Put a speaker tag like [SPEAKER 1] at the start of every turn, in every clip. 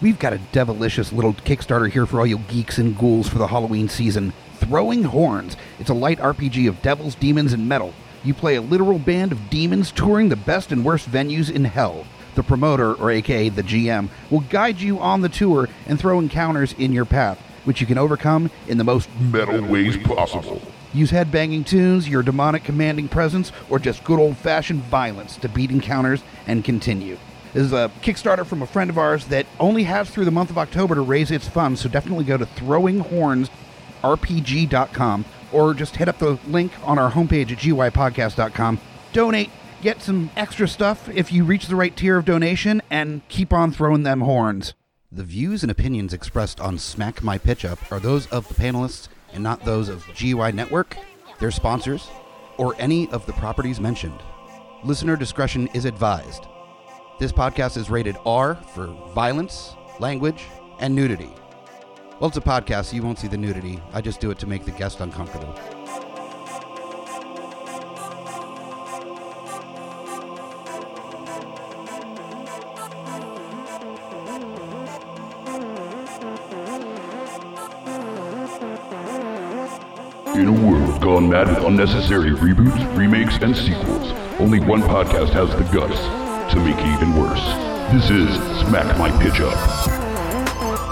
[SPEAKER 1] We've got a devilicious little Kickstarter here for all you geeks and ghouls for the Halloween season. Throwing Horns. It's a light RPG of devils, demons, and metal. You play a literal band of demons touring the best and worst venues in hell. The promoter, or aka the GM, will guide you on the tour and throw encounters in your path, which you can overcome in the most
[SPEAKER 2] metal ways possible.
[SPEAKER 1] Use headbanging tunes, your demonic commanding presence, or just good old fashioned violence to beat encounters and continue. This is a Kickstarter from a friend of ours that only has through the month of October to raise its funds, so definitely go to throwinghornsrpg.com or just hit up the link on our homepage at gypodcast.com. Donate, get some extra stuff if you reach the right tier of donation, and keep on throwing them horns. The views and opinions expressed on Smack My Pitch Up are those of the panelists and not those of GY Network, their sponsors, or any of the properties mentioned. Listener discretion is advised. This podcast is rated R for violence, language, and nudity. Well, it's a podcast, so you won't see the nudity. I just do it to make the guest uncomfortable.
[SPEAKER 2] In a world gone mad with unnecessary reboots, remakes, and sequels, only one podcast has the guts to make it even worse. This is Smack My Pitch Up.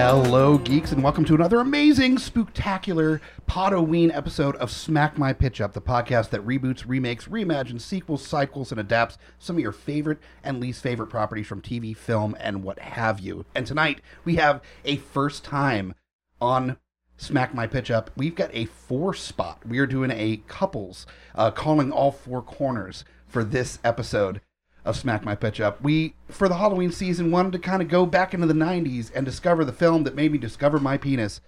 [SPEAKER 1] Hello, geeks, and welcome to another amazing, spooktacular Podoween episode of Smack My Pitch Up, the podcast that reboots, remakes, reimagines, sequels, cycles, and adapts some of your favorite and least favorite properties from TV, film, and what have you. And tonight, we have a first time on Smack My Pitch Up. We've got a four spot. We are doing a couples, uh, calling all four corners for this episode of Smack My Pitch Up. We, for the Halloween season, wanted to kind of go back into the 90s and discover the film that made me discover my penis.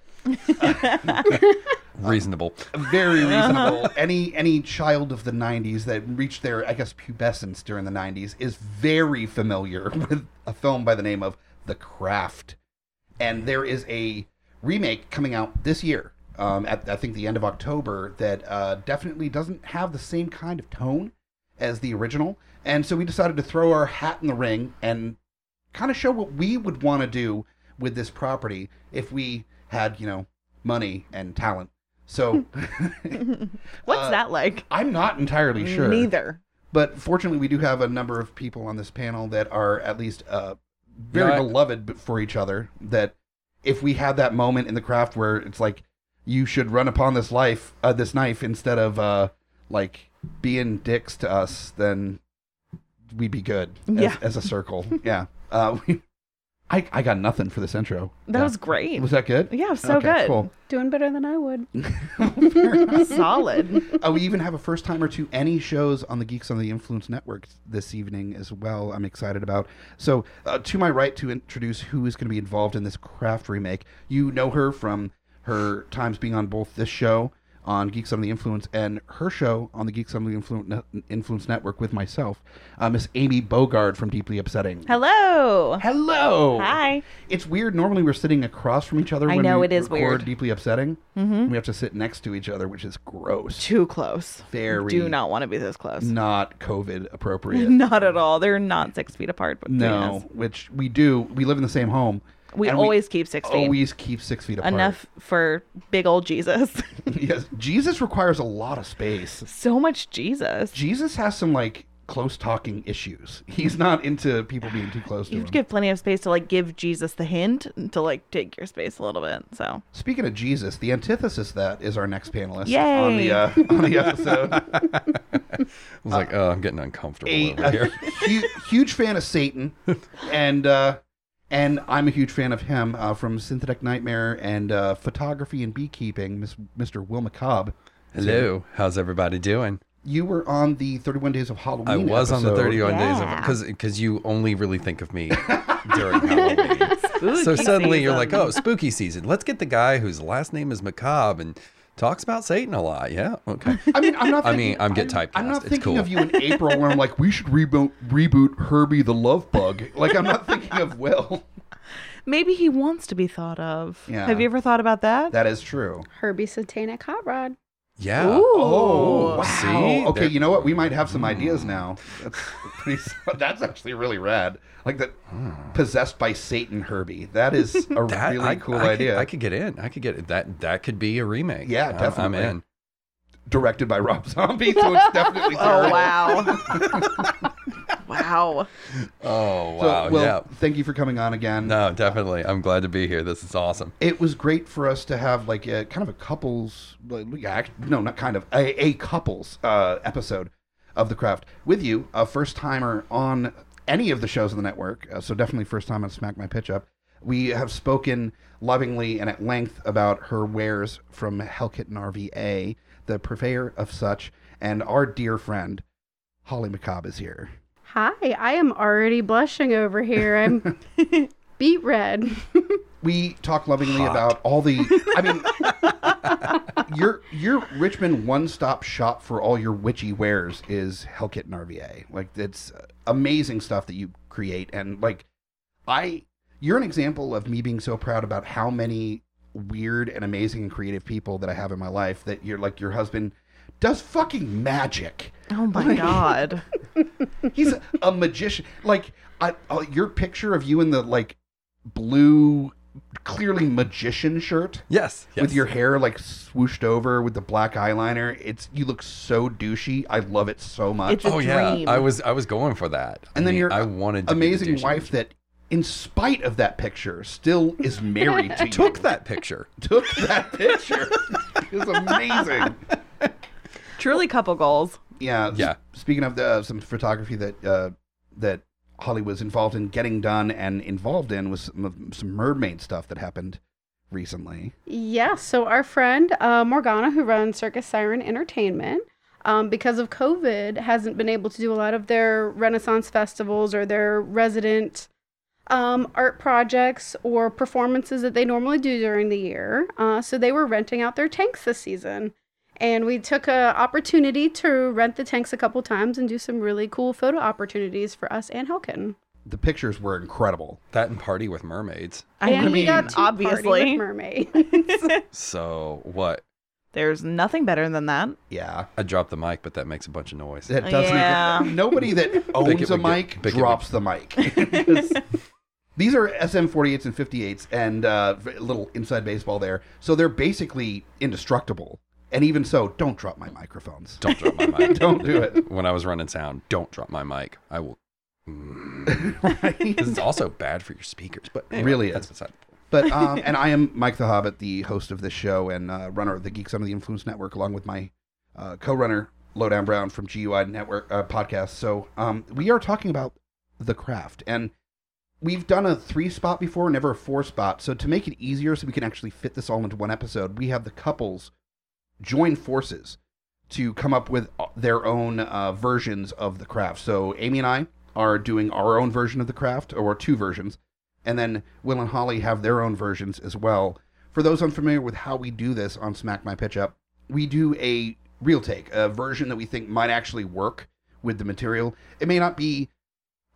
[SPEAKER 3] Reasonable.
[SPEAKER 1] Very reasonable. any any child of the 90s that reached their, I guess, pubescence during the 90s is very familiar with a film by the name of The Craft. And there is a remake coming out this year, um, at I think the end of October, that uh, definitely doesn't have the same kind of tone as the original. And so we decided to throw our hat in the ring and kind of show what we would want to do with this property if we had, you know, money and talent. So
[SPEAKER 4] What's that like?
[SPEAKER 1] I'm not entirely Uh, sure.
[SPEAKER 4] Neither.
[SPEAKER 1] But fortunately, we do have a number of people on this panel that are at least uh, very
[SPEAKER 3] Yeah, I-
[SPEAKER 1] beloved b- for each other. That if we had that moment in the craft where it's like, you should run upon this life, uh, this knife, instead of uh, like being dicks to us, then we'd be good as,
[SPEAKER 4] Yeah.
[SPEAKER 1] as a circle. yeah. Uh, we, I, I got nothing for this intro.
[SPEAKER 4] That
[SPEAKER 1] Yeah.
[SPEAKER 4] was great.
[SPEAKER 1] Was that good?
[SPEAKER 4] Yeah, it was so
[SPEAKER 1] Okay,
[SPEAKER 4] good.
[SPEAKER 1] Cool.
[SPEAKER 5] Doing better than I would.
[SPEAKER 4] Solid.
[SPEAKER 1] Oh, we even have a first timer to any shows on the Geeks on the Influence Network this evening as well. I'm excited about. So, uh, to my right to introduce who is going to be involved in this craft remake. You know her from her times being on both this show on Geeks on the Influence and her show on the Geeks on the Influ- Influence Network with myself, uh, Miss Amy Bogard from Deeply Upsetting.
[SPEAKER 4] Hello.
[SPEAKER 1] Hello.
[SPEAKER 4] Hi.
[SPEAKER 1] It's weird. Normally, we're sitting across from each other.
[SPEAKER 4] I
[SPEAKER 1] when
[SPEAKER 4] know
[SPEAKER 1] we
[SPEAKER 4] it is
[SPEAKER 1] record
[SPEAKER 4] weird.
[SPEAKER 1] Deeply upsetting. Mm-hmm. We have to sit next to each other, which is gross.
[SPEAKER 4] Too close.
[SPEAKER 1] Very
[SPEAKER 4] Do not want to be this close.
[SPEAKER 1] not COVID appropriate.
[SPEAKER 4] Not at all. They're not six feet apart. Between
[SPEAKER 1] no,
[SPEAKER 4] us.
[SPEAKER 1] which we do. We live in the same home.
[SPEAKER 4] We
[SPEAKER 1] and
[SPEAKER 4] always keep six feet.
[SPEAKER 1] always keep six feet apart.
[SPEAKER 4] Enough for big old Jesus.
[SPEAKER 1] yes, Jesus requires a lot of space.
[SPEAKER 4] so much Jesus.
[SPEAKER 1] Jesus has some like close talking issues. He's not into people being too close to
[SPEAKER 4] You
[SPEAKER 1] him.
[SPEAKER 4] have to give plenty of space to like give Jesus the hint and to like take your space a little bit. So
[SPEAKER 1] Speaking of Jesus, the antithesis of that is our next panelist on
[SPEAKER 4] Yay.
[SPEAKER 1] the uh, on the episode.
[SPEAKER 3] I was like, oh, I'm getting uncomfortable
[SPEAKER 1] a,
[SPEAKER 3] over here.
[SPEAKER 1] a hu- huge fan of Satan, and uh, and I'm a huge fan of him uh, from Synthetic Nightmare and uh, photography and beekeeping. Miss, Mr. Will McCobb,
[SPEAKER 3] Hello, how's everybody doing?
[SPEAKER 1] you were on the 31 Days of Halloween.
[SPEAKER 3] I was on the
[SPEAKER 1] episode.
[SPEAKER 3] 31 days
[SPEAKER 4] Yeah.
[SPEAKER 3] of because because you only really think of me during Halloween. so
[SPEAKER 4] Spooky
[SPEAKER 3] suddenly you're
[SPEAKER 4] season.
[SPEAKER 3] like, oh, spooky season. Let's get the guy whose last name is Macabre and Talks about Satan a lot. Yeah. Okay.
[SPEAKER 1] I mean, I'm not.
[SPEAKER 3] I
[SPEAKER 1] Thinking,
[SPEAKER 3] mean, I'm get typecast.
[SPEAKER 1] I'm not
[SPEAKER 3] It's
[SPEAKER 1] thinking
[SPEAKER 3] cool.
[SPEAKER 1] of you in April when I'm like, we should reboot reboot Herbie the Love Bug. Like, I'm not thinking of Will.
[SPEAKER 4] Maybe he wants to be thought of.
[SPEAKER 1] Yeah.
[SPEAKER 4] Have you ever thought about that?
[SPEAKER 1] That is true.
[SPEAKER 5] Herbie Satanic Hot Rod.
[SPEAKER 3] Yeah.
[SPEAKER 1] Oh, wow.
[SPEAKER 3] See?
[SPEAKER 1] okay,
[SPEAKER 3] There- Hmm.
[SPEAKER 1] you know what? We might have some ideas now. That's pretty. That's actually really rad. Like that, possessed by Satan Herbie. That is a
[SPEAKER 3] That-
[SPEAKER 1] really
[SPEAKER 3] I-
[SPEAKER 1] cool
[SPEAKER 3] I could-
[SPEAKER 1] idea.
[SPEAKER 3] I could get in. I could get that. That could be a remake.
[SPEAKER 1] Yeah,
[SPEAKER 3] I'm-
[SPEAKER 1] definitely.
[SPEAKER 3] I'm in.
[SPEAKER 1] Directed by Rob Zombie, so it's definitely.
[SPEAKER 4] Oh,
[SPEAKER 1] terrible.
[SPEAKER 4] wow. wow.
[SPEAKER 3] Oh
[SPEAKER 1] So,
[SPEAKER 3] wow.
[SPEAKER 1] Will,
[SPEAKER 3] yeah.
[SPEAKER 1] thank you for coming on again.
[SPEAKER 3] No, definitely. I'm glad to be here. This is awesome.
[SPEAKER 1] it was great for us to have like a kind of a couples like, we act- no not kind of a, a couples uh, episode of the craft with you a first timer on any of the shows on the network uh, so definitely first time on smack my pitch up we have spoken lovingly and at length about her wares from hellkit and rva the purveyor of such and our dear friend holly mccobb is here
[SPEAKER 5] Hi, I am already blushing over here. I'm beet red.
[SPEAKER 1] we talk lovingly about all the I mean your your Richmond one-stop shop for all your witchy wares is Hellkit and RVA. Like it's amazing stuff that you create and like I you're an example of me being so proud about how many weird and amazing and creative people that I have in my life that you're like your husband does fucking magic.
[SPEAKER 4] Oh, my God.
[SPEAKER 1] He's a, a magician. Like I, uh, your picture of you in the like blue, clearly magician shirt
[SPEAKER 3] Yes. yes.
[SPEAKER 1] with your hair like swooshed over with the black eyeliner. It's you look so douchey. I love it so much.
[SPEAKER 4] It's a
[SPEAKER 3] Oh yeah.
[SPEAKER 4] dream.
[SPEAKER 3] I was I was going for that.
[SPEAKER 1] and then
[SPEAKER 3] I mean,
[SPEAKER 1] your
[SPEAKER 3] I wanted to be the
[SPEAKER 1] amazing
[SPEAKER 3] douche
[SPEAKER 1] wife that, in spite of that picture, still is married to you.
[SPEAKER 3] took that picture.
[SPEAKER 1] took that picture. it's amazing.
[SPEAKER 4] Truly couple goals.
[SPEAKER 1] Yeah. s-
[SPEAKER 3] Yeah.
[SPEAKER 1] Speaking of the, uh, some photography that uh, that Holly was involved in getting done and involved in was some, of- some mermaid stuff that happened recently.
[SPEAKER 5] Yeah, so our friend uh, Morgana, who runs Circus Siren Entertainment, um, because of COVID, hasn't been able to do a lot of their Renaissance festivals or their resident um, art projects or performances that they normally do during the year. Uh, so they were renting out their tanks this season. And we took a opportunity to rent the tanks a couple times and do some really cool photo opportunities for us and Helkin.
[SPEAKER 1] The pictures were incredible.
[SPEAKER 3] That and party with mermaids.
[SPEAKER 4] I
[SPEAKER 5] and we
[SPEAKER 4] mean,
[SPEAKER 5] got to party with
[SPEAKER 4] obviously,
[SPEAKER 5] mermaids.
[SPEAKER 3] So what?
[SPEAKER 4] there's nothing better than that.
[SPEAKER 1] Yeah.
[SPEAKER 3] I dropped the mic, but that makes a bunch of noise.
[SPEAKER 1] That doesn't even-
[SPEAKER 4] Yeah.
[SPEAKER 1] nobody that owns
[SPEAKER 3] Bigot
[SPEAKER 1] a
[SPEAKER 3] would get-
[SPEAKER 1] mic
[SPEAKER 3] Bigot
[SPEAKER 1] drops the mic. 'Cause These are SM48s and 58s, and uh, a little inside baseball there. So they're basically indestructible. And even so, don't drop my microphones.
[SPEAKER 3] Don't drop my mic.
[SPEAKER 1] Don't do it.
[SPEAKER 3] When I was running sound, don't drop my mic. I will.
[SPEAKER 1] Right?
[SPEAKER 3] This is also bad for your speakers, but anyway,
[SPEAKER 1] Really
[SPEAKER 3] that's
[SPEAKER 1] is.
[SPEAKER 3] beside the point.
[SPEAKER 1] But um, and I am Mike the Hobbit, the host of this show and uh, runner of the Geeks Under the Influence Network, along with my uh, co-runner Lowdown Brown from GUI Network uh, podcast. So um, we are talking about the craft, and we've done a three spot before, never a four spot. So to make it easier, so we can actually fit this all into one episode, we have the couples join forces to come up with uh, their own uh, versions of the craft. So Amy and I are doing our own version of the craft, or two versions and then Will and Holly have their own versions as well. For those unfamiliar with how we do this on Smack My Pitch Up, we do a real take, a version that we think might actually work with the material. It may not be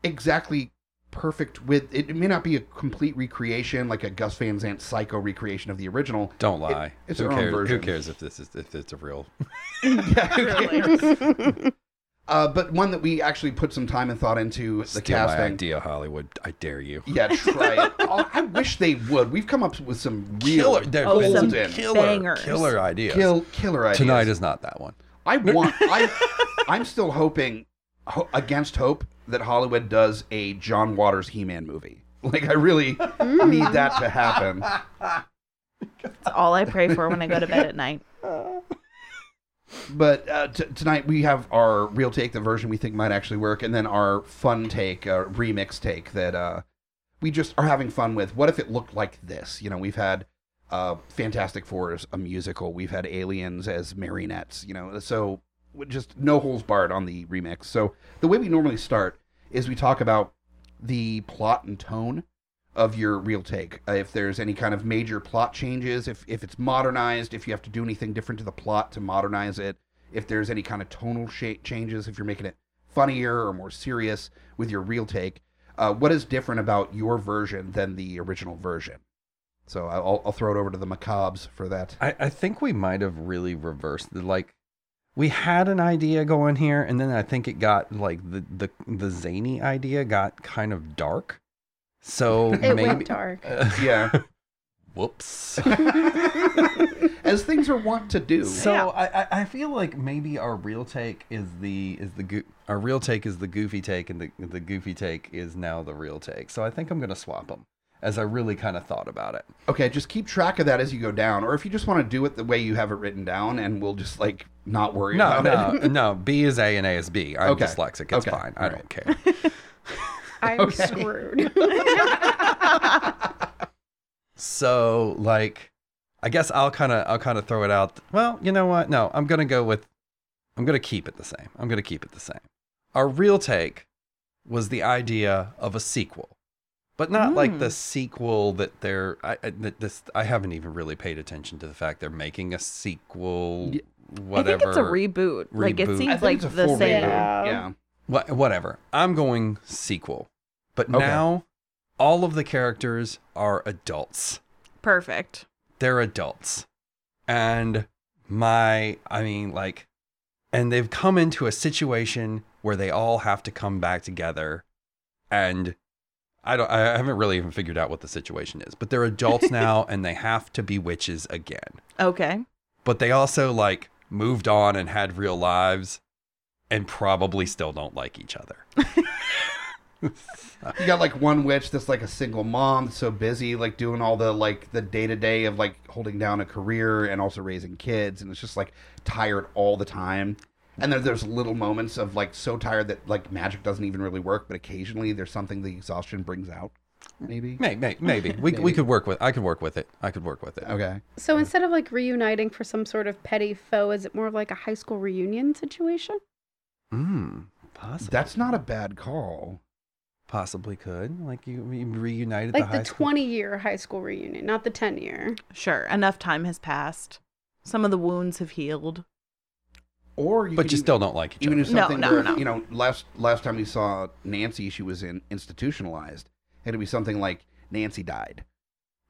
[SPEAKER 1] exactly perfect with it, it may not be a complete recreation like a Gus Van Sant psycho recreation of the original.
[SPEAKER 3] Don't lie.
[SPEAKER 1] it's
[SPEAKER 3] who
[SPEAKER 1] our own
[SPEAKER 3] cares?
[SPEAKER 1] version.
[SPEAKER 3] Who cares if this is if it's a real?
[SPEAKER 4] Truly.
[SPEAKER 1] Uh, but one that we actually put some time and thought into the
[SPEAKER 3] Steal my
[SPEAKER 1] casting.
[SPEAKER 3] idea, Hollywood. I dare you.
[SPEAKER 1] Yeah, try it. Oh, I wish they would. We've come up with some real
[SPEAKER 3] Killer. There's
[SPEAKER 4] Oh, some
[SPEAKER 1] golden
[SPEAKER 3] killer,
[SPEAKER 4] bangers.
[SPEAKER 3] killer ideas.
[SPEAKER 1] kill killer ideas.
[SPEAKER 3] Tonight is not that one.
[SPEAKER 1] I want. I, I'm still hoping, ho- against hope, that Hollywood does a John Waters He-Man movie. Like I really need that to happen.
[SPEAKER 4] It's all I pray for when I go to bed at night.
[SPEAKER 1] But uh, t- tonight we have our real take, the version we think might actually work, and then our fun take, uh, remix take that uh, we just are having fun with. What if it looked like this? You know, we've had uh, Fantastic Four as a musical, we've had Aliens as marionettes. You know, so with just no holes barred on the remix. So the way we normally start is we talk about the plot and tone of your real take. Uh, if there's any kind of major plot changes, if if it's modernized, if you have to do anything different to the plot to modernize it, if there's any kind of tonal shape changes, if you're making it funnier or more serious with your real take, uh, what is different about your version than the original version? So I'll, I'll throw it over to the Macabres for that.
[SPEAKER 3] I, I think we might have really reversed the like we had an idea going here and then I think it got like the the, the zany idea got kind of dark. So
[SPEAKER 5] It
[SPEAKER 3] maybe
[SPEAKER 5] went dark.
[SPEAKER 1] Yeah,
[SPEAKER 3] whoops.
[SPEAKER 1] as things are wont to do.
[SPEAKER 3] So
[SPEAKER 4] Yeah.
[SPEAKER 3] I, I- I feel like maybe our real take is the is the goo our real take is the goofy take and the the goofy take is now the real take. So I think I'm gonna swap them as I really kind of thought about it.
[SPEAKER 1] Okay, just keep track of that as you go down, or if you just want to do it the way you have it written down, and we'll just like not worry
[SPEAKER 3] No,
[SPEAKER 1] about
[SPEAKER 3] no,
[SPEAKER 1] it.
[SPEAKER 3] no. B is A and A is B. I'm
[SPEAKER 1] Okay.
[SPEAKER 3] dyslexic. It's
[SPEAKER 1] Okay.
[SPEAKER 3] fine. I
[SPEAKER 1] All
[SPEAKER 3] don't care.
[SPEAKER 5] I'm
[SPEAKER 1] Okay.
[SPEAKER 5] screwed.
[SPEAKER 3] So like, I guess I'll kind of I'll kind of throw it out. Well, you know what? No, I'm gonna go with. I'm gonna keep it the same. I'm gonna keep it the same. Our real take was the idea of a sequel, but not like
[SPEAKER 4] Hmm.
[SPEAKER 3] the sequel that they're. I, I- that this I haven't even really paid attention to the fact they're making a sequel.
[SPEAKER 1] Y-
[SPEAKER 3] Whatever.
[SPEAKER 4] I think it's a reboot. Like
[SPEAKER 3] Reboot.
[SPEAKER 4] it
[SPEAKER 1] I
[SPEAKER 4] seems
[SPEAKER 1] think
[SPEAKER 4] like
[SPEAKER 1] it's a
[SPEAKER 4] the
[SPEAKER 1] full
[SPEAKER 4] same.
[SPEAKER 1] reboot,
[SPEAKER 5] Yeah.
[SPEAKER 1] Yeah.
[SPEAKER 3] Wha- whatever. I'm going sequel. But
[SPEAKER 1] Okay.
[SPEAKER 3] now all of the characters are adults.
[SPEAKER 4] Perfect.
[SPEAKER 3] They're adults. And my, I mean, like, and they've come into a situation where they all have to come back together. And I don't, I haven't really even figured out what the situation is, but they're adults now and they have to be witches again
[SPEAKER 4] Okay.
[SPEAKER 3] but they also like moved on and had real lives and probably still don't like each other.
[SPEAKER 1] You got like one witch that's like a single mom, that's so busy like doing all the like the day to day of like holding down a career and also raising kids, and it's just like tired all the time. And then there's little moments of like so tired that like magic doesn't even really work, but occasionally there's something the exhaustion brings out. Maybe.
[SPEAKER 3] Maybe, maybe, maybe. We, we could work with, I could work with it. I could work with it.
[SPEAKER 1] Okay.
[SPEAKER 5] so instead of like reuniting for some sort of petty foe, is it more of like a high school reunion situation?
[SPEAKER 3] Mm, possibly.
[SPEAKER 1] That's not a bad call.
[SPEAKER 3] possibly could. Like you, you reunited
[SPEAKER 5] Like
[SPEAKER 3] the
[SPEAKER 5] the,
[SPEAKER 3] high school.
[SPEAKER 5] 20 year high school reunion, not the 10 year.
[SPEAKER 4] Sure. Enough time has passed. Some of the wounds have healed.
[SPEAKER 1] Or you
[SPEAKER 3] But
[SPEAKER 1] could
[SPEAKER 3] you
[SPEAKER 1] even-
[SPEAKER 3] still don't like each
[SPEAKER 1] even
[SPEAKER 3] other.
[SPEAKER 1] if
[SPEAKER 4] No,
[SPEAKER 1] something
[SPEAKER 4] no,
[SPEAKER 1] where
[SPEAKER 4] no.
[SPEAKER 1] you know last last time we saw Nancy, she was in institutionalized. It would be something like Nancy died,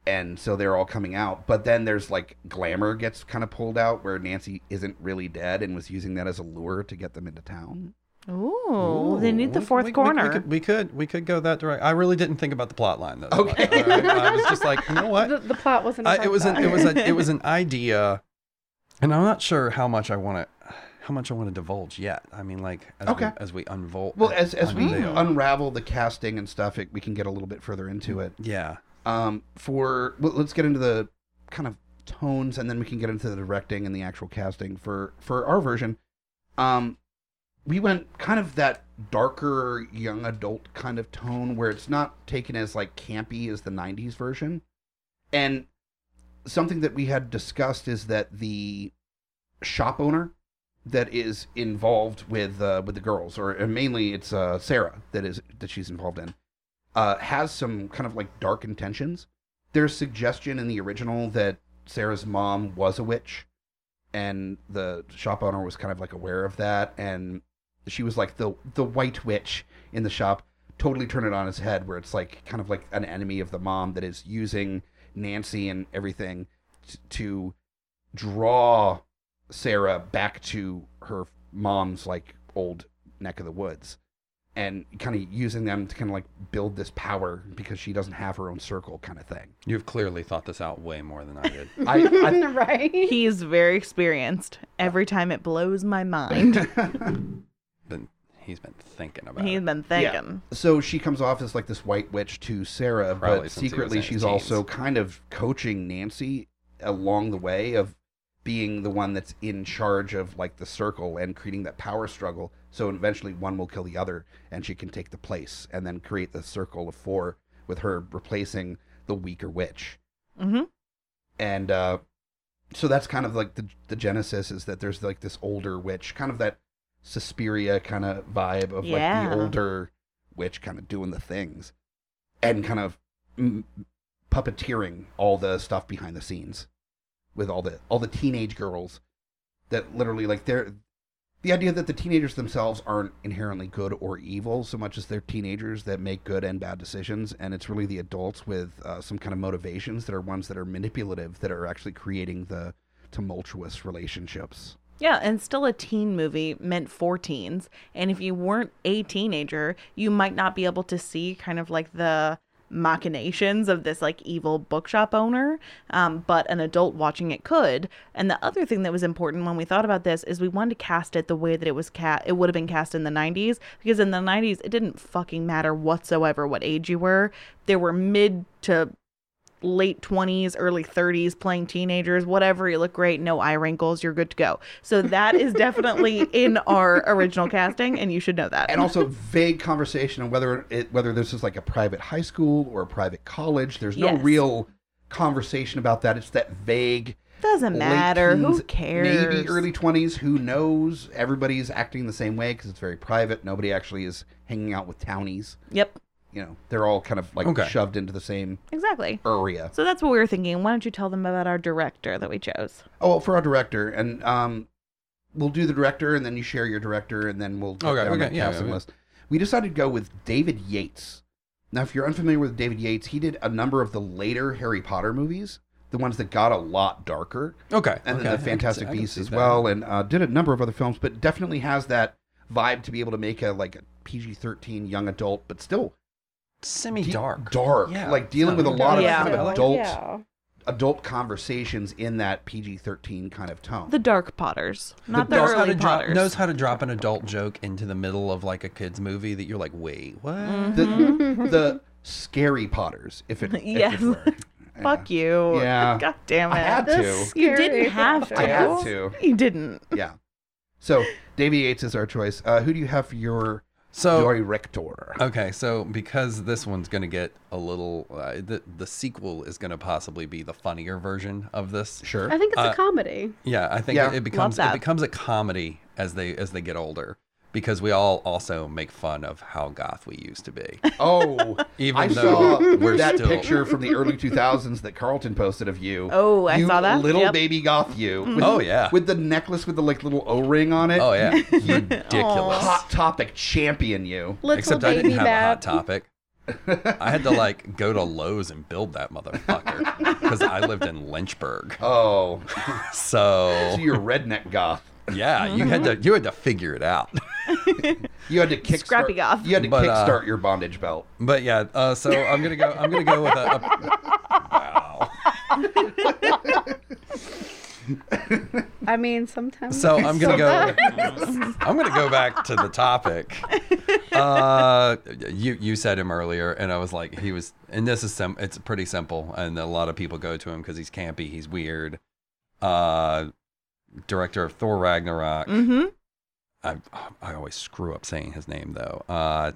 [SPEAKER 1] and so they're all coming out. But then there's like glamour gets kind of pulled out where Nancy isn't really dead and was using that as a lure to get them into town.
[SPEAKER 4] Ooh,
[SPEAKER 1] Oh,
[SPEAKER 4] they need the
[SPEAKER 3] we-
[SPEAKER 4] fourth
[SPEAKER 3] we- we-
[SPEAKER 4] corner.
[SPEAKER 3] We, could, we could, we could go that direction. I really didn't think about the plot line though. that much.
[SPEAKER 1] Okay.
[SPEAKER 3] I, I was just like, you know what?
[SPEAKER 5] The, the plot wasn't.
[SPEAKER 3] I,
[SPEAKER 5] about
[SPEAKER 3] it was an
[SPEAKER 5] that.
[SPEAKER 3] it was a it was an idea, and I'm not sure how much I want to how much I want to divulge yet. I mean, like as
[SPEAKER 1] Okay.
[SPEAKER 3] we, as we unfold.
[SPEAKER 1] Well, as as we
[SPEAKER 3] unveil.
[SPEAKER 1] unravel the casting and stuff, it, we can get a little bit further into it.
[SPEAKER 3] yeah,
[SPEAKER 1] Um, for well, let's get into the kind of tones, and then we can get into the directing and the actual casting for for our version. Um, we went kind of that darker young adult kind of tone where it's not taken as like campy as the '90s version, and something that we had discussed is that the shop owner that is involved with uh, with the girls, or and mainly it's uh, Sarah that is that she's involved in uh, has some kind of like dark intentions. There's suggestion in the original that Sarah's mom was a witch, and the shop owner was kind of like aware of that, and she was like the the white witch in the shop. Totally turn it on its head, where it's like kind of like an enemy of the mom that is using Nancy and everything t- to draw Sarah back to her mom's like old neck of the woods and kind of using them to kind of like build this power because she doesn't have her own circle kind of thing.
[SPEAKER 3] you've clearly thought this out way more than I did.
[SPEAKER 1] I,
[SPEAKER 5] right.
[SPEAKER 4] He's very experienced. Every time it blows my mind.
[SPEAKER 3] been, he's been thinking about
[SPEAKER 4] He's
[SPEAKER 3] it.
[SPEAKER 4] been thinking.
[SPEAKER 1] I so she comes off as like this white witch to Sarah,
[SPEAKER 3] Probably
[SPEAKER 1] but
[SPEAKER 3] since he was
[SPEAKER 1] secretly
[SPEAKER 3] in
[SPEAKER 1] she's
[SPEAKER 3] his
[SPEAKER 1] also
[SPEAKER 3] teens.
[SPEAKER 1] kind of coaching Nancy along the way of being the one that's in charge of like the circle and creating that power struggle. So eventually one will kill the other and she can take the place and then create the circle of four with her replacing the weaker witch.
[SPEAKER 4] hmm
[SPEAKER 1] and uh, so that's kind of like the the genesis is that there's like this older witch, kind of that Suspiria kind of vibe of like
[SPEAKER 4] Yeah.
[SPEAKER 1] the older witch kind of doing the things, and kind of m- puppeteering all the stuff behind the scenes with all the all the teenage girls that literally like they're the idea that the teenagers themselves aren't inherently good or evil so much as they're teenagers that make good and bad decisions and it's really the adults with uh, some kind of motivations that are ones that are manipulative that are actually creating the tumultuous relationships
[SPEAKER 4] Yeah, and still a teen movie meant for teens. And if you weren't a teenager, you might not be able to see kind of like the machinations of this like evil bookshop owner, um, but an adult watching it could. And the other thing that was important when we thought about this is we wanted to cast it the way that it was cast. It would have been cast in the '90s because in the '90s it didn't fucking matter whatsoever what age you were. There were mid to late 20s, early 30s, playing teenagers, whatever. You look great, no eye wrinkles, you're good to go. So that is definitely in our original casting, and you should know that.
[SPEAKER 1] and also vague conversation on whether it whether this is like a private high school or a private college there's no
[SPEAKER 4] Yes.
[SPEAKER 1] real conversation about that it's that vague
[SPEAKER 4] doesn't
[SPEAKER 1] late
[SPEAKER 4] matter. Who
[SPEAKER 1] teens,
[SPEAKER 4] cares?
[SPEAKER 1] Maybe early 20s. Who knows? Everybody's acting the same way because it's very private. Nobody actually is hanging out with townies.
[SPEAKER 4] Yep,
[SPEAKER 1] You know, they're all kind of like
[SPEAKER 3] Okay.
[SPEAKER 1] shoved into the same
[SPEAKER 4] exactly.
[SPEAKER 1] area.
[SPEAKER 4] So that's what we were thinking. Why don't you tell them about our director that we chose?
[SPEAKER 1] Oh, well, for our director, and um, we'll do the director, and then you share your director, and then we'll take
[SPEAKER 3] Okay,
[SPEAKER 1] down
[SPEAKER 3] okay,
[SPEAKER 1] the
[SPEAKER 3] yeah,
[SPEAKER 1] casting
[SPEAKER 3] yeah.
[SPEAKER 1] list. We decided to go with David Yates. Now, if you're unfamiliar with David Yates, he did a number of the later Harry Potter movies, the ones that got a lot darker.
[SPEAKER 3] Okay.
[SPEAKER 1] and
[SPEAKER 3] okay,
[SPEAKER 1] then
[SPEAKER 3] I can
[SPEAKER 1] the
[SPEAKER 3] see-
[SPEAKER 1] Fantastic
[SPEAKER 3] I can
[SPEAKER 1] Beasts
[SPEAKER 3] see
[SPEAKER 1] as
[SPEAKER 3] that.
[SPEAKER 1] well, and uh, did a number of other films, but definitely has that vibe to be able to make a like a PG thirteen young adult, but still
[SPEAKER 3] Semi
[SPEAKER 1] de-
[SPEAKER 3] dark.
[SPEAKER 1] dark,
[SPEAKER 3] Yeah.
[SPEAKER 1] like dealing
[SPEAKER 3] No,
[SPEAKER 1] with a
[SPEAKER 3] no,
[SPEAKER 1] lot of
[SPEAKER 4] yeah.
[SPEAKER 1] kind
[SPEAKER 3] I
[SPEAKER 1] of
[SPEAKER 3] like it.
[SPEAKER 1] adult
[SPEAKER 5] Yeah.
[SPEAKER 1] adult conversations in that PG thirteen kind of tone.
[SPEAKER 4] The Dark Potters, not the,
[SPEAKER 3] knows how to
[SPEAKER 4] early
[SPEAKER 3] drop,
[SPEAKER 4] Potters.
[SPEAKER 3] knows how to drop an adult joke into the middle of like a kids movie that you're like, wait, what?
[SPEAKER 4] Mm-hmm.
[SPEAKER 1] The, the scary Potters, if it, if it
[SPEAKER 4] Yes.
[SPEAKER 1] were.
[SPEAKER 4] Fuck you.
[SPEAKER 1] Yeah.
[SPEAKER 4] God damn it.
[SPEAKER 1] I had
[SPEAKER 5] That's
[SPEAKER 1] to.
[SPEAKER 5] scary.
[SPEAKER 4] you didn't have to.
[SPEAKER 1] I had to.
[SPEAKER 4] You didn't.
[SPEAKER 1] Yeah. So David Yates is our choice. Uh, who do you have for your
[SPEAKER 3] So
[SPEAKER 1] director?
[SPEAKER 3] Okay, so because this one's going to get a little, uh, the the sequel is going to possibly be the funnier version of this.
[SPEAKER 1] sure.
[SPEAKER 5] I think it's
[SPEAKER 3] Uh,
[SPEAKER 5] a comedy.
[SPEAKER 3] Yeah, I think
[SPEAKER 1] Yeah.
[SPEAKER 3] it becomes it
[SPEAKER 4] that.
[SPEAKER 3] becomes a comedy as they as they get older because we all also make fun of how goth we used to be.
[SPEAKER 1] Oh,
[SPEAKER 3] Even
[SPEAKER 1] I
[SPEAKER 3] though
[SPEAKER 1] saw
[SPEAKER 3] we're
[SPEAKER 1] that
[SPEAKER 3] still-
[SPEAKER 1] picture from the early 2000s that Carlton posted of you.
[SPEAKER 4] Oh, I
[SPEAKER 1] You
[SPEAKER 4] saw that.
[SPEAKER 1] Little
[SPEAKER 4] Yep. Mm-hmm.
[SPEAKER 1] baby goth you. With,
[SPEAKER 3] Oh, yeah.
[SPEAKER 1] With the necklace with the like little O-ring on it.
[SPEAKER 3] Oh yeah, ridiculous.
[SPEAKER 1] Hot topic champion you.
[SPEAKER 5] Little
[SPEAKER 3] Except I
[SPEAKER 5] baby
[SPEAKER 3] didn't have a hot
[SPEAKER 5] bad.
[SPEAKER 3] topic. I had to like go to Lowe's and build that motherfucker because I lived in Lynchburg.
[SPEAKER 1] Oh, so
[SPEAKER 3] So
[SPEAKER 1] you're redneck goth.
[SPEAKER 3] yeah, you had to you had to figure it out.
[SPEAKER 1] You had to kick
[SPEAKER 4] Scrappy goth.
[SPEAKER 1] You had to
[SPEAKER 3] But, uh,
[SPEAKER 1] kickstart your bondage belt.
[SPEAKER 3] But yeah, uh, so I'm gonna go. I'm gonna go with a. a wow.
[SPEAKER 5] I mean, sometimes.
[SPEAKER 3] So I'm gonna go. I'm gonna go back to the topic. Uh, you you said him earlier, and I was like, he was, and this is some. It's pretty simple, and a lot of people go to him because he's campy, he's weird. Uh, director of Thor Ragnarok.
[SPEAKER 4] Mm-hmm.
[SPEAKER 3] I I always screw up saying his name though. Uh,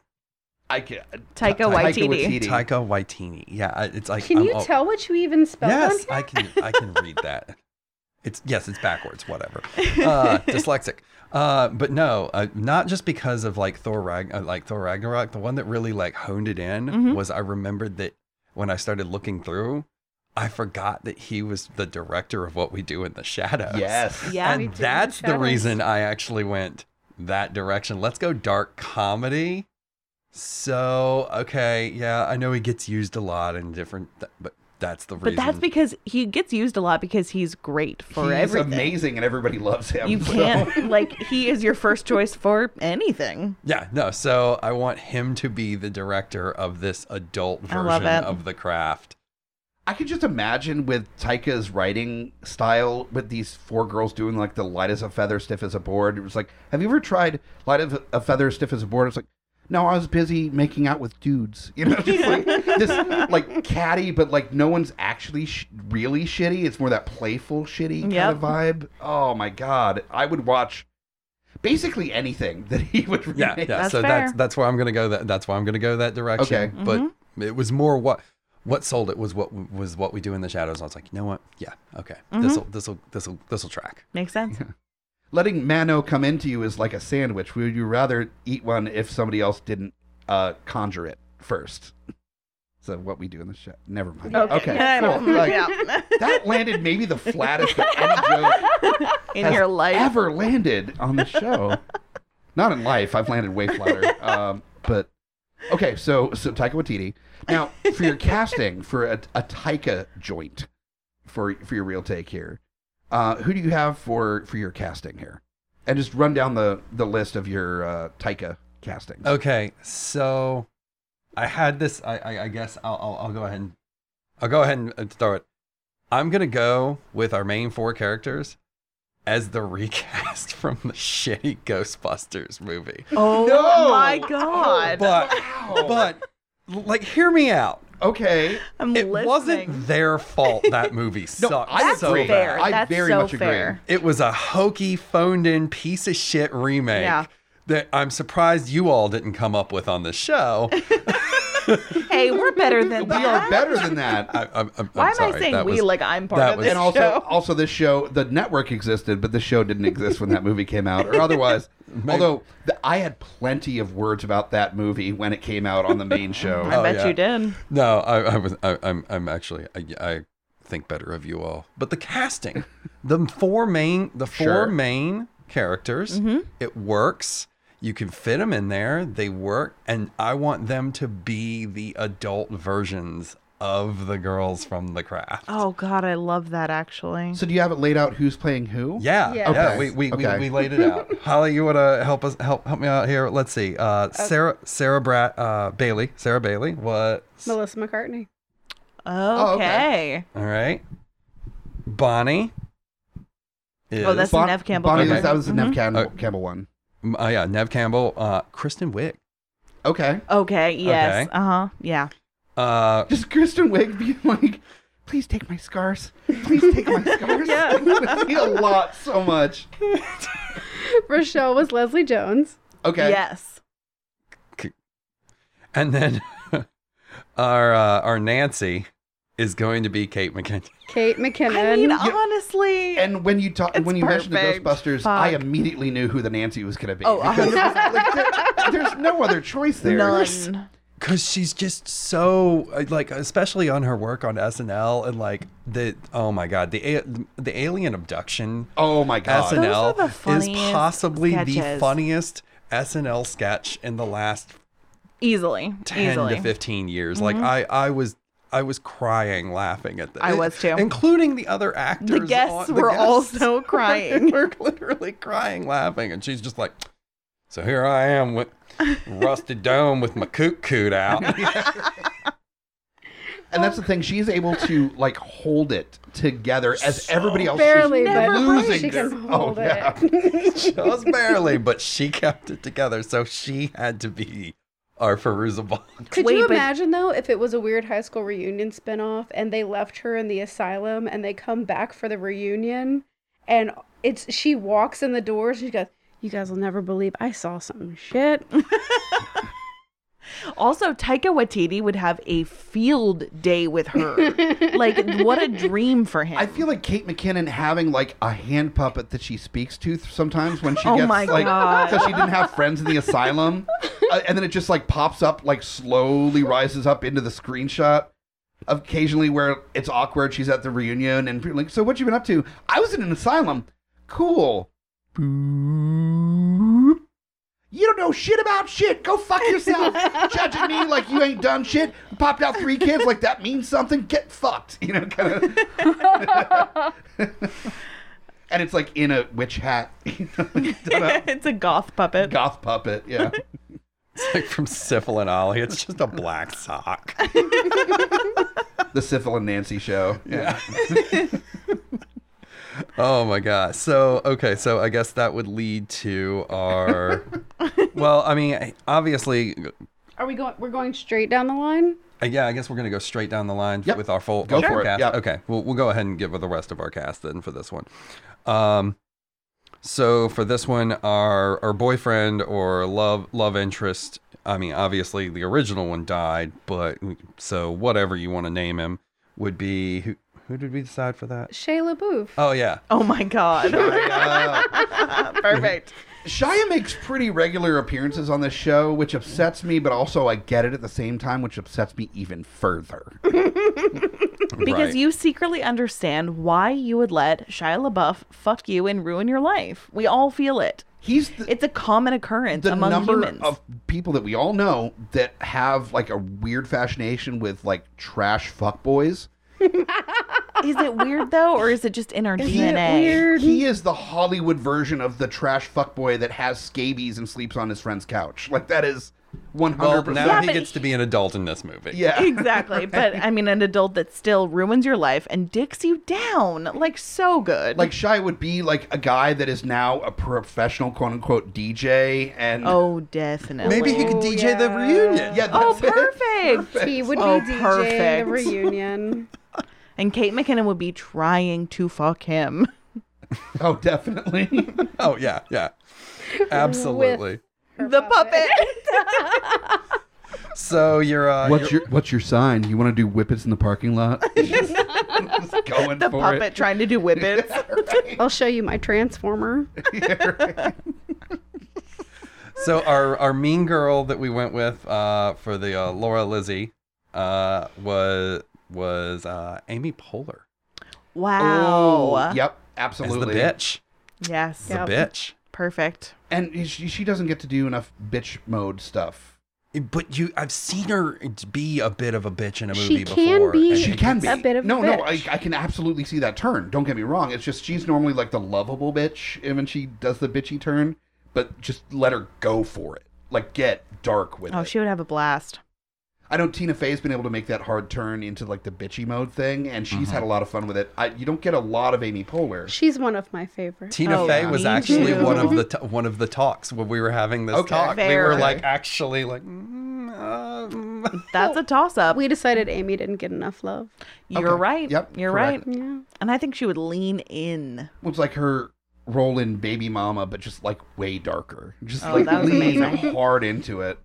[SPEAKER 1] I can.
[SPEAKER 4] Taika
[SPEAKER 1] Taika
[SPEAKER 4] Waititi.
[SPEAKER 1] Waititi.
[SPEAKER 3] Taika Waititi. Yeah, I- it's like.
[SPEAKER 5] Can
[SPEAKER 3] I'm
[SPEAKER 5] you
[SPEAKER 3] all-
[SPEAKER 5] tell what you even spelled on
[SPEAKER 3] yes
[SPEAKER 5] here?
[SPEAKER 3] i can i can read that it's yes it's backwards whatever uh dyslexic uh but no uh, not just because of like thor Rag- uh, like thor ragnarok the one that really like honed it in
[SPEAKER 5] Mm-hmm.
[SPEAKER 4] Mhm.
[SPEAKER 3] was i remembered that when i started looking through i forgot that he was the director of what we do in the shadows
[SPEAKER 1] Yes.
[SPEAKER 4] Yeah.
[SPEAKER 5] We Do
[SPEAKER 3] and
[SPEAKER 5] in the
[SPEAKER 3] that's the
[SPEAKER 5] Shadows.
[SPEAKER 3] reason i actually went that direction let's go dark comedy so okay yeah i know he gets used a lot in different th- but that's the
[SPEAKER 4] But
[SPEAKER 3] reason
[SPEAKER 4] that's because he gets used a lot because he's great for
[SPEAKER 1] He's
[SPEAKER 4] everything.
[SPEAKER 1] amazing and everybody loves him.
[SPEAKER 4] You
[SPEAKER 1] so-
[SPEAKER 4] can't like he is your first choice for anything.
[SPEAKER 3] Yeah, no. So I want him to be the director of this adult
[SPEAKER 4] I love
[SPEAKER 3] version
[SPEAKER 4] it.
[SPEAKER 3] of the craft.
[SPEAKER 1] I could just imagine with Taika's writing style, with these four girls doing like the light as a feather, stiff as a board. It was like, have you ever tried light as a feather, stiff as a board? It's like, no, I was busy making out with dudes. You know, just like this, like catty, but like no one's actually sh- really shitty. It's more that playful, shitty kind
[SPEAKER 4] Yep.
[SPEAKER 1] of vibe. Oh my god, I would watch basically anything that he would.
[SPEAKER 3] Yeah, yeah.
[SPEAKER 1] remake.
[SPEAKER 4] That's
[SPEAKER 3] so
[SPEAKER 4] fair.
[SPEAKER 3] that's that's where I'm gonna go. That that's why I'm gonna go that direction.
[SPEAKER 1] Okay.
[SPEAKER 3] But
[SPEAKER 4] Mm-hmm.
[SPEAKER 3] it was more what what sold it was what was what we do in the shadows. I was like, you know what? Yeah, okay.
[SPEAKER 4] Mm-hmm.
[SPEAKER 3] This will this will this will this will track.
[SPEAKER 4] Makes sense.
[SPEAKER 1] letting Mano come into you is like a sandwich. Would you rather eat one if somebody else didn't uh, conjure it first? So what we do in the show. Never mind.
[SPEAKER 5] Okay.
[SPEAKER 1] Okay.
[SPEAKER 4] I
[SPEAKER 1] cool.
[SPEAKER 4] don't-
[SPEAKER 1] Like,
[SPEAKER 4] yeah.
[SPEAKER 1] That landed maybe the flattest that any joke
[SPEAKER 4] in
[SPEAKER 1] has
[SPEAKER 4] your life.
[SPEAKER 1] ever landed on the show. Not in life. I've landed way flatter. Um, but okay, so so Taika Waititi. Now for your casting for a, a Taika joint for for your real take here, uh, who do you have for for your casting here? And just run down the the list of your uh, Taika castings.
[SPEAKER 3] Okay, so I had this. I I, I guess I'll, I'll I'll go ahead and I'll go ahead and uh, throw it. I'm gonna go with our main four characters as the recast from the shitty Ghostbusters movie.
[SPEAKER 4] Oh
[SPEAKER 1] No!
[SPEAKER 4] my god.
[SPEAKER 3] But
[SPEAKER 1] Wow.
[SPEAKER 3] but like, hear me out.
[SPEAKER 1] Okay.
[SPEAKER 4] I'm
[SPEAKER 3] It
[SPEAKER 4] listening.
[SPEAKER 3] wasn't their fault that movie sucked
[SPEAKER 1] I
[SPEAKER 4] That's
[SPEAKER 3] so
[SPEAKER 1] agree.
[SPEAKER 4] fair.
[SPEAKER 3] bad.
[SPEAKER 1] I
[SPEAKER 4] That's
[SPEAKER 1] very
[SPEAKER 4] so
[SPEAKER 1] much agree.
[SPEAKER 4] fair.
[SPEAKER 3] It was a hokey, phoned in piece of shit remake
[SPEAKER 4] Yeah.
[SPEAKER 3] that I'm surprised you all didn't come up with on the show.
[SPEAKER 4] Hey, we're better than
[SPEAKER 1] We
[SPEAKER 4] that.
[SPEAKER 1] are better than that. uh,
[SPEAKER 3] I, I'm, I'm,
[SPEAKER 4] Why
[SPEAKER 3] I'm
[SPEAKER 4] am
[SPEAKER 3] sorry.
[SPEAKER 4] I saying
[SPEAKER 3] that
[SPEAKER 4] we
[SPEAKER 3] was-
[SPEAKER 4] like I'm part
[SPEAKER 3] that
[SPEAKER 4] of
[SPEAKER 3] was-
[SPEAKER 4] this
[SPEAKER 1] and also
[SPEAKER 4] show?
[SPEAKER 1] also this show the network existed but the show didn't exist when that movie came out or otherwise although th- i had plenty of words about that movie when it came out on the main show
[SPEAKER 4] I
[SPEAKER 3] Oh,
[SPEAKER 4] bet
[SPEAKER 3] yeah.
[SPEAKER 4] you did.
[SPEAKER 3] No, I, I was. I, I'm. I'm actually. I, I think better of you all. But the casting, the four main, the four
[SPEAKER 1] Sure. Mm-hmm.
[SPEAKER 3] main characters, it works. You can fit them in there. They work, and I want them to be the adult versions of the girls from the craft.
[SPEAKER 4] Oh god, I love that actually.
[SPEAKER 1] so do you have it laid out who's playing who
[SPEAKER 3] Yeah,
[SPEAKER 5] Yeah.
[SPEAKER 3] yeah.
[SPEAKER 1] Okay.
[SPEAKER 3] We, we,
[SPEAKER 1] Okay.
[SPEAKER 3] we, we laid it out. Holly, you wanna help us help help me out here? Let's see. Uh, Sarah Sarah Brat uh, Bailey Sarah Bailey. What?
[SPEAKER 5] Melissa McCartney.
[SPEAKER 4] Okay.
[SPEAKER 1] Oh, okay.
[SPEAKER 3] All right. Bonnie. Is,
[SPEAKER 4] Oh, that's-
[SPEAKER 1] Bon-
[SPEAKER 4] Nev Campbell.
[SPEAKER 1] Bonnie,
[SPEAKER 3] Okay.
[SPEAKER 1] that was the Nev
[SPEAKER 4] Mhm.
[SPEAKER 1] Campbell,
[SPEAKER 3] Uh,
[SPEAKER 1] Campbell one.
[SPEAKER 3] M- uh, yeah. Nev Campbell. Uh, Kristen Wiig.
[SPEAKER 1] Okay.
[SPEAKER 4] Okay, yes.
[SPEAKER 3] Okay.
[SPEAKER 4] Uh-huh. Yeah.
[SPEAKER 3] Uh,
[SPEAKER 1] Just Kristen Wiig being like, please take my scars. Please take my scars.
[SPEAKER 4] Yeah.
[SPEAKER 1] I need a lot so much.
[SPEAKER 5] Rochelle was Leslie Jones.
[SPEAKER 1] Okay.
[SPEAKER 4] Yes.
[SPEAKER 3] and then our uh, our Nancy is going to be Kate McKinnon.
[SPEAKER 5] Kate McKinnon.
[SPEAKER 4] I mean, uh, honestly,
[SPEAKER 1] And when you talk,
[SPEAKER 4] It's
[SPEAKER 1] when you mentioned
[SPEAKER 4] perfect.
[SPEAKER 1] the Ghostbusters, I
[SPEAKER 4] Fuck.
[SPEAKER 1] immediately knew who the Nancy was going to be.
[SPEAKER 4] Oh, a
[SPEAKER 1] Because
[SPEAKER 4] hundred percent.
[SPEAKER 1] like, there- there's no other choice there.
[SPEAKER 4] none.
[SPEAKER 3] Cause she's just so uh, like, especially on her work on SNL and like the oh my god the a- the alien abduction
[SPEAKER 1] Oh my god.
[SPEAKER 4] Those are
[SPEAKER 3] SNL
[SPEAKER 4] the
[SPEAKER 3] is
[SPEAKER 4] funniest
[SPEAKER 3] possibly the
[SPEAKER 4] sketches.
[SPEAKER 3] funniest SNL sketch in the last
[SPEAKER 4] Easily.
[SPEAKER 3] 10
[SPEAKER 4] Easily. Mm-hmm.
[SPEAKER 3] to 15 years like i i was i was crying laughing at this
[SPEAKER 4] I was too.
[SPEAKER 3] including the other actors
[SPEAKER 4] The guests
[SPEAKER 3] on- the
[SPEAKER 4] were
[SPEAKER 3] guests
[SPEAKER 4] also crying.
[SPEAKER 3] were literally crying laughing and she's just like so here i am with rusty dome with my coot coot out
[SPEAKER 1] And that's the thing; she's able to like hold it together as everybody else
[SPEAKER 5] Barely,
[SPEAKER 1] is
[SPEAKER 5] but
[SPEAKER 1] losing.
[SPEAKER 5] she
[SPEAKER 1] their-
[SPEAKER 5] can hold
[SPEAKER 1] oh, yeah.
[SPEAKER 5] it.
[SPEAKER 3] just barely but she kept it together so she had to be our Feruza Balk.
[SPEAKER 5] Could
[SPEAKER 4] Wait,
[SPEAKER 5] you
[SPEAKER 4] but-
[SPEAKER 5] imagine though if it was a weird high school reunion spinoff and they left her in the asylum and they come back for the reunion and it's she walks in the door she goes you guys will never believe I saw some shit.
[SPEAKER 4] Also, Taika Waititi would have a field day with her. like, what a dream for him.
[SPEAKER 1] I feel like Kate McKinnon having like a hand puppet that she speaks to th- sometimes when she
[SPEAKER 4] Oh
[SPEAKER 1] gets
[SPEAKER 4] my
[SPEAKER 1] like
[SPEAKER 4] God.
[SPEAKER 1] because she didn't have friends in the asylum, uh, and then it just like pops up like slowly rises up into the screenshot. Occasionally, where it's awkward, she's at the reunion and people are like, so what you been up to? I was in an asylum. Cool. Boop. You don't know shit about shit. Go fuck yourself. Judging me like you ain't done shit. Popped out three kids like that means something. Get fucked. You know, kind of. And it's like in a witch hat, you know, done up
[SPEAKER 4] it's a goth puppet.
[SPEAKER 1] goth puppet. Yeah.
[SPEAKER 3] It's like from Syphil and Ollie. It's just a black sock.
[SPEAKER 1] The Syphil and Nancy show. Yeah.
[SPEAKER 3] Oh my god. So okay, so I guess that would lead to our Well, I mean, obviously
[SPEAKER 5] Are we going we're going straight down the line?
[SPEAKER 3] uh, yeah, I guess we're going to go straight down the line
[SPEAKER 1] Yep.
[SPEAKER 3] with our full
[SPEAKER 1] Go
[SPEAKER 3] our full
[SPEAKER 1] for it,
[SPEAKER 3] cast.
[SPEAKER 1] yeah.
[SPEAKER 3] Okay. We'll we'll go ahead and give the rest of our cast then for this one. Um so for this one our our boyfriend or love love interest, I mean, obviously the original one died, but so whatever you want to name him would be who who did we decide for that?
[SPEAKER 5] Shayla Booth.
[SPEAKER 3] Oh yeah.
[SPEAKER 4] Oh my god.
[SPEAKER 1] I know.
[SPEAKER 4] Perfect.
[SPEAKER 1] Shia makes pretty regular appearances on this show, which upsets me, but also I get it at the same time, which upsets me even further.
[SPEAKER 4] Because
[SPEAKER 3] Right.
[SPEAKER 4] you secretly understand why you would let Shia LaBeouf fuck you and ruin your life. We all feel it.
[SPEAKER 1] He's the,
[SPEAKER 4] It's a common occurrence
[SPEAKER 1] the
[SPEAKER 4] among
[SPEAKER 1] number
[SPEAKER 4] humans.
[SPEAKER 1] of people that we all know that have like a weird fascination with like trash fuckboys.
[SPEAKER 4] Is it weird though, or is it just in our
[SPEAKER 5] it
[SPEAKER 4] DNA?
[SPEAKER 5] weird?
[SPEAKER 1] He is the Hollywood version of the trash fuckboy that has scabies and sleeps on his friend's couch. Like that is 100%.
[SPEAKER 3] Well, now
[SPEAKER 4] Yeah,
[SPEAKER 3] he
[SPEAKER 4] but
[SPEAKER 3] gets to be an adult in this movie.
[SPEAKER 1] yeah.
[SPEAKER 4] Exactly. But I mean, an adult that still ruins your life and dicks you down. Like, so good.
[SPEAKER 1] Like Shy would be like a guy that is now a professional quote unquote DJ and
[SPEAKER 4] oh, definitely.
[SPEAKER 3] Maybe he could
[SPEAKER 5] Oh,
[SPEAKER 3] DJ the
[SPEAKER 5] yeah.
[SPEAKER 3] reunion.
[SPEAKER 1] yeah,
[SPEAKER 4] Oh,
[SPEAKER 1] that's it.
[SPEAKER 4] perfect.
[SPEAKER 5] He would
[SPEAKER 4] Oh,
[SPEAKER 5] be DJing
[SPEAKER 4] perfect.
[SPEAKER 5] the reunion.
[SPEAKER 4] And Kate McKinnon would be trying to fuck him.
[SPEAKER 1] Oh, definitely.
[SPEAKER 3] Oh yeah, yeah. Absolutely.
[SPEAKER 4] the puppet.
[SPEAKER 3] So you're uh
[SPEAKER 1] What's
[SPEAKER 3] you're-
[SPEAKER 1] your What's your sign? You want to do whippets in the parking lot? Just going
[SPEAKER 4] the
[SPEAKER 1] for
[SPEAKER 4] puppet trying to do whippets.
[SPEAKER 5] I'll show you my transformer.
[SPEAKER 3] so our our mean girl that we went with uh for the uh, Laura Lizzie uh was was uh Amy Poehler
[SPEAKER 4] wow.
[SPEAKER 1] Oh, yep,
[SPEAKER 3] as the
[SPEAKER 1] absolutely.
[SPEAKER 3] bitch.
[SPEAKER 4] Yes.
[SPEAKER 5] Yeah. Yep.
[SPEAKER 3] The bitch.
[SPEAKER 4] Perfect.
[SPEAKER 1] And she, she doesn't get to do enough bitch mode stuff.
[SPEAKER 3] But you, I've seen her be a bit of a bitch in a movie
[SPEAKER 5] She can
[SPEAKER 3] before.
[SPEAKER 5] be.
[SPEAKER 3] and
[SPEAKER 1] She
[SPEAKER 3] it's-
[SPEAKER 1] can be
[SPEAKER 5] A bit of a
[SPEAKER 1] no, no. I,
[SPEAKER 5] bitch.
[SPEAKER 1] I can absolutely see that turn. Don't get me wrong. It's just she's normally like the lovable bitch, and when she does the bitchy turn, but just let her go for it. Like get dark with
[SPEAKER 4] Oh,
[SPEAKER 1] it.
[SPEAKER 4] she would have a blast.
[SPEAKER 1] I know Tina Fey's been able to make that hard turn into like the bitchy mode thing, and she's had a lot of fun with it. I, you don't get a lot of Amy Poehler.
[SPEAKER 5] She's one of my favorites.
[SPEAKER 3] Tina
[SPEAKER 4] Oh,
[SPEAKER 3] Fey
[SPEAKER 4] yeah.
[SPEAKER 3] was
[SPEAKER 4] Me
[SPEAKER 3] actually
[SPEAKER 4] too.
[SPEAKER 3] one of the t- one of the talks when we were having this
[SPEAKER 1] Okay.
[SPEAKER 3] talk. We
[SPEAKER 4] Fair.
[SPEAKER 3] were like actually like, mm, uh, mm.
[SPEAKER 4] That's a toss up.
[SPEAKER 5] We decided Amy didn't get enough love.
[SPEAKER 4] You're
[SPEAKER 1] Okay.
[SPEAKER 4] right.
[SPEAKER 1] Yep,
[SPEAKER 4] You're
[SPEAKER 1] correct.
[SPEAKER 4] right.
[SPEAKER 5] Yeah.
[SPEAKER 4] And I think she would lean in.
[SPEAKER 1] was like her role in Baby Mama, but just like way darker. Just
[SPEAKER 4] Oh,
[SPEAKER 1] like
[SPEAKER 4] that was
[SPEAKER 1] lean
[SPEAKER 4] amazing.
[SPEAKER 1] hard into it.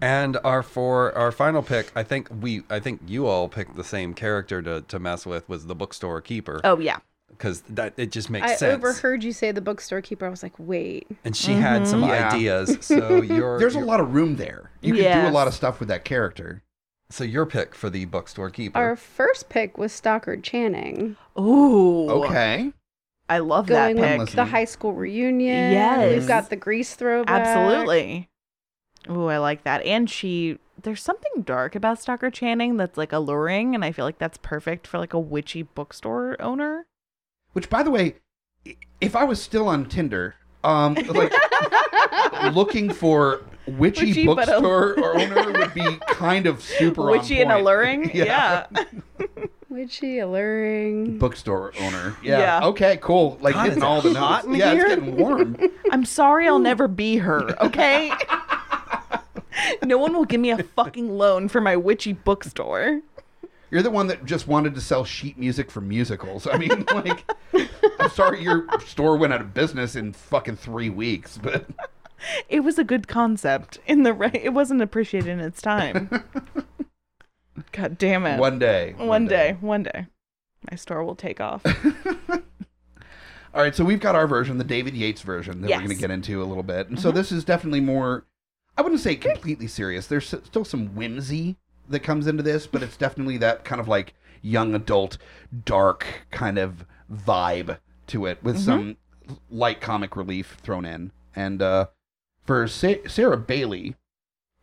[SPEAKER 3] and our for our final pick, I think we I think you all picked the same character to, to mess with was the bookstore keeper
[SPEAKER 4] Oh, yeah.
[SPEAKER 3] because that it just makes
[SPEAKER 5] I
[SPEAKER 3] sense.
[SPEAKER 5] overheard you say the bookstore keeper. I was like, wait.
[SPEAKER 3] and she
[SPEAKER 4] Mm-hmm.
[SPEAKER 3] had some
[SPEAKER 1] Yeah.
[SPEAKER 3] ideas. So your
[SPEAKER 1] There's a
[SPEAKER 3] your-
[SPEAKER 1] lot of room there. You could do a
[SPEAKER 4] Yes.
[SPEAKER 1] lot of stuff with that character.
[SPEAKER 3] So your pick for the bookstore keeper.
[SPEAKER 5] Our first pick was Stockard Channing,
[SPEAKER 4] Ooh.
[SPEAKER 1] Okay.
[SPEAKER 4] I love
[SPEAKER 5] going
[SPEAKER 4] that
[SPEAKER 1] with
[SPEAKER 4] pick.
[SPEAKER 5] with the high school reunion.
[SPEAKER 4] Yes.
[SPEAKER 5] We've got the grease throwback.
[SPEAKER 4] Absolutely. Ooh, I like that. And she, there's something dark about Stalker Channing that's like alluring, and I feel like that's perfect for like a witchy bookstore owner.
[SPEAKER 1] Which, by the way, i- if I was still on Tinder, um, like looking for witchy,
[SPEAKER 4] Witchy, but a-
[SPEAKER 1] bookstore or owner would be kind of super on
[SPEAKER 4] witchy and
[SPEAKER 1] point.
[SPEAKER 4] alluring?
[SPEAKER 1] Yeah.
[SPEAKER 4] yeah.
[SPEAKER 5] Witchy, alluring.
[SPEAKER 1] Bookstore owner. Yeah.
[SPEAKER 4] Yeah.
[SPEAKER 1] Okay. Cool. Like
[SPEAKER 3] God,
[SPEAKER 1] hitting
[SPEAKER 3] is it
[SPEAKER 1] all the
[SPEAKER 3] hot
[SPEAKER 1] knots.
[SPEAKER 3] in
[SPEAKER 1] Yeah,
[SPEAKER 3] here?
[SPEAKER 1] it's getting warm.
[SPEAKER 4] I'm sorry I'll never be her, okay? no one will give me a fucking loan for my witchy bookstore.
[SPEAKER 1] You're the one that just wanted to sell sheet music for musicals. I mean, like, I'm sorry your store went out of business in fucking three weeks, but
[SPEAKER 4] It was a good concept in the right. It wasn't appreciated in its time. God damn it.
[SPEAKER 1] one day.
[SPEAKER 4] one day, one day. My store will take off.
[SPEAKER 1] All right, so we've got our version, the David Yates version that
[SPEAKER 4] Yes. Mm-hmm.
[SPEAKER 1] we're going to get into a little bit. And so this is definitely more, I wouldn't say completely serious. There's s- still some whimsy that comes into this, but it's definitely that kind of like young adult, dark kind of vibe to it
[SPEAKER 4] Mm-hmm.
[SPEAKER 1] with some light comic relief thrown in. And uh, for Sa- Sarah Bailey,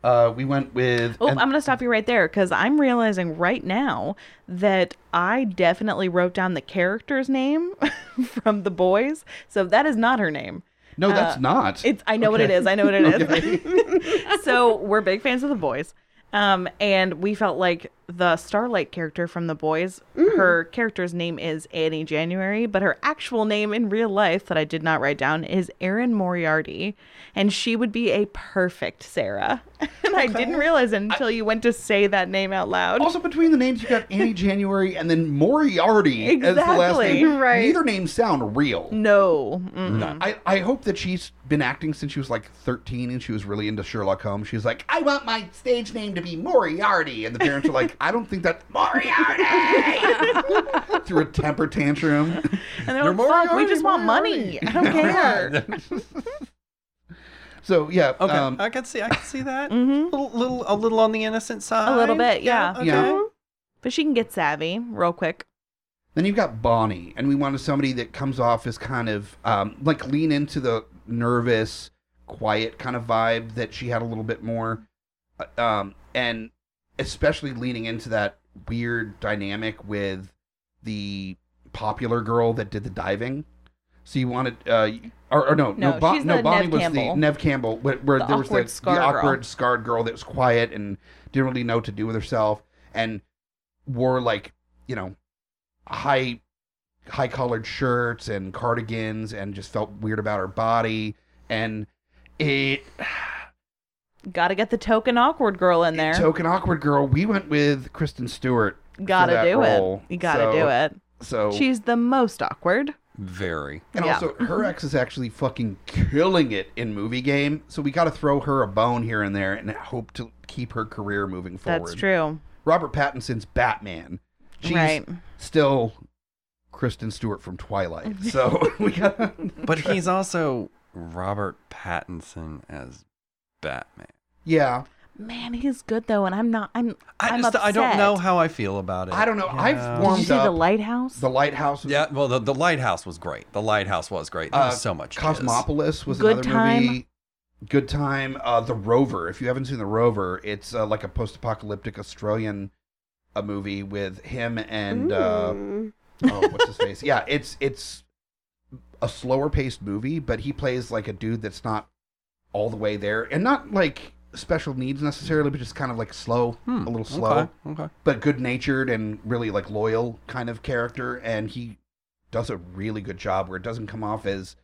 [SPEAKER 1] uh, we went with.
[SPEAKER 4] Oh,
[SPEAKER 1] and-
[SPEAKER 4] I'm going to stop you right there because I'm realizing right now that I definitely wrote down the character's name from the boys. So that is not her name.
[SPEAKER 1] no, that's not.
[SPEAKER 4] It's I know what uh, it is. I know what it is. so we're big fans of the boys. Um, and we felt like the Starlight character from The Boys,
[SPEAKER 3] Mm.
[SPEAKER 4] her character's name is Annie January, but her actual name in real life that I did not write down is Erin Moriarty. And she would be a perfect Sarah. and I didn't realize it until you went to say that name out loud.
[SPEAKER 3] Oh.
[SPEAKER 1] Also, between the names, you got Annie January and then Moriarty as the last
[SPEAKER 4] Exactly. Mm-hmm.
[SPEAKER 1] name.
[SPEAKER 5] Right.
[SPEAKER 1] Neither names sound real.
[SPEAKER 4] no. Mm.
[SPEAKER 1] I, I hope that she's been acting since she was like 13 and she was really into Sherlock Holmes. She was like, I want my stage name to be Moriarty. And the parents are like, I don't think that's Moriarty. Through a temper tantrum.
[SPEAKER 4] And they're
[SPEAKER 3] You're
[SPEAKER 4] like, fuck, we
[SPEAKER 3] Moriarty,
[SPEAKER 4] just want money. I don't care.
[SPEAKER 1] So yeah.
[SPEAKER 3] Okay,
[SPEAKER 1] um,
[SPEAKER 3] I can see, I can see that.
[SPEAKER 4] Mm-hmm.
[SPEAKER 3] little, little, a little on the innocent side.
[SPEAKER 4] A little bit, Mm-hmm.
[SPEAKER 3] Okay.
[SPEAKER 1] yeah.
[SPEAKER 4] But she can get savvy real quick.
[SPEAKER 1] Then you've got Bonnie, and we wanted somebody that comes off as kind of um, like lean into the nervous, quiet kind of vibe that she had a little bit more, Uh, um, and especially leaning into that weird dynamic with the popular girl that did the diving. So you wanted, uh, or, or no, no,
[SPEAKER 4] No,
[SPEAKER 1] Bo-
[SPEAKER 4] she's
[SPEAKER 1] no
[SPEAKER 4] the
[SPEAKER 1] Bonnie
[SPEAKER 4] Nev
[SPEAKER 1] was
[SPEAKER 4] Campbell.
[SPEAKER 1] the Nev Campbell, where, where
[SPEAKER 4] The
[SPEAKER 1] there was
[SPEAKER 4] awkward
[SPEAKER 1] the, the
[SPEAKER 4] scarred girl.
[SPEAKER 1] awkward scarred girl that was quiet and didn't really know what to do with herself, and wore like you know high high collared shirts and cardigans and just felt weird about her body and it
[SPEAKER 4] Gotta get the token awkward girl in there.
[SPEAKER 1] token awkward girl we went with kristen stewart for
[SPEAKER 4] gotta
[SPEAKER 1] that
[SPEAKER 4] do
[SPEAKER 1] role,
[SPEAKER 4] it. You gotta
[SPEAKER 1] so-
[SPEAKER 4] do it.
[SPEAKER 1] so
[SPEAKER 4] She's the most awkward.
[SPEAKER 3] Very.
[SPEAKER 1] and
[SPEAKER 4] yeah.
[SPEAKER 1] also her ex is actually fucking killing it in movie game so we gotta throw her a bone here and there and hope to keep her career moving forward
[SPEAKER 4] That's true.
[SPEAKER 1] robert pattinson's batman she's
[SPEAKER 4] Right.
[SPEAKER 1] still kristen stewart from twilight so we gotta
[SPEAKER 3] But he's also Robert Pattinson as Batman.
[SPEAKER 1] yeah
[SPEAKER 4] Man, he's good though, and I'm not. I'm.
[SPEAKER 3] I
[SPEAKER 4] I'm
[SPEAKER 3] just, I don't
[SPEAKER 4] upset.
[SPEAKER 3] know how I feel about it.
[SPEAKER 1] I don't know. I've
[SPEAKER 4] Did
[SPEAKER 1] warmed
[SPEAKER 4] you see the
[SPEAKER 1] up.
[SPEAKER 4] lighthouse?
[SPEAKER 1] The lighthouse. was-
[SPEAKER 3] Yeah, well, the, the lighthouse was great. The lighthouse was great. There
[SPEAKER 1] uh,
[SPEAKER 3] was so much.
[SPEAKER 1] Cosmopolis was
[SPEAKER 4] Good
[SPEAKER 1] another
[SPEAKER 4] Time.
[SPEAKER 1] movie. Good time. Uh, the Rover. If you haven't seen The Rover, it's uh, like a post-apocalyptic Australian a movie with him and uh,
[SPEAKER 5] Ooh.
[SPEAKER 1] oh, what's his face? Yeah, it's it's a slower-paced movie, but he plays like a dude that's not all the way there, and not like special needs necessarily, but just kind of like slow,
[SPEAKER 3] Hmm,
[SPEAKER 1] a little slow.
[SPEAKER 3] Okay. okay.
[SPEAKER 1] but good natured and really like loyal kind of character and he does a really good job where it doesn't come off as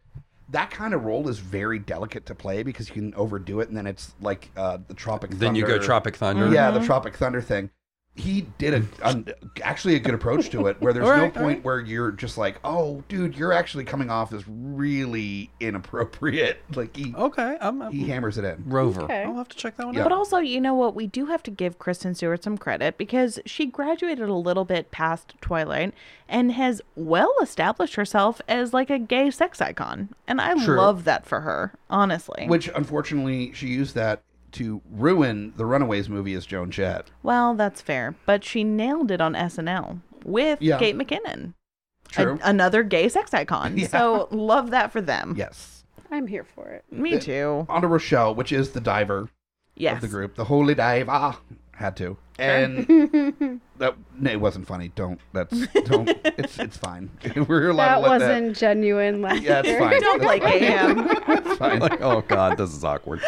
[SPEAKER 1] that kind of role is very delicate to play because you can overdo it and then it's like uh, the tropic
[SPEAKER 3] Then you go
[SPEAKER 1] Thunder-
[SPEAKER 3] Tropic Thunder.
[SPEAKER 1] yeah the
[SPEAKER 4] Mhm.
[SPEAKER 1] tropic thunder thing he did a, an- actually a good approach to it where there's no
[SPEAKER 4] Alright,
[SPEAKER 1] point where you're just like oh dude you're actually coming off as really inappropriate like he
[SPEAKER 3] Okay. I'm, I'm
[SPEAKER 1] he hammers it in
[SPEAKER 3] Rover.
[SPEAKER 5] Okay.
[SPEAKER 3] I'll have to check that one
[SPEAKER 1] Yeah.
[SPEAKER 4] But also, you know what? We do have to give Kristen Stewart some credit because she graduated a little bit past Twilight and has well established herself as like a gay sex icon. And I
[SPEAKER 1] True.
[SPEAKER 4] love that for her, honestly.
[SPEAKER 1] which unfortunately she used that to ruin the runaways movie as joan jett
[SPEAKER 4] well, that's fair. But she nailed it on SNL with
[SPEAKER 1] Yeah.
[SPEAKER 4] Kate McKinnon, a-
[SPEAKER 1] True.
[SPEAKER 4] another gay sex icon.
[SPEAKER 1] Yeah.
[SPEAKER 4] So love that for them.
[SPEAKER 1] yes.
[SPEAKER 5] I'm here for it.
[SPEAKER 4] Me too.
[SPEAKER 1] Honor Rochelle, which is the diver of
[SPEAKER 4] Yes.
[SPEAKER 1] the group, the holy diver, had to. And that no, it wasn't funny. Don't. That's don't. it's it's fine. We're allowed
[SPEAKER 5] that
[SPEAKER 1] to let
[SPEAKER 5] wasn't genuine laughter.
[SPEAKER 1] that. Yeah, it's fine.
[SPEAKER 4] Don't
[SPEAKER 1] That's
[SPEAKER 4] like
[SPEAKER 1] fine.
[SPEAKER 4] him.
[SPEAKER 1] it's fine.
[SPEAKER 3] Like, oh God, this is awkward.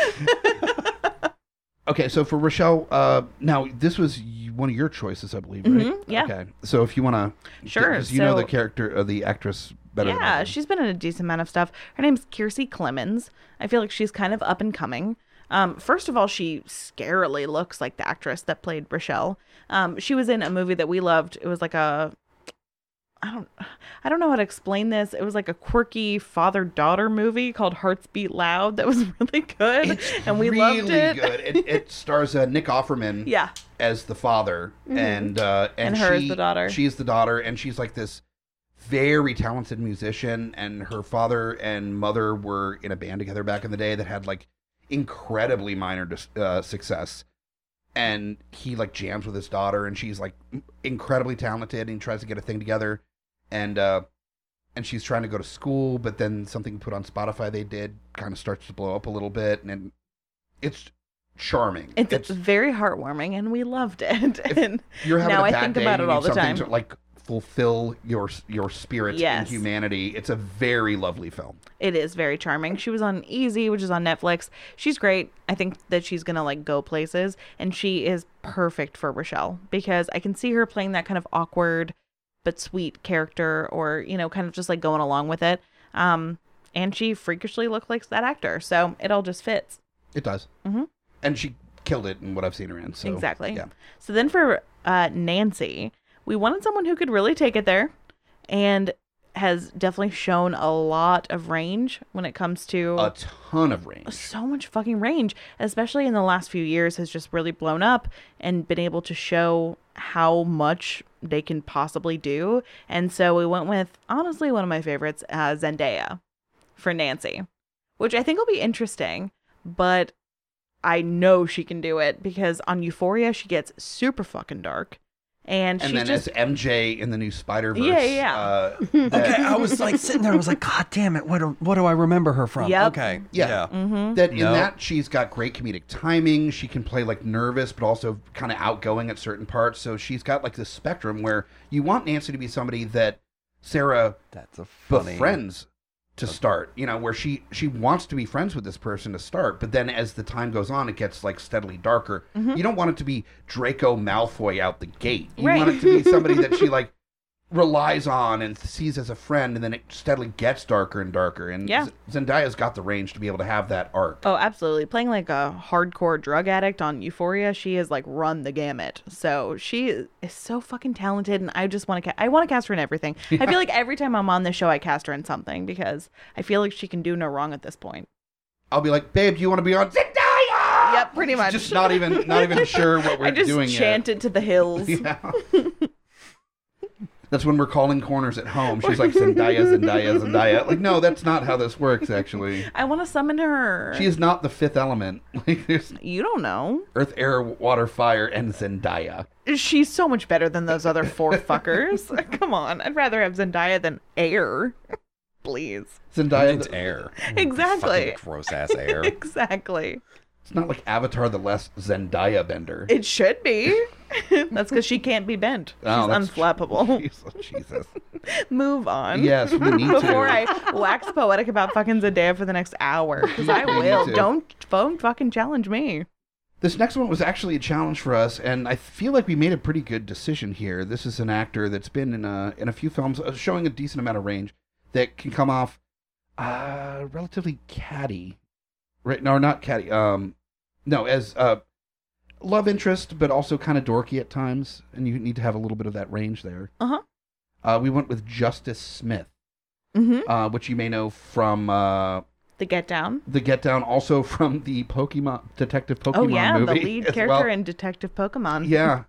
[SPEAKER 1] Okay, so for Rochelle, uh, now this was y- one of your choices, I believe, right?
[SPEAKER 4] Mhm, yeah.
[SPEAKER 1] Okay, so if you want to,
[SPEAKER 4] Sure,
[SPEAKER 1] you know the
[SPEAKER 4] so-
[SPEAKER 1] character, uh, the actress better. than I
[SPEAKER 4] Yeah,
[SPEAKER 1] do.
[SPEAKER 4] she's been in a decent amount of stuff. Her name's Kiersey Clemens. I feel like she's kind of up and coming. Um, first of all, she scarily looks like the actress that played Rochelle. Um, she was in a movie that we loved. It was like a I don't I don't know how to explain this. It was like a quirky father daughter movie called Hearts Beat Loud that was really good,
[SPEAKER 1] It's
[SPEAKER 4] and we
[SPEAKER 1] really
[SPEAKER 4] loved it.
[SPEAKER 1] good. It, it stars uh, Nick Offerman.
[SPEAKER 4] yeah,
[SPEAKER 1] as the father and uh and,
[SPEAKER 4] Mm-hmm. And her as
[SPEAKER 1] she-
[SPEAKER 4] the daughter.
[SPEAKER 1] she's the daughter and she's like this very talented musician and her father and mother were in a band together back in the day that had like incredibly minor dis- uh, success and he like jams with his daughter and she's like incredibly talented and he tries to get a thing together and uh and she's trying to go to school but then something put on spotify they did kind of starts to blow up a little bit and then it's charming
[SPEAKER 4] it's, very heartwarming, and we loved it.
[SPEAKER 1] If-
[SPEAKER 4] and
[SPEAKER 1] you're having
[SPEAKER 4] Now
[SPEAKER 1] a
[SPEAKER 4] I
[SPEAKER 1] bad
[SPEAKER 4] think
[SPEAKER 1] day,
[SPEAKER 4] about
[SPEAKER 1] you
[SPEAKER 4] it all
[SPEAKER 1] need
[SPEAKER 4] the
[SPEAKER 1] something
[SPEAKER 4] time.
[SPEAKER 1] to like fulfill your your spirit and
[SPEAKER 4] Yes.
[SPEAKER 1] humanity. It's a very lovely film.
[SPEAKER 4] It is very charming. She was on Easy, which is on Netflix. She's great. I think that she's gonna like go places, and she is perfect for Rochelle because I can see her playing that kind of awkward but sweet character, or you know, kind of just like going along with it. Um, and she freakishly looks like that actor, so it all just fits.
[SPEAKER 1] It does.
[SPEAKER 4] Mhm.
[SPEAKER 1] And she killed it in what I've seen her in. So
[SPEAKER 4] exactly.
[SPEAKER 1] Yeah.
[SPEAKER 4] So then for uh, Nancy, we wanted someone who could really take it there, and has definitely shown a lot of range when it comes to
[SPEAKER 1] A ton of range.
[SPEAKER 4] so much fucking range, especially in the last few years, has just really blown up and been able to show how much they can possibly do. And so we went with, honestly, one of my favorites, uh, Zendaya for Nancy, which I think will be interesting but I know she can do it because on Euphoria she gets super fucking dark, and,
[SPEAKER 1] And
[SPEAKER 4] she's
[SPEAKER 1] then
[SPEAKER 4] just
[SPEAKER 1] as MJ in the new Spider Verse.
[SPEAKER 4] Yeah, yeah.
[SPEAKER 1] Uh,
[SPEAKER 3] Okay,
[SPEAKER 1] that,
[SPEAKER 3] I was like sitting there. I was like, God damn it! What do, what do I remember her from?
[SPEAKER 4] Yep.
[SPEAKER 3] Okay,
[SPEAKER 1] Yeah.
[SPEAKER 4] Mhm.
[SPEAKER 1] that in
[SPEAKER 3] No.
[SPEAKER 1] that she's got great comedic timing. She can play like nervous, but also kind of outgoing at certain parts. So she's got like this spectrum where you want Nancy to be somebody that Sarah
[SPEAKER 3] that's a funny.
[SPEAKER 1] befriends to start. You know, where she she wants to be friends with this person to start, but then as the time goes on, it gets like steadily darker.
[SPEAKER 4] Mm-hmm.
[SPEAKER 1] You don't want it to be Draco Malfoy out the gate. You
[SPEAKER 4] Right.
[SPEAKER 1] want it to be somebody that she like relies on and sees as a friend, and then it steadily gets darker and darker. And
[SPEAKER 4] Yeah.
[SPEAKER 1] Z- Zendaya's got the range to be able to have that arc.
[SPEAKER 4] Oh, absolutely. Playing like a hardcore drug addict on Euphoria, she has like run the gamut. So she is so fucking talented, and I just want to. Ca- I want to cast her in everything. I feel like every time I'm on this show, I cast her in something because I feel like she can do no wrong at this point.
[SPEAKER 1] I'll be like, babe, do you want to be on Zendaya?
[SPEAKER 4] Yep, pretty much.
[SPEAKER 1] Just not even not even sure what we're
[SPEAKER 4] I just
[SPEAKER 1] doing yet.
[SPEAKER 4] chant it to the hills.
[SPEAKER 1] Yeah. that's when we're calling corners at home. She's like Zendaya, Zendaya, Zendaya. Like, no, that's not how this works. Actually,
[SPEAKER 4] I want to summon her.
[SPEAKER 1] she is not the fifth element. Like, there's
[SPEAKER 4] You don't know.
[SPEAKER 1] Earth, Air, Water, Fire, and Zendaya.
[SPEAKER 4] She's so much better than those other four fuckers. Come on. I'd rather have Zendaya than air. Please.
[SPEAKER 1] Zendaya.
[SPEAKER 3] It's air.
[SPEAKER 4] Exactly.
[SPEAKER 3] Gross ass air.
[SPEAKER 4] Exactly.
[SPEAKER 1] It's not like Avatar, the less Zendaya bender.
[SPEAKER 4] It should be. that's because she can't be bent. She's
[SPEAKER 1] Oh, that's-
[SPEAKER 4] unflappable.
[SPEAKER 1] Jesus, Jesus.
[SPEAKER 4] Move on.
[SPEAKER 1] Yes, we need to.
[SPEAKER 4] Before I wax poetic about fucking Zendaya for the next hour, because I
[SPEAKER 1] You need
[SPEAKER 4] will.
[SPEAKER 1] to.
[SPEAKER 4] Don't phone fucking challenge me.
[SPEAKER 1] This next one was actually a challenge for us, and I feel like we made a pretty good decision here. This is an actor that's been in a in a few films, uh, showing a decent amount of range, that can come off uh, relatively catty, right? No, not catty. Um, no, as uh, love interest, but also kind of dorky at times, and you need to have a little bit of that range there.
[SPEAKER 4] Uh-huh.
[SPEAKER 1] Uh, we went with Justice Smith,
[SPEAKER 4] hmm
[SPEAKER 1] uh, which you may know from uh,
[SPEAKER 4] The Get Down.
[SPEAKER 1] The Get Down, also from the Pokemon Detective Pokemon
[SPEAKER 4] oh yeah, the
[SPEAKER 1] movie
[SPEAKER 4] lead
[SPEAKER 1] as
[SPEAKER 4] character
[SPEAKER 1] well.
[SPEAKER 4] in Detective Pokemon.
[SPEAKER 1] Yeah.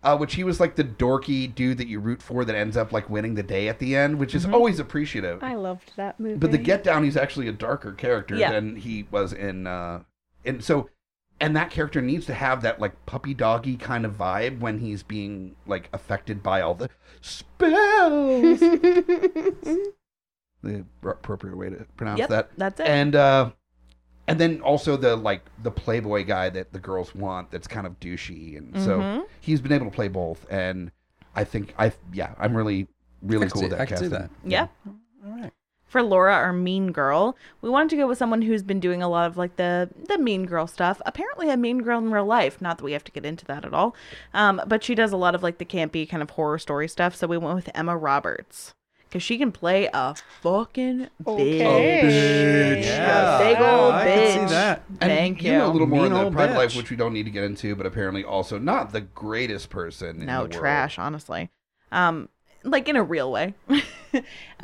[SPEAKER 1] Uh, which he was like the dorky dude that you root for that ends up like winning the day at the end, which is always appreciative.
[SPEAKER 5] I loved that movie.
[SPEAKER 1] But the Get Down, he's actually a darker character
[SPEAKER 4] Yeah.
[SPEAKER 1] than he was in. Uh, and so, and that character needs to have that like puppy doggy kind of vibe when he's being like affected by all the spells. the appropriate way to pronounce
[SPEAKER 4] Yep,
[SPEAKER 1] that.
[SPEAKER 4] that's it.
[SPEAKER 1] And uh, and then also the like the playboy guy that the girls want that's kind of douchey, and
[SPEAKER 4] Mhm.
[SPEAKER 1] so he's been able to play both. And I think I yeah I'm really really
[SPEAKER 3] I
[SPEAKER 1] cool
[SPEAKER 3] could
[SPEAKER 1] with that
[SPEAKER 3] see- I could see
[SPEAKER 1] casting.
[SPEAKER 3] that.
[SPEAKER 4] Yeah.
[SPEAKER 3] All right.
[SPEAKER 4] For Laura, our mean girl, we wanted to go with someone who's been doing a lot of like the the mean girl stuff. Apparently, a mean girl in real life. Not that we have to get into that at all, um, but she does a lot of like the campy kind of horror story stuff. So we went with Emma Roberts because she can play a fucking
[SPEAKER 1] Oh,
[SPEAKER 5] Okay.
[SPEAKER 4] Oh,
[SPEAKER 5] Oh,
[SPEAKER 4] bitch,
[SPEAKER 5] Bitch.
[SPEAKER 4] a big old
[SPEAKER 3] I
[SPEAKER 4] bitch.
[SPEAKER 3] can see that.
[SPEAKER 1] And
[SPEAKER 4] Thank you.
[SPEAKER 1] you know a little more
[SPEAKER 3] Mean
[SPEAKER 1] in the
[SPEAKER 3] old
[SPEAKER 1] private life,
[SPEAKER 3] bitch.
[SPEAKER 1] which we don't need to get into, but apparently also not the greatest person. in the
[SPEAKER 4] no
[SPEAKER 1] world.
[SPEAKER 4] trash honestly um like in a real way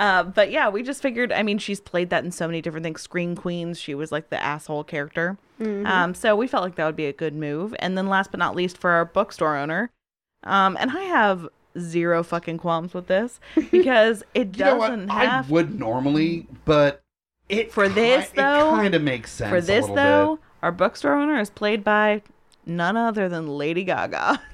[SPEAKER 4] uh but yeah we just figured i mean she's played that in so many different things screen queens she was like the asshole character um so we felt like that would be a good move and then last but not least for our bookstore owner um and i have zero fucking qualms with this because it
[SPEAKER 1] You know what?
[SPEAKER 4] doesn't
[SPEAKER 1] I
[SPEAKER 4] have
[SPEAKER 1] would normally, but it
[SPEAKER 4] For this, though-
[SPEAKER 1] it kind of makes sense.
[SPEAKER 4] for
[SPEAKER 1] a
[SPEAKER 4] this
[SPEAKER 1] little
[SPEAKER 4] though
[SPEAKER 1] bit.
[SPEAKER 4] our bookstore owner is played by none other than lady gaga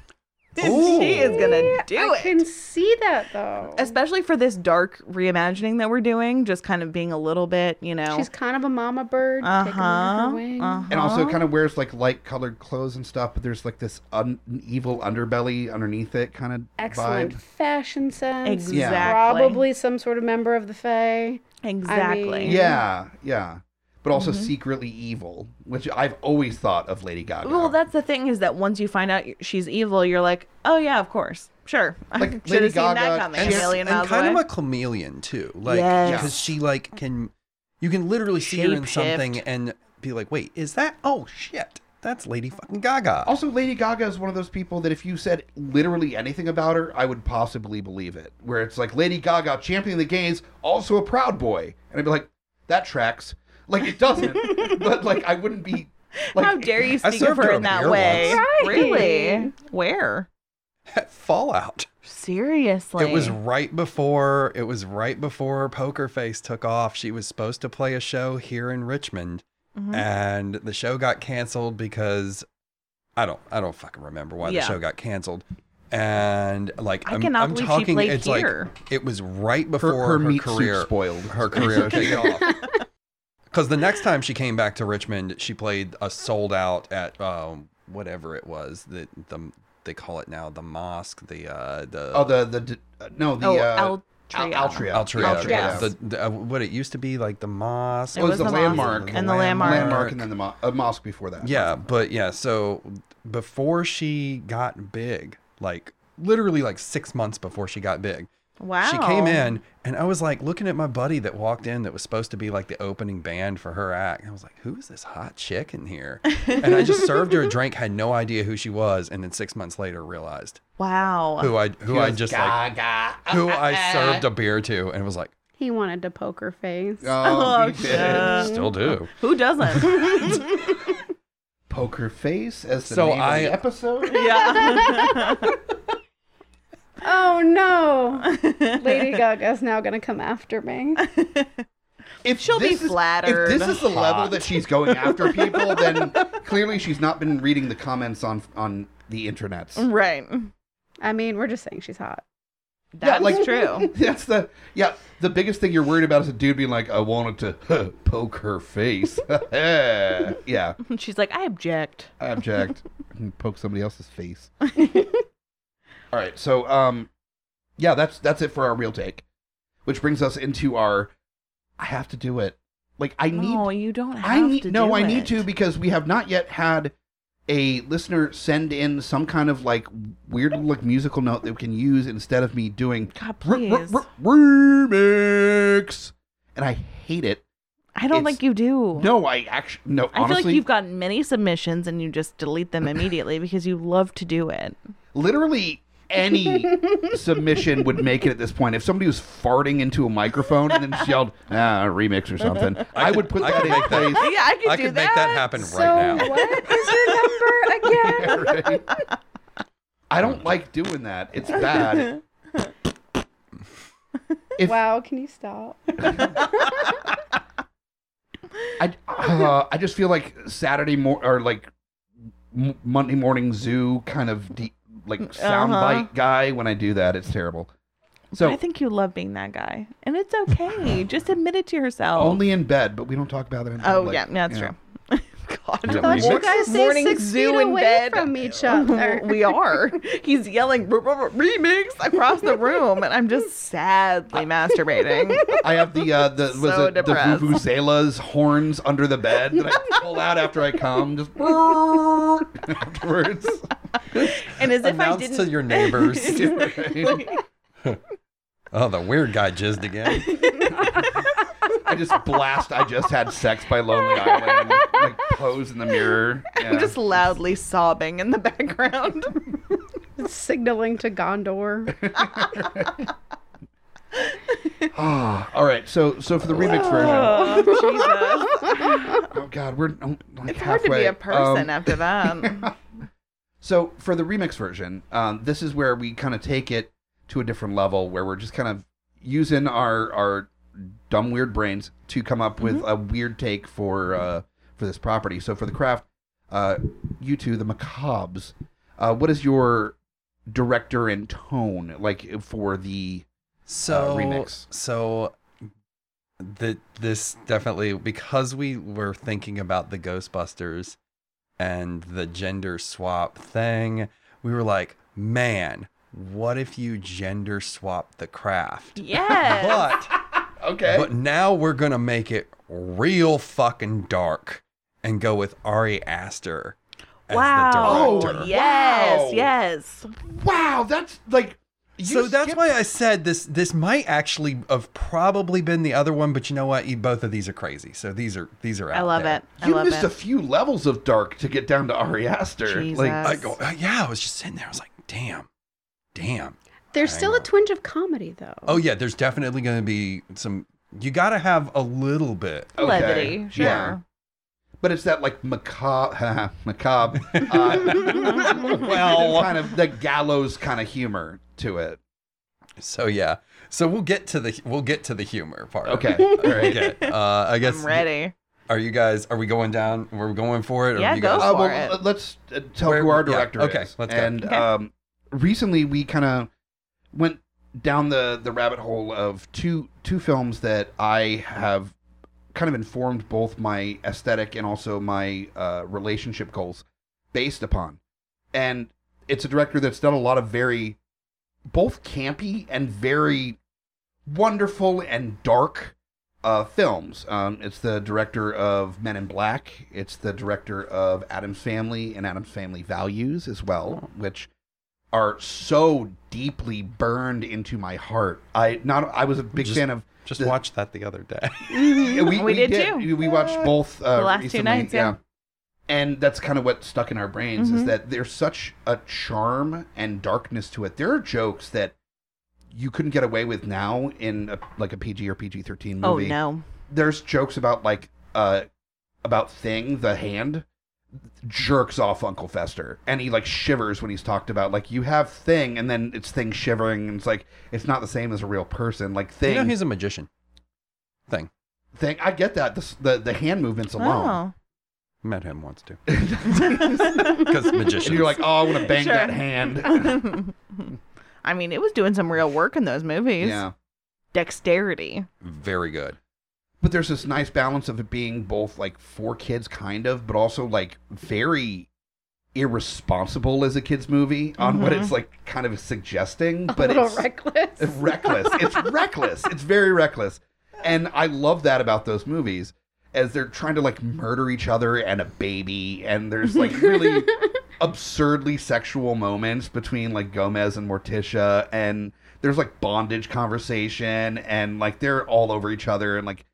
[SPEAKER 4] she is gonna do
[SPEAKER 5] I
[SPEAKER 4] it
[SPEAKER 5] can see that though.
[SPEAKER 4] especially for this dark reimagining that we're doing, just kind of being a little bit, you know. Uh-huh.
[SPEAKER 5] She's kind of a mama bird.
[SPEAKER 4] uh
[SPEAKER 5] Taking under her
[SPEAKER 4] huh.
[SPEAKER 5] wing.
[SPEAKER 1] and also kind of wears like light colored clothes and stuff, but there's like this un- evil underbelly underneath it kind of
[SPEAKER 5] Excellent
[SPEAKER 1] vibe.
[SPEAKER 5] fashion sense.
[SPEAKER 4] Exactly.
[SPEAKER 5] Probably some sort of member of the Fae.
[SPEAKER 4] exactly.
[SPEAKER 5] mean-
[SPEAKER 1] Yeah, yeah. But also
[SPEAKER 4] Mm-hmm.
[SPEAKER 1] secretly evil, which I've always thought of Lady Gaga.
[SPEAKER 4] Well, that's the thing is that once you find out she's evil, you're like, oh yeah, of course, sure.
[SPEAKER 1] Like
[SPEAKER 4] Should
[SPEAKER 1] Lady
[SPEAKER 4] have seen
[SPEAKER 1] Gaga,
[SPEAKER 4] that coming
[SPEAKER 1] And
[SPEAKER 4] a
[SPEAKER 1] she's-
[SPEAKER 4] million
[SPEAKER 3] and
[SPEAKER 4] miles
[SPEAKER 3] kind of
[SPEAKER 4] away.
[SPEAKER 3] a chameleon too, like
[SPEAKER 4] Yes.
[SPEAKER 3] because she like can, you can literally see her in something
[SPEAKER 4] Shapeshift.
[SPEAKER 3] and be like, wait, is that? Oh shit, that's Lady fucking Gaga.
[SPEAKER 1] Also, Lady Gaga is one of those people that if you said literally anything about her, I would possibly believe it. Where it's like Lady Gaga championing the gays, also a proud boy, and I'd be like, that tracks. Like it doesn't, but like I wouldn't be. Like,
[SPEAKER 4] How dare you
[SPEAKER 3] I
[SPEAKER 4] speak of
[SPEAKER 3] served
[SPEAKER 4] her
[SPEAKER 3] her
[SPEAKER 4] in
[SPEAKER 3] a
[SPEAKER 4] that
[SPEAKER 3] beer
[SPEAKER 4] way?
[SPEAKER 3] once.
[SPEAKER 4] Really? Where?
[SPEAKER 3] Fallout.
[SPEAKER 4] Seriously.
[SPEAKER 3] It was right before it was right before Poker Face took off. She was supposed to play a show here in Richmond
[SPEAKER 4] Mhm.
[SPEAKER 3] and the show got canceled because I don't I don't fucking remember why
[SPEAKER 4] Yeah.
[SPEAKER 3] the show got canceled. And like
[SPEAKER 4] I
[SPEAKER 3] I'm,
[SPEAKER 4] cannot
[SPEAKER 3] I'm
[SPEAKER 4] believe she
[SPEAKER 3] talking,
[SPEAKER 4] played
[SPEAKER 3] it's
[SPEAKER 4] here.
[SPEAKER 3] like it was right
[SPEAKER 1] Her,
[SPEAKER 3] before
[SPEAKER 1] her, meat suit
[SPEAKER 3] career
[SPEAKER 1] spoiled.
[SPEAKER 3] her career took off. Because the next time she came back to Richmond, she played a sold out at um, whatever it was that the they call it now the mosque the uh, the
[SPEAKER 1] Oh, the the d- uh, no the
[SPEAKER 4] oh,
[SPEAKER 1] uh,
[SPEAKER 4] Al- Altria.
[SPEAKER 1] Altria.
[SPEAKER 3] Altria,
[SPEAKER 4] Altria.
[SPEAKER 3] yeah.
[SPEAKER 4] Yes.
[SPEAKER 3] The, the, uh, what it used to be like the mosque
[SPEAKER 4] It
[SPEAKER 1] was
[SPEAKER 4] was
[SPEAKER 1] Oh, the
[SPEAKER 4] the
[SPEAKER 1] landmark.
[SPEAKER 4] landmark and the landmark.
[SPEAKER 1] landmark, and then the mo- uh, mosque before that.
[SPEAKER 3] yeah but yeah so before she got big like literally like six months before she got big
[SPEAKER 4] Wow.
[SPEAKER 3] she came in and i was like looking at my buddy that walked in that was supposed to be like the opening band for her act and i was like who's this hot chick in here and i just served her a drink had no idea who she was and then six months later realized
[SPEAKER 4] Wow.
[SPEAKER 3] who i who i just like
[SPEAKER 4] Oh,
[SPEAKER 3] who i served a beer to and was like
[SPEAKER 5] He wanted to poker face.
[SPEAKER 1] Oh,
[SPEAKER 4] Oh,
[SPEAKER 1] he did.
[SPEAKER 4] shit.
[SPEAKER 3] still do
[SPEAKER 4] Who doesn't?
[SPEAKER 1] Poker face as the
[SPEAKER 3] So
[SPEAKER 1] name
[SPEAKER 3] I-
[SPEAKER 1] of the episode.
[SPEAKER 4] yeah.
[SPEAKER 5] Oh no! Lady Gaga's now gonna come after me.
[SPEAKER 1] If
[SPEAKER 4] She'll be
[SPEAKER 1] this is-
[SPEAKER 4] flattered.
[SPEAKER 1] If this is the level
[SPEAKER 3] Hot.
[SPEAKER 1] that she's going after people, then clearly she's not been reading the comments on on the internets.
[SPEAKER 4] right.
[SPEAKER 5] I mean, we're just saying she's hot.
[SPEAKER 4] That's
[SPEAKER 1] like-
[SPEAKER 4] true.
[SPEAKER 1] That's the yeah. The biggest thing you're worried about is a dude being like, "I wanted to poke her face." Eh, yeah,
[SPEAKER 4] She's like, I object.
[SPEAKER 1] abject. And poke somebody else's face. All right, so um, yeah, that's that's it for our real take, which brings us into our. I have to do it. Like I need.
[SPEAKER 4] no, you don't have
[SPEAKER 1] I need
[SPEAKER 4] to.
[SPEAKER 1] no.
[SPEAKER 4] do
[SPEAKER 1] I need
[SPEAKER 4] it.
[SPEAKER 1] to because we have not yet had a listener send in some kind of like weird like musical note that we can use instead of me doing
[SPEAKER 4] God,
[SPEAKER 1] r-
[SPEAKER 4] please.
[SPEAKER 1] r- r- remix, and I hate it.
[SPEAKER 4] I don't
[SPEAKER 1] it's-
[SPEAKER 4] think you do.
[SPEAKER 1] No, I actually no.
[SPEAKER 4] I
[SPEAKER 1] honestly,
[SPEAKER 4] feel like you've gotten many submissions and you just delete them immediately because you love to do it.
[SPEAKER 1] literally any submission would make it at this point. If somebody was farting into a microphone and then just yelled ah, remix or something, I,
[SPEAKER 3] could-
[SPEAKER 1] would put
[SPEAKER 3] I
[SPEAKER 1] that
[SPEAKER 3] could
[SPEAKER 1] in
[SPEAKER 3] make that-
[SPEAKER 1] place.
[SPEAKER 4] Yeah, I could
[SPEAKER 3] i
[SPEAKER 4] do
[SPEAKER 3] could
[SPEAKER 4] that.
[SPEAKER 3] make that happen
[SPEAKER 5] so
[SPEAKER 3] right now
[SPEAKER 5] what is your number again?
[SPEAKER 1] Right? I don't like doing that. It's bad. If-
[SPEAKER 5] wow, can you stop?
[SPEAKER 1] I uh, I just feel like Saturday mor or like m- Monday morning zoo kind of de- like
[SPEAKER 4] Mm,
[SPEAKER 1] soundbite guy when I do that. It's terrible.
[SPEAKER 4] uh-huh. I
[SPEAKER 1] So
[SPEAKER 4] think you love being that guy, and it's okay. just admit it to yourself.
[SPEAKER 1] only in bed, but we don't talk about it. In
[SPEAKER 4] oh
[SPEAKER 1] public.
[SPEAKER 4] yeah, no, that's
[SPEAKER 1] Yeah.
[SPEAKER 4] true. God,
[SPEAKER 1] Yeah,
[SPEAKER 4] we're
[SPEAKER 1] we- You
[SPEAKER 4] walking
[SPEAKER 5] guys stay
[SPEAKER 4] morning
[SPEAKER 5] six
[SPEAKER 4] zoo
[SPEAKER 5] feet
[SPEAKER 4] in
[SPEAKER 5] away
[SPEAKER 4] bed
[SPEAKER 5] from each other.
[SPEAKER 4] we are. He's yelling "R- r- r- remix across the room, and I'm just sadly masturbating.
[SPEAKER 1] I have the uh, the was
[SPEAKER 4] So
[SPEAKER 1] it the
[SPEAKER 4] depressed.
[SPEAKER 1] vuvuzelas horns under the bed that I pull out after I come just afterwards.
[SPEAKER 4] And as if I
[SPEAKER 3] announce
[SPEAKER 4] didn't.
[SPEAKER 3] to your neighbors
[SPEAKER 1] Right?
[SPEAKER 3] oh the weird guy jizzed again
[SPEAKER 1] I just blast. I just had sex by Lonely Island. Like pose in the mirror. Yeah.
[SPEAKER 4] I'm just loudly sobbing in the background.
[SPEAKER 5] It's signaling to Gondor.
[SPEAKER 1] Ah, all right. So so for the remix version.
[SPEAKER 4] Oh, Jesus.
[SPEAKER 1] Oh God, we're oh, like
[SPEAKER 4] It's hard to be
[SPEAKER 1] halfway.
[SPEAKER 4] a person um,
[SPEAKER 1] Um,
[SPEAKER 4] after that.
[SPEAKER 1] so for the remix version, um, this is where we kind of take it to a different level, where we're just kind of using our our dumb weird brains to come up
[SPEAKER 4] Mm-hmm.
[SPEAKER 1] with a weird take for uh, for this property. So for the craft, uh, you two, the Macabres, uh, what is your director and tone like for the?
[SPEAKER 3] so
[SPEAKER 1] remix.
[SPEAKER 3] so the this definitely because we were thinking about the ghostbusters and the gender swap thing we were like man what if you gender swap the craft
[SPEAKER 4] yes.
[SPEAKER 3] but
[SPEAKER 1] Okay.
[SPEAKER 3] but now we're gonna make it real fucking dark and go with ari aster as
[SPEAKER 4] Wow.
[SPEAKER 3] the director
[SPEAKER 1] Oh,
[SPEAKER 4] yes.
[SPEAKER 1] Wow.
[SPEAKER 4] Yes.
[SPEAKER 1] wow, that's like. You
[SPEAKER 3] so that's
[SPEAKER 1] skipped-
[SPEAKER 3] why I said this. This might actually have probably been the other one, but you know what? You- Both of these are crazy. So these are these are.
[SPEAKER 4] I
[SPEAKER 3] out
[SPEAKER 4] love
[SPEAKER 3] there.
[SPEAKER 4] it. I
[SPEAKER 1] you
[SPEAKER 4] love
[SPEAKER 1] missed
[SPEAKER 4] it.
[SPEAKER 1] a few levels of dark to get down to Ari Aster. Like,
[SPEAKER 4] Jesus.
[SPEAKER 3] I go. "Oh, yeah, I was just sitting there. I was like, damn, damn.
[SPEAKER 5] There's still a twinge of comedy though.
[SPEAKER 3] Oh yeah, there's definitely going to be some. You got to have a little bit.
[SPEAKER 1] okay.
[SPEAKER 4] Levity. Sure.
[SPEAKER 1] Yeah. But it's that like macabre, macabre, uh, well, kind of the gallows kind of humor to it.
[SPEAKER 3] So yeah. So we'll get to the we'll get to the humor part.
[SPEAKER 1] Okay, all right.
[SPEAKER 3] Okay. Uh, I guess.
[SPEAKER 4] I'm ready.
[SPEAKER 3] Are you guys? Are we going down? We're going for it. Or
[SPEAKER 4] Yeah,
[SPEAKER 3] you
[SPEAKER 4] go.
[SPEAKER 3] Guys,
[SPEAKER 4] Uh,
[SPEAKER 1] Uh, well,
[SPEAKER 4] for it.
[SPEAKER 1] let- let's uh, tell
[SPEAKER 3] Where-
[SPEAKER 1] who our
[SPEAKER 3] yeah,
[SPEAKER 1] director
[SPEAKER 3] okay,
[SPEAKER 1] is.
[SPEAKER 3] let's go.
[SPEAKER 1] and
[SPEAKER 4] Okay.
[SPEAKER 1] um, recently we kind of went down the, the rabbit hole of two two films that I have kind of informed both my aesthetic and also my uh, relationship goals based upon. And it's a director that's done a lot of very both campy and very wonderful and dark uh, films. Um, it's the director of Men in Black. It's the director of Adam's Family and Adam's Family Values as well, which are so deeply burned into my heart. I not I was a big
[SPEAKER 3] Just-
[SPEAKER 1] fan of
[SPEAKER 3] Just
[SPEAKER 1] the-
[SPEAKER 3] watched that the other day.
[SPEAKER 1] yeah, we,
[SPEAKER 4] We
[SPEAKER 1] we
[SPEAKER 4] did
[SPEAKER 1] did,
[SPEAKER 4] too.
[SPEAKER 1] We watched both uh,
[SPEAKER 4] The last two
[SPEAKER 1] recently,
[SPEAKER 4] nights, yeah.
[SPEAKER 1] And that's kind of what stuck in our brains is
[SPEAKER 4] Mhm.
[SPEAKER 1] that there's such a charm and darkness to it. There are jokes that you couldn't get away with now in a, like a PG or PG-13 movie
[SPEAKER 4] Oh no.
[SPEAKER 1] there's jokes about like uh about thing the hand jerks off uncle fester and he like shivers when he's talked about like you have thing and then it's thing shivering and it's like it's not the same as a real person like thing
[SPEAKER 3] You know he's a magician. Thing.
[SPEAKER 1] thing i get that the s- the, the hand
[SPEAKER 4] Oh.
[SPEAKER 1] movements alone
[SPEAKER 3] Met him once too. Because
[SPEAKER 1] and
[SPEAKER 3] magician.
[SPEAKER 1] you're like oh i want to bang
[SPEAKER 4] Sure.
[SPEAKER 1] that hand
[SPEAKER 4] Oh. I mean, it was doing some real work in those movies.
[SPEAKER 1] yeah
[SPEAKER 4] Dexterity.
[SPEAKER 3] very good.
[SPEAKER 1] but there's this nice balance of it being both like for kids kind of but also like very irresponsible as a kids movie on what
[SPEAKER 4] Mhm.
[SPEAKER 1] it's like kind of suggesting
[SPEAKER 5] Mm-hmm. A
[SPEAKER 1] but
[SPEAKER 5] little
[SPEAKER 1] it's
[SPEAKER 5] reckless.
[SPEAKER 1] reckless. It's reckless. It's very reckless. And I love that about those movies as they're trying to like murder each other and a baby and there's like really absurdly sexual moments between like Gomez and Morticia and there's like bondage conversation and like they're all over each other and like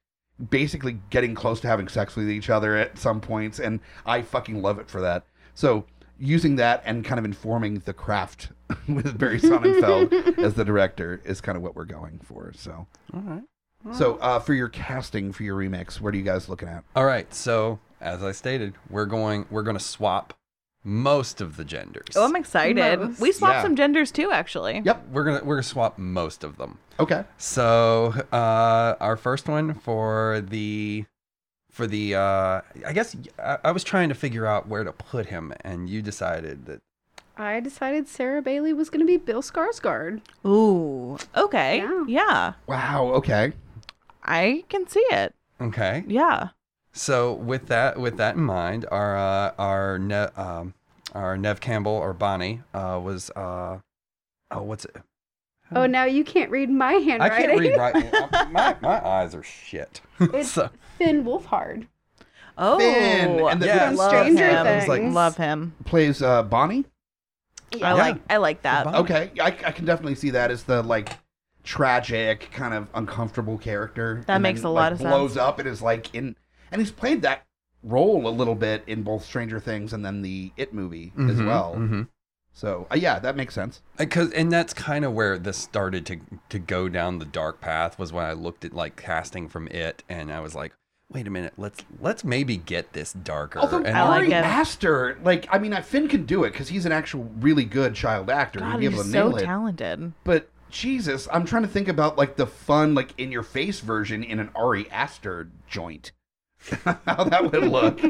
[SPEAKER 1] basically getting close to having sex with each other at some points and I fucking love it for that. So using that and kind of informing the craft with Barry Sonnenfeld as the director is kind of what we're going for. So
[SPEAKER 3] All right.
[SPEAKER 1] so uh, for your casting for your remix, what are you guys looking at?
[SPEAKER 3] All right. So as I stated, we're going. We're going to swap most of the genders.
[SPEAKER 4] Oh, I'm excited.
[SPEAKER 5] Most.
[SPEAKER 4] We swapped
[SPEAKER 1] Yeah.
[SPEAKER 4] some genders too, actually.
[SPEAKER 1] Yep.
[SPEAKER 3] we're gonna we're gonna swap most of them.
[SPEAKER 1] Okay.
[SPEAKER 3] So uh, our first one for the for the uh, I guess I, I was trying to figure out where to put him, and you decided that
[SPEAKER 5] I decided Sarah Bailey was going to be Bill Skarsgård.
[SPEAKER 4] Ooh. Okay.
[SPEAKER 5] Yeah.
[SPEAKER 4] yeah.
[SPEAKER 1] Wow. Okay.
[SPEAKER 4] I can see it.
[SPEAKER 3] okay.
[SPEAKER 4] Yeah.
[SPEAKER 3] So with that with that in mind, our uh, our ne- um, our Nev Campbell or Bonnie uh, was uh, oh what's it?
[SPEAKER 5] Oh, now you can't read my
[SPEAKER 3] I
[SPEAKER 5] handwriting.
[SPEAKER 3] can't read right. my my eyes are shit.
[SPEAKER 5] It's
[SPEAKER 3] So-
[SPEAKER 5] Finn Wolfhard.
[SPEAKER 4] Oh,
[SPEAKER 1] Finn, and the-
[SPEAKER 3] Yeah,
[SPEAKER 4] I love
[SPEAKER 5] Stranger
[SPEAKER 4] him.
[SPEAKER 5] Things.
[SPEAKER 4] Like, love him.
[SPEAKER 1] Plays uh, Bonnie.
[SPEAKER 4] I
[SPEAKER 3] Yeah.
[SPEAKER 4] like I like that.
[SPEAKER 3] Bonnie.
[SPEAKER 1] Okay. I, I can definitely see that as the like tragic kind of uncomfortable character.
[SPEAKER 4] That
[SPEAKER 1] and
[SPEAKER 4] makes a
[SPEAKER 1] then,
[SPEAKER 4] lot
[SPEAKER 1] like,
[SPEAKER 4] of sense.
[SPEAKER 1] blows up and is like in and he's played that role a little bit in both Stranger Things and then the It movie as
[SPEAKER 3] Mhm,
[SPEAKER 1] well.
[SPEAKER 3] mhm.
[SPEAKER 1] So uh, yeah, that makes sense.
[SPEAKER 3] because and that's kind of where this started to to go down the dark path was when I looked at like casting from it and I was like wait a minute let's let's maybe get this darker
[SPEAKER 5] Oh,
[SPEAKER 1] Although
[SPEAKER 3] Uh, and
[SPEAKER 4] I like
[SPEAKER 1] Ari
[SPEAKER 4] it.
[SPEAKER 1] Aster, like I mean, uh, Finn can do it because he's an actual really good child actor. He'd
[SPEAKER 4] God,
[SPEAKER 1] be able to
[SPEAKER 4] he's so
[SPEAKER 1] nail it.
[SPEAKER 4] talented.
[SPEAKER 1] But Jesus, I'm trying to think about like the fun, like in your face version in an Ari Aster joint. How that would look.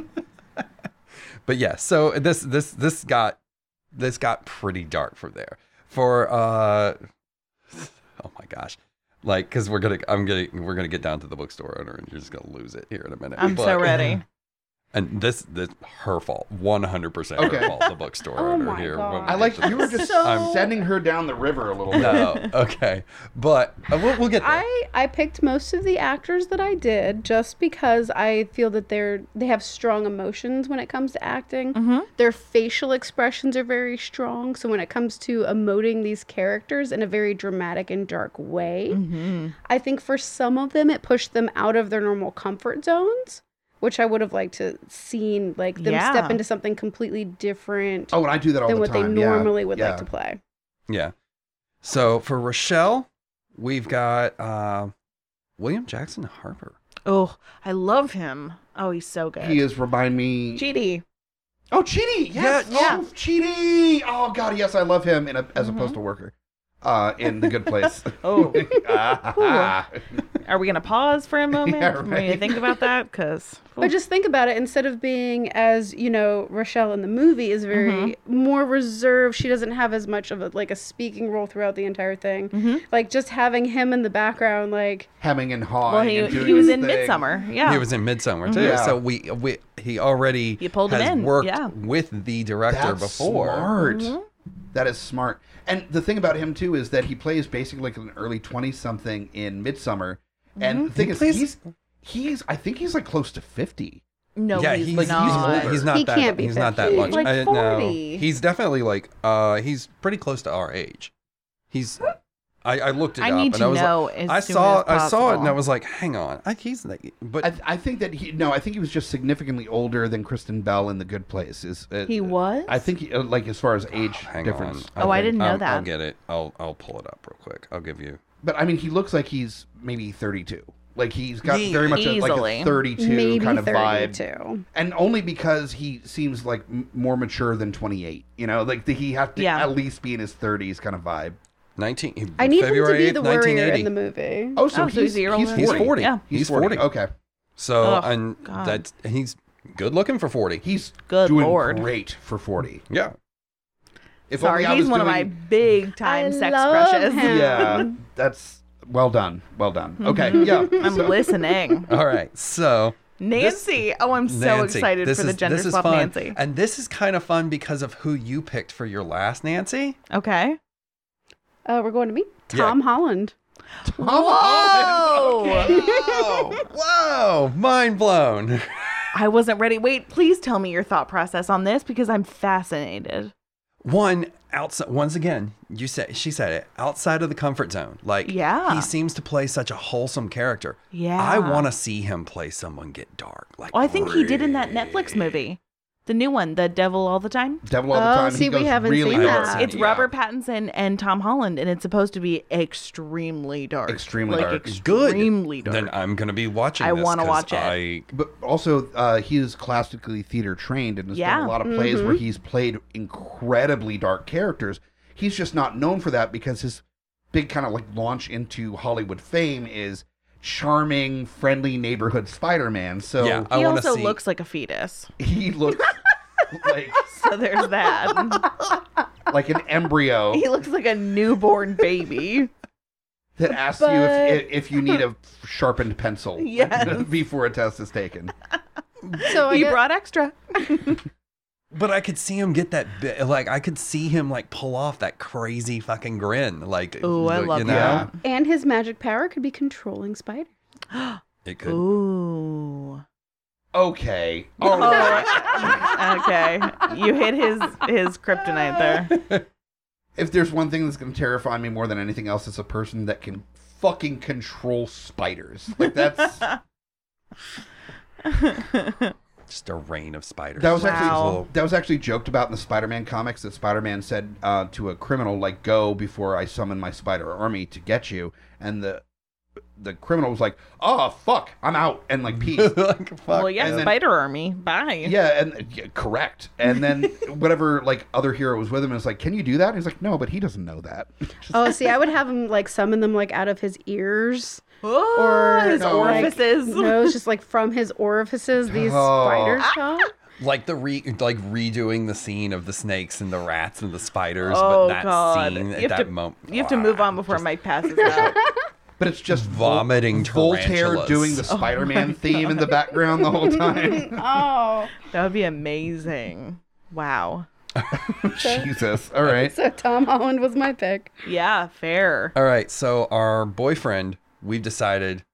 [SPEAKER 3] but yeah so this this this got this got pretty dark from there for uh oh my gosh like because we're gonna i'm gonna we're gonna get down to the bookstore owner and you're just gonna lose it here in a minute
[SPEAKER 4] I'm so
[SPEAKER 3] But-
[SPEAKER 4] ready.
[SPEAKER 3] and this this her fault 100%
[SPEAKER 1] Okay.
[SPEAKER 3] her fault the bookstore
[SPEAKER 5] Oh
[SPEAKER 3] owner
[SPEAKER 5] my
[SPEAKER 3] here when we
[SPEAKER 5] God.
[SPEAKER 1] I like
[SPEAKER 3] get to
[SPEAKER 1] you were just um,
[SPEAKER 5] So-
[SPEAKER 1] sending her down the river a little bit.
[SPEAKER 3] no okay but uh, we'll, we'll get there
[SPEAKER 5] I, I picked most of the actors that I did just because I feel that they're they have strong emotions when it comes to acting.
[SPEAKER 4] hmm
[SPEAKER 5] Their facial expressions are very strong, so when it comes to emoting these characters in a very dramatic and dark way,
[SPEAKER 4] hmm
[SPEAKER 5] I think for some of them it pushed them out of their normal comfort zones, which I would have liked to seen like them
[SPEAKER 4] Yeah.
[SPEAKER 5] step into something completely different
[SPEAKER 1] Oh, and I do that all
[SPEAKER 5] than
[SPEAKER 1] the
[SPEAKER 5] what
[SPEAKER 1] time.
[SPEAKER 5] they
[SPEAKER 1] yeah,
[SPEAKER 5] normally would
[SPEAKER 1] yeah.
[SPEAKER 5] like to play.
[SPEAKER 3] Yeah. So for Rochelle, we've got uh, William Jackson Harper.
[SPEAKER 4] Oh, I love him. Oh, he's so good.
[SPEAKER 1] He is remind me.
[SPEAKER 4] GD.
[SPEAKER 1] oh, Chidi. Yes.
[SPEAKER 3] Yeah,
[SPEAKER 1] Oh, Chidi. Oh God, yes, I love him
[SPEAKER 5] Mm-hmm.
[SPEAKER 1] in a, as a postal worker, uh, in the Good Place.
[SPEAKER 4] Oh,
[SPEAKER 1] Ah,
[SPEAKER 4] Are we gonna pause for a moment?
[SPEAKER 1] Yeah,
[SPEAKER 4] Can we
[SPEAKER 1] right.
[SPEAKER 4] think about that? Because
[SPEAKER 5] But just think about it. Instead of being as you know, Rochelle in the movie is very
[SPEAKER 4] Mm-hmm.
[SPEAKER 5] more reserved. She doesn't have as much of a like a speaking role throughout the entire thing.
[SPEAKER 4] Mm-hmm.
[SPEAKER 5] Like just having him in the background, like
[SPEAKER 1] hemming and hawing.
[SPEAKER 4] well, he,
[SPEAKER 1] and doing
[SPEAKER 4] he was
[SPEAKER 1] his
[SPEAKER 4] in
[SPEAKER 1] thing.
[SPEAKER 4] Midsummer. Yeah, Mm-hmm.
[SPEAKER 3] He was in Midsummer too.
[SPEAKER 1] Yeah.
[SPEAKER 3] So we we he already
[SPEAKER 4] You pulled him
[SPEAKER 3] has
[SPEAKER 4] in,
[SPEAKER 3] worked
[SPEAKER 4] yeah.
[SPEAKER 3] with the director
[SPEAKER 1] That's
[SPEAKER 3] before.
[SPEAKER 1] Smart.
[SPEAKER 5] Mm-hmm.
[SPEAKER 1] That is smart. And the thing about him too is that he plays basically like an early twenty something in Midsummer.
[SPEAKER 5] Mm-hmm.
[SPEAKER 1] And the thing is,
[SPEAKER 3] plays-
[SPEAKER 1] he's he's I think he's like close to fifty.
[SPEAKER 4] no,
[SPEAKER 3] yeah,
[SPEAKER 4] he's,
[SPEAKER 3] he's,
[SPEAKER 4] not.
[SPEAKER 3] he's older. He's not
[SPEAKER 5] He
[SPEAKER 3] that.
[SPEAKER 5] can't be
[SPEAKER 3] he's not that
[SPEAKER 5] 50.
[SPEAKER 3] much.
[SPEAKER 5] He's like
[SPEAKER 3] I- no.
[SPEAKER 5] 40.
[SPEAKER 3] he's definitely like uh, he's pretty close to our age. He's. I, I looked it
[SPEAKER 4] I
[SPEAKER 3] up
[SPEAKER 4] need
[SPEAKER 3] and
[SPEAKER 4] to
[SPEAKER 3] I was
[SPEAKER 4] know
[SPEAKER 3] like,
[SPEAKER 4] as
[SPEAKER 3] I
[SPEAKER 4] soon
[SPEAKER 3] saw
[SPEAKER 4] as
[SPEAKER 3] I saw it and I
[SPEAKER 4] possible.
[SPEAKER 3] was like, hang on, I, he's like, but
[SPEAKER 1] I, I think that he no, I think he was just significantly older than Kristen Bell in The Good Place. Is uh,
[SPEAKER 4] He was?
[SPEAKER 1] I think he, uh, like as far as age
[SPEAKER 3] Ah, hang
[SPEAKER 1] difference. Uh,
[SPEAKER 3] on.
[SPEAKER 4] Oh, I
[SPEAKER 3] think-
[SPEAKER 4] didn't know
[SPEAKER 3] I'll- I'll
[SPEAKER 4] that.
[SPEAKER 3] get it. I'll I'll pull it up real quick. I'll give you.
[SPEAKER 1] But I mean, he looks like he's maybe thirty-two. Like he's got
[SPEAKER 3] Ye-
[SPEAKER 1] very much a, like a
[SPEAKER 4] Easily.
[SPEAKER 1] thirty-two
[SPEAKER 5] maybe
[SPEAKER 1] kind of vibe.
[SPEAKER 5] thirty-two.
[SPEAKER 1] and only because he seems like m- more mature than 28 you know like the, he have to
[SPEAKER 4] Yeah.
[SPEAKER 1] at least be in his 30s kind of vibe
[SPEAKER 3] 19
[SPEAKER 5] I need
[SPEAKER 3] February
[SPEAKER 5] him to be the
[SPEAKER 3] 8th,
[SPEAKER 5] warrior
[SPEAKER 3] 1980.
[SPEAKER 5] in the movie.
[SPEAKER 1] oh so
[SPEAKER 4] Oh, so
[SPEAKER 1] he's,
[SPEAKER 4] he's a year
[SPEAKER 1] he's,
[SPEAKER 4] older.
[SPEAKER 1] 40.
[SPEAKER 4] He's
[SPEAKER 3] 40.
[SPEAKER 4] Yeah.
[SPEAKER 1] he's,
[SPEAKER 3] He's
[SPEAKER 1] 40.
[SPEAKER 3] 40.
[SPEAKER 1] okay
[SPEAKER 3] So
[SPEAKER 4] Ugh,
[SPEAKER 3] and
[SPEAKER 4] Oh, God.
[SPEAKER 3] that's and he's good looking for 40.
[SPEAKER 1] he's
[SPEAKER 4] Good
[SPEAKER 1] doing
[SPEAKER 4] lord.
[SPEAKER 1] great for 40
[SPEAKER 3] yeah.
[SPEAKER 1] if
[SPEAKER 4] Sorry,
[SPEAKER 1] only I
[SPEAKER 4] he's
[SPEAKER 1] was
[SPEAKER 4] one of my
[SPEAKER 1] doing-
[SPEAKER 4] big time
[SPEAKER 5] I
[SPEAKER 4] sex
[SPEAKER 5] love
[SPEAKER 4] crushes.
[SPEAKER 5] him.
[SPEAKER 1] yeah that's well done well done okay yeah
[SPEAKER 4] Mm-hmm. I'm listening.
[SPEAKER 3] All right. So
[SPEAKER 4] Nancy. oh, I'm so
[SPEAKER 3] Nancy,
[SPEAKER 4] excited
[SPEAKER 3] this
[SPEAKER 4] for the
[SPEAKER 3] is-
[SPEAKER 4] gender
[SPEAKER 3] this is
[SPEAKER 4] swap
[SPEAKER 3] fun.
[SPEAKER 4] Nancy.
[SPEAKER 3] And this is kind of fun because of who you picked for your last Nancy.
[SPEAKER 4] Okay.
[SPEAKER 5] Uh, we're going to meet
[SPEAKER 3] Yeah.
[SPEAKER 5] Tom Holland.
[SPEAKER 4] Whoa!
[SPEAKER 3] Whoa! Whoa! Mind blown.
[SPEAKER 4] I wasn't ready. Wait, please tell me your thought process on this because I'm fascinated.
[SPEAKER 3] One outside. Once again, you said she said it outside of the comfort zone. Like
[SPEAKER 4] Yeah.
[SPEAKER 3] he seems to play such a wholesome character.
[SPEAKER 4] Yeah.
[SPEAKER 3] I want to see him play someone get dark. Like
[SPEAKER 4] Well, I think he did in that Netflix movie, the new one, The Devil All the Time.
[SPEAKER 1] devil all the
[SPEAKER 5] Oh,
[SPEAKER 1] time
[SPEAKER 5] see,
[SPEAKER 1] he
[SPEAKER 5] we
[SPEAKER 1] goes
[SPEAKER 5] haven't
[SPEAKER 1] really
[SPEAKER 5] seen
[SPEAKER 1] hard.
[SPEAKER 5] that.
[SPEAKER 4] It's
[SPEAKER 3] Ah, Yeah.
[SPEAKER 4] Robert Pattinson and Tom Holland, and it's supposed to be extremely dark.
[SPEAKER 1] Extremely
[SPEAKER 4] like,
[SPEAKER 1] dark.
[SPEAKER 3] Good.
[SPEAKER 4] Extremely dark.
[SPEAKER 3] Then I'm gonna be watching.
[SPEAKER 4] I
[SPEAKER 3] this
[SPEAKER 4] wanna
[SPEAKER 3] 'cause
[SPEAKER 4] watch it.
[SPEAKER 3] I-
[SPEAKER 1] but also uh, he is classically theater trained and has done
[SPEAKER 4] Yeah. Mm-hmm.
[SPEAKER 1] a lot of plays where he's played incredibly dark characters. He's just not known for that because his big kind of like launch into Hollywood fame is charming, friendly neighborhood Spider-Man. So
[SPEAKER 3] yeah, I
[SPEAKER 4] he
[SPEAKER 3] want to
[SPEAKER 4] also
[SPEAKER 3] see.
[SPEAKER 4] looks like a fetus.
[SPEAKER 1] he looks like
[SPEAKER 4] So there's that.
[SPEAKER 1] like an embryo
[SPEAKER 4] he looks like a newborn baby.
[SPEAKER 1] that asks you
[SPEAKER 5] But-
[SPEAKER 1] if, if you need a sharpened pencil
[SPEAKER 4] Yes.
[SPEAKER 1] before a test is taken.
[SPEAKER 5] So I
[SPEAKER 4] you
[SPEAKER 5] guess-
[SPEAKER 4] brought extra.
[SPEAKER 3] But I could see him get that bit. Like I could see him like pull off that crazy fucking grin. Like
[SPEAKER 4] Ooh, I
[SPEAKER 3] you
[SPEAKER 4] love
[SPEAKER 3] know?
[SPEAKER 1] that.
[SPEAKER 5] and his magic power could be controlling spiders.
[SPEAKER 3] It could.
[SPEAKER 4] Ooh.
[SPEAKER 1] Okay. All right.
[SPEAKER 4] Oh. Okay. You hit his his kryptonite there.
[SPEAKER 1] if there's one thing that's going to terrify me more than anything else, it's a person that can fucking control spiders. Like that's that
[SPEAKER 3] Just a rain of spiders.
[SPEAKER 1] was
[SPEAKER 4] Wow.
[SPEAKER 1] actually that was actually joked about in the Spider-Man comics that Spider-Man said uh, to a criminal like, "Go before I summon my spider army to get you," and the the criminal was like, "Oh fuck, I'm out,ck and like peace.
[SPEAKER 3] like, fuck.
[SPEAKER 4] Well, yeah,
[SPEAKER 1] And then-
[SPEAKER 4] Spider Army. Bye.
[SPEAKER 1] Yeah, and yeah, correct. And then whatever like other hero was with him is like, "Can you do that?" And he's like, "No, but he doesn't know that." Just-
[SPEAKER 5] Oh, see, I would have him like summon them like out of his ears.
[SPEAKER 4] Oh,
[SPEAKER 5] or
[SPEAKER 4] his
[SPEAKER 1] no.
[SPEAKER 4] orifices.
[SPEAKER 5] No, it's just like from his orifices, these
[SPEAKER 1] Oh.
[SPEAKER 5] spiders come.
[SPEAKER 3] like the re like redoing the scene of the snakes and the rats and the spiders,
[SPEAKER 4] oh
[SPEAKER 3] but that
[SPEAKER 4] God!
[SPEAKER 3] scene
[SPEAKER 4] you
[SPEAKER 3] at
[SPEAKER 4] have
[SPEAKER 3] that
[SPEAKER 4] to
[SPEAKER 3] moment.
[SPEAKER 4] you have to move on before Mike passes out.
[SPEAKER 1] But it's just Vol-
[SPEAKER 3] Vomiting
[SPEAKER 1] Voltaire
[SPEAKER 3] tarantulas.
[SPEAKER 1] doing the
[SPEAKER 4] Oh
[SPEAKER 1] Spider-Man theme in the background the whole time.
[SPEAKER 5] Oh,
[SPEAKER 4] that would be amazing. Wow.
[SPEAKER 1] Jesus. All right.
[SPEAKER 5] so Tom Holland was my pick.
[SPEAKER 4] Yeah, fair.
[SPEAKER 3] All right, so our boyfriend, we've decided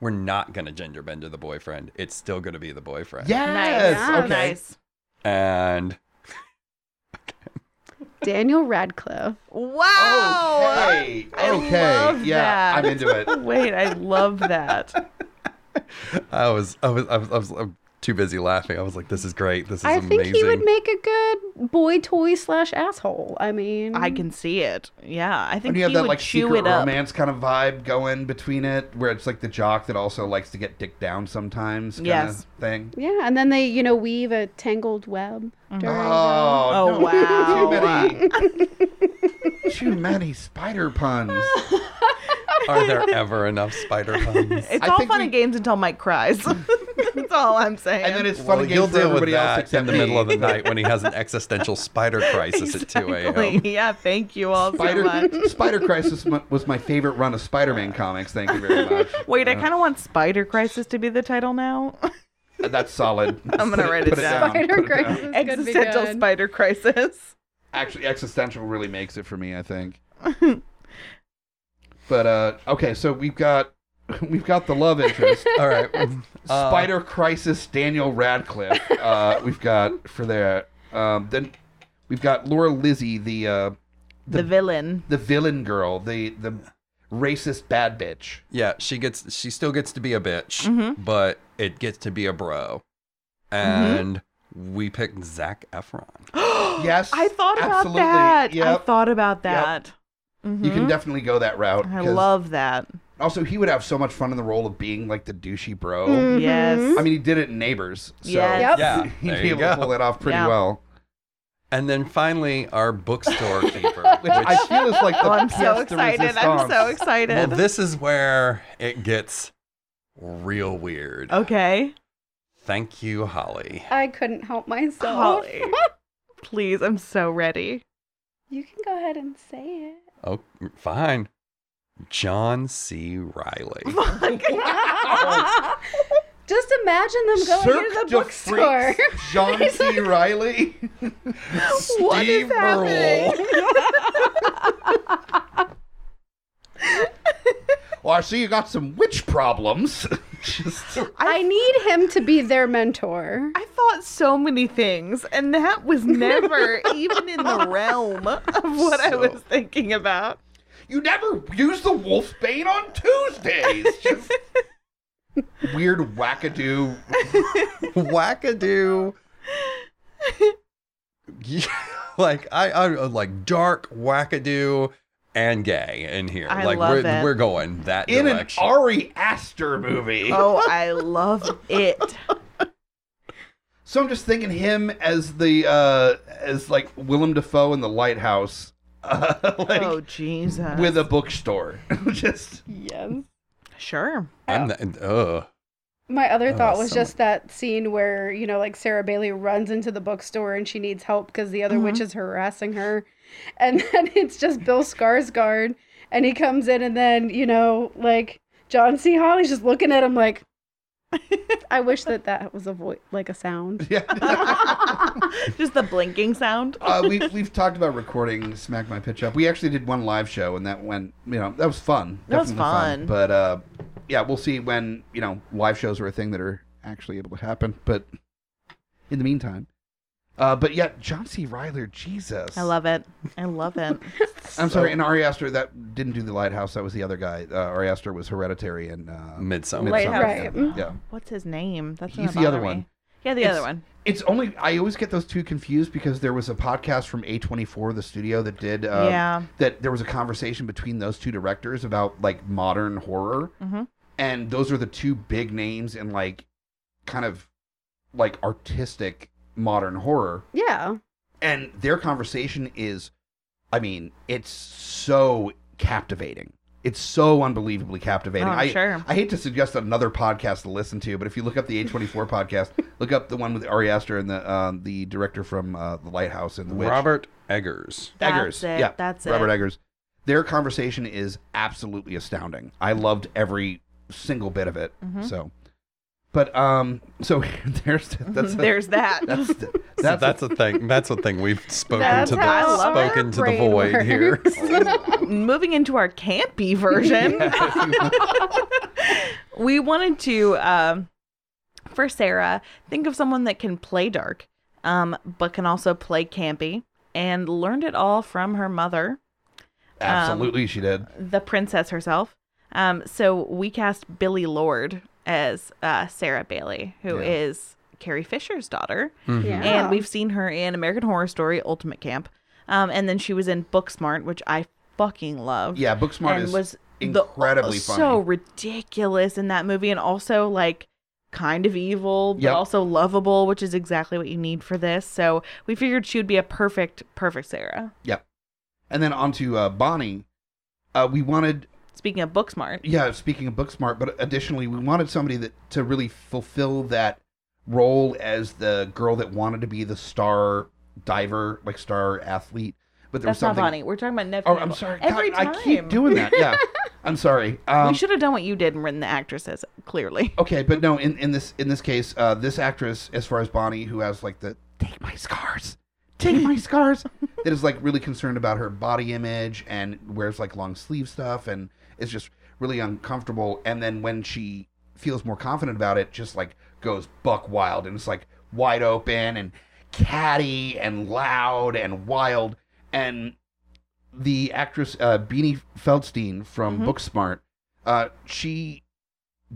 [SPEAKER 3] we're not gonna gender bend to the boyfriend. It's still gonna be the boyfriend.
[SPEAKER 1] Yes.
[SPEAKER 4] nice.
[SPEAKER 1] Okay.
[SPEAKER 4] Nice.
[SPEAKER 3] And
[SPEAKER 5] Daniel Radcliffe.
[SPEAKER 4] Wow.
[SPEAKER 1] Okay.
[SPEAKER 4] Oh, I
[SPEAKER 1] okay.
[SPEAKER 4] love
[SPEAKER 1] yeah.
[SPEAKER 4] that.
[SPEAKER 1] I'm into it.
[SPEAKER 4] Wait, I love that.
[SPEAKER 3] I was I was I was, I was I'm too busy laughing. I was like, this is great. This is
[SPEAKER 5] I
[SPEAKER 3] amazing.
[SPEAKER 5] think he would make a good boy toy slash asshole. I mean,
[SPEAKER 4] I can see it. Yeah, I think
[SPEAKER 1] And you
[SPEAKER 4] he
[SPEAKER 1] have that
[SPEAKER 4] would
[SPEAKER 1] like
[SPEAKER 4] chew
[SPEAKER 1] secret
[SPEAKER 4] it up.
[SPEAKER 1] romance kind of vibe going between it, where it's like the jock that also likes to get dick down sometimes. Kind
[SPEAKER 4] Yes.
[SPEAKER 1] Of thing.
[SPEAKER 5] Yeah, and then they, you know, weave a tangled web.
[SPEAKER 4] Mm-hmm.
[SPEAKER 5] During
[SPEAKER 1] Oh,
[SPEAKER 4] Oh,
[SPEAKER 1] no.
[SPEAKER 4] wow.
[SPEAKER 1] Too many, too many spider puns.
[SPEAKER 3] Are there ever enough spider puns?
[SPEAKER 4] It's
[SPEAKER 1] I
[SPEAKER 4] all
[SPEAKER 1] think
[SPEAKER 4] fun
[SPEAKER 1] we-
[SPEAKER 4] and games until Mike cries. That's all I'm saying.
[SPEAKER 1] And then it's
[SPEAKER 3] Well,
[SPEAKER 1] fun and
[SPEAKER 3] you'll
[SPEAKER 1] games for
[SPEAKER 3] deal with
[SPEAKER 1] everybody else
[SPEAKER 3] that in
[SPEAKER 1] except
[SPEAKER 3] the middle
[SPEAKER 1] me.
[SPEAKER 3] of the night when he has an existential spider crisis at 2 a.m.
[SPEAKER 4] Exactly. Yeah, thank you all so much.
[SPEAKER 1] Spider, Spider Crisis mu- was my favorite run of Spider-Man comics. Thank you very much.
[SPEAKER 4] Wait, I kind of want Spider Crisis to be the title now.
[SPEAKER 1] Uh, That's solid.
[SPEAKER 4] I'm gonna
[SPEAKER 1] Put
[SPEAKER 4] write it
[SPEAKER 1] put
[SPEAKER 4] down.
[SPEAKER 1] Put
[SPEAKER 5] Spider
[SPEAKER 1] it down.
[SPEAKER 5] Crisis could be
[SPEAKER 4] Existential
[SPEAKER 5] good.
[SPEAKER 4] Spider Crisis.
[SPEAKER 1] Actually, existential really makes it for me. I think. but uh, okay, so we've got we've got the love interest.
[SPEAKER 3] All right. Uh,
[SPEAKER 1] Spider Crisis Daniel Radcliffe. Uh, we've got for that. Um, then we've got Laura Lizzie, the uh,
[SPEAKER 4] The, villain.
[SPEAKER 1] the villain girl, the the racist bad bitch.
[SPEAKER 3] Yeah, she gets she still gets to be a bitch,
[SPEAKER 1] Mm-hmm.
[SPEAKER 3] but it gets to be a bro. And
[SPEAKER 1] Mm-hmm.
[SPEAKER 3] we picked Zach Efron.
[SPEAKER 1] Yes,
[SPEAKER 4] I thought about
[SPEAKER 1] absolutely.
[SPEAKER 4] that.
[SPEAKER 1] Yep.
[SPEAKER 4] I thought about that. Mm-hmm.
[SPEAKER 1] you can definitely go that route.
[SPEAKER 4] I
[SPEAKER 1] 'cause
[SPEAKER 4] love that.
[SPEAKER 1] Also, he would have so much fun in the role of being like the douchey bro.
[SPEAKER 4] Mm.
[SPEAKER 5] Mm-hmm.
[SPEAKER 4] Yes.
[SPEAKER 1] I mean, he did it in Neighbors, so
[SPEAKER 4] Yes.
[SPEAKER 5] Yep.
[SPEAKER 3] Yeah,
[SPEAKER 1] he'd
[SPEAKER 3] there
[SPEAKER 1] be
[SPEAKER 3] you
[SPEAKER 1] able to
[SPEAKER 3] go.
[SPEAKER 1] pull that off pretty
[SPEAKER 4] Yeah.
[SPEAKER 1] well.
[SPEAKER 3] And then finally, our bookstore keeper.
[SPEAKER 1] Which I feel is like the
[SPEAKER 4] oh, I'm so
[SPEAKER 1] pièce de
[SPEAKER 4] excited. I'm so
[SPEAKER 1] résistance.
[SPEAKER 4] excited.
[SPEAKER 3] well, this is where it gets real weird.
[SPEAKER 4] okay.
[SPEAKER 3] Thank you, Holly.
[SPEAKER 5] I couldn't help myself.
[SPEAKER 4] Holly. Please, I'm so ready.
[SPEAKER 5] You can go ahead and say it.
[SPEAKER 3] Oh, fine. John C. Riley.
[SPEAKER 5] Just imagine them going
[SPEAKER 1] Cirque
[SPEAKER 5] into the
[SPEAKER 1] du
[SPEAKER 5] bookstore.
[SPEAKER 1] Freaks, John C. Riley.
[SPEAKER 4] What is
[SPEAKER 3] Steve Earle.
[SPEAKER 1] Well, I see you got some witch problems. Just-
[SPEAKER 5] I need him to be their mentor.
[SPEAKER 4] I thought so many things, and that was never even in the realm of what I was thinking about.
[SPEAKER 1] you never use the wolf's bane on Tuesdays. Just weird wackadoo.
[SPEAKER 3] wackadoo. Yeah, like I, I like dark wackadoo and gay in here.
[SPEAKER 4] I
[SPEAKER 3] like
[SPEAKER 4] love
[SPEAKER 3] we're
[SPEAKER 4] it.
[SPEAKER 3] we're going that
[SPEAKER 1] In an
[SPEAKER 3] direction.
[SPEAKER 1] Ari Aster movie.
[SPEAKER 4] Oh, I love it.
[SPEAKER 1] So I'm just thinking him as the uh as like Willem Dafoe in the lighthouse. Uh, like
[SPEAKER 4] Oh, Jesus.
[SPEAKER 1] with a bookstore. just
[SPEAKER 5] Yes.
[SPEAKER 4] sure.
[SPEAKER 3] I'm not, ugh.
[SPEAKER 5] My other
[SPEAKER 3] Oh,
[SPEAKER 5] thought
[SPEAKER 3] that's
[SPEAKER 5] was
[SPEAKER 3] so
[SPEAKER 5] just that scene where, you know, like Sarah Bailey runs into the bookstore and she needs help because the
[SPEAKER 1] Mm-hmm.
[SPEAKER 5] other witch is harassing her. And then it's just Bill Skarsgård and he comes in and then, you know, like John C. Holly's just looking at him like, I wish that that was a voice, like a sound.
[SPEAKER 1] yeah.
[SPEAKER 4] Just the blinking sound.
[SPEAKER 1] uh, we we've talked about recording Smack My Pitch Up. We actually did one live show and that went you know, that was fun.
[SPEAKER 4] That was
[SPEAKER 1] Definitely
[SPEAKER 4] fun.
[SPEAKER 1] But uh yeah, we'll see when, you know, live shows are a thing that are actually able to happen. But in the meantime. Uh but yeah, John C. Ryler, Jesus.
[SPEAKER 4] I love it. I love it.
[SPEAKER 1] I'm sorry, and Ari Aster that didn't do the lighthouse, that was the other guy. Uh, Ari Aster was hereditary and uh
[SPEAKER 3] Midsummer.
[SPEAKER 1] Midsommar,
[SPEAKER 5] Lighthouse.
[SPEAKER 1] yeah.
[SPEAKER 5] Right.
[SPEAKER 1] yeah.
[SPEAKER 4] What's his name? That's
[SPEAKER 1] He's
[SPEAKER 4] gonna
[SPEAKER 1] the other
[SPEAKER 4] bother me.
[SPEAKER 1] one.
[SPEAKER 4] Yeah, the
[SPEAKER 1] It's-
[SPEAKER 4] other one.
[SPEAKER 1] It's only I always get those two confused because there was a podcast from A24, the studio that did uh,
[SPEAKER 4] Yeah.
[SPEAKER 1] that there was a conversation between those two directors about like modern horror,
[SPEAKER 4] Mhm.
[SPEAKER 1] and those are the two big names in like kind of like artistic modern horror,
[SPEAKER 5] Yeah.
[SPEAKER 1] and their conversation is, I mean, it's so captivating. It's so unbelievably captivating.
[SPEAKER 4] Oh, I'm
[SPEAKER 1] I,
[SPEAKER 4] sure.
[SPEAKER 1] I hate to suggest another podcast to listen to, but if you look up the A24 podcast, look up the one with Ari Aster and the um, the director from uh, The Lighthouse and The Witch.
[SPEAKER 3] Robert Eggers.
[SPEAKER 4] That's
[SPEAKER 1] Eggers.
[SPEAKER 4] it,
[SPEAKER 1] Yeah,
[SPEAKER 4] that's
[SPEAKER 1] Robert
[SPEAKER 4] it.
[SPEAKER 1] Eggers. Their conversation is absolutely astounding. I loved every single bit of it.
[SPEAKER 4] Mm-hmm.
[SPEAKER 1] So, but um, so there's that's
[SPEAKER 4] There's that.
[SPEAKER 1] that's that's,
[SPEAKER 3] That's that's a thing. That's a thing we've spoken
[SPEAKER 5] That's
[SPEAKER 3] to the
[SPEAKER 5] how our
[SPEAKER 3] spoken to the
[SPEAKER 5] brain
[SPEAKER 3] void here.
[SPEAKER 4] Moving into our campy version. we wanted to um, for sarah think of someone that can play dark um, but can also play campy and learned it all from her mother
[SPEAKER 1] absolutely she did.
[SPEAKER 4] the princess herself um, so we cast billy lord as uh, sarah bailey who is
[SPEAKER 1] Yeah.
[SPEAKER 4] carrie fisher's daughter
[SPEAKER 1] mm-hmm.
[SPEAKER 5] Yeah.
[SPEAKER 4] and we've seen her in american horror story ultimate camp um, and then she was in booksmart which i fucking love
[SPEAKER 1] Yeah, Booksmart
[SPEAKER 4] and
[SPEAKER 1] is
[SPEAKER 4] was the-
[SPEAKER 1] incredibly funny.
[SPEAKER 4] so ridiculous in that movie and also like kind of evil but
[SPEAKER 1] Yep.
[SPEAKER 4] also lovable which is exactly what you need for this so we figured she would be a perfect perfect sarah
[SPEAKER 1] Yep. And then on to uh, Bonnie. Uh, we wanted
[SPEAKER 4] Speaking of Booksmart,
[SPEAKER 1] yeah, speaking of Booksmart, but additionally, we wanted somebody that to really fulfill that role as the girl that wanted to be the star diver, like star athlete. But there
[SPEAKER 4] that's
[SPEAKER 1] was
[SPEAKER 4] not
[SPEAKER 1] something.
[SPEAKER 4] funny. We're talking about Netflix.
[SPEAKER 1] Oh, I'm sorry.
[SPEAKER 4] Every
[SPEAKER 1] God,
[SPEAKER 4] time
[SPEAKER 1] I keep doing that. Yeah, I'm sorry. Um, Oh,
[SPEAKER 4] we should have done what you did and written the actresses. Clearly,
[SPEAKER 1] okay, but no. In, in this in this case, uh, this actress, as far as Bonnie, who has like the take my scars, take my scars, that is like really concerned about her body image and wears like long sleeve stuff and is just really uncomfortable. And then when she feels more confident about it, just like goes buck wild and it's like wide open and catty and loud and wild and the actress uh, Beanie Feldstein from
[SPEAKER 4] Mhm.
[SPEAKER 1] Booksmart, uh, she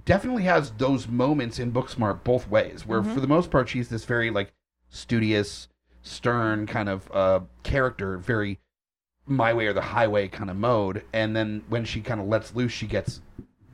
[SPEAKER 1] definitely has those moments in Booksmart both ways, where
[SPEAKER 4] Mhm.
[SPEAKER 1] for the most part she's this very like studious, stern kind of uh, character, very my way or the highway kind of mode, and then when she kind of lets loose, she gets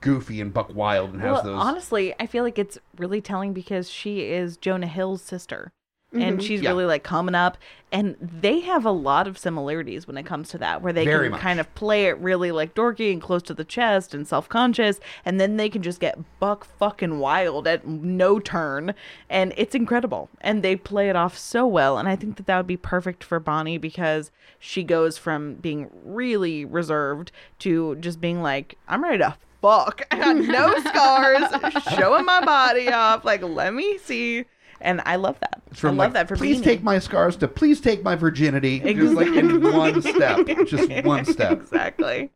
[SPEAKER 1] goofy and buck wild and has
[SPEAKER 4] well,
[SPEAKER 1] those.
[SPEAKER 4] honestly, I feel like it's really telling because she is Jonah Hill's sister. and
[SPEAKER 5] Mhm.
[SPEAKER 4] she's
[SPEAKER 1] Mm-hmm. Yeah.
[SPEAKER 4] really like coming up and they have a lot of similarities when it comes to that where they
[SPEAKER 1] Very
[SPEAKER 4] can
[SPEAKER 1] much.
[SPEAKER 4] kind of play it really like dorky and close to the chest and self-conscious and then they can just get buck fucking wild at no turn and it's incredible and they play it off so well and i think that that would be perfect for bonnie because she goes from being really reserved to just being like i'm ready to fuck i got no scars showing my body off like let me see and i love that
[SPEAKER 1] It's from
[SPEAKER 4] I
[SPEAKER 1] like,
[SPEAKER 4] love that for
[SPEAKER 1] please
[SPEAKER 4] Beanie.
[SPEAKER 1] take my scars to please take my virginity. Just like in one step, just one step.
[SPEAKER 4] exactly.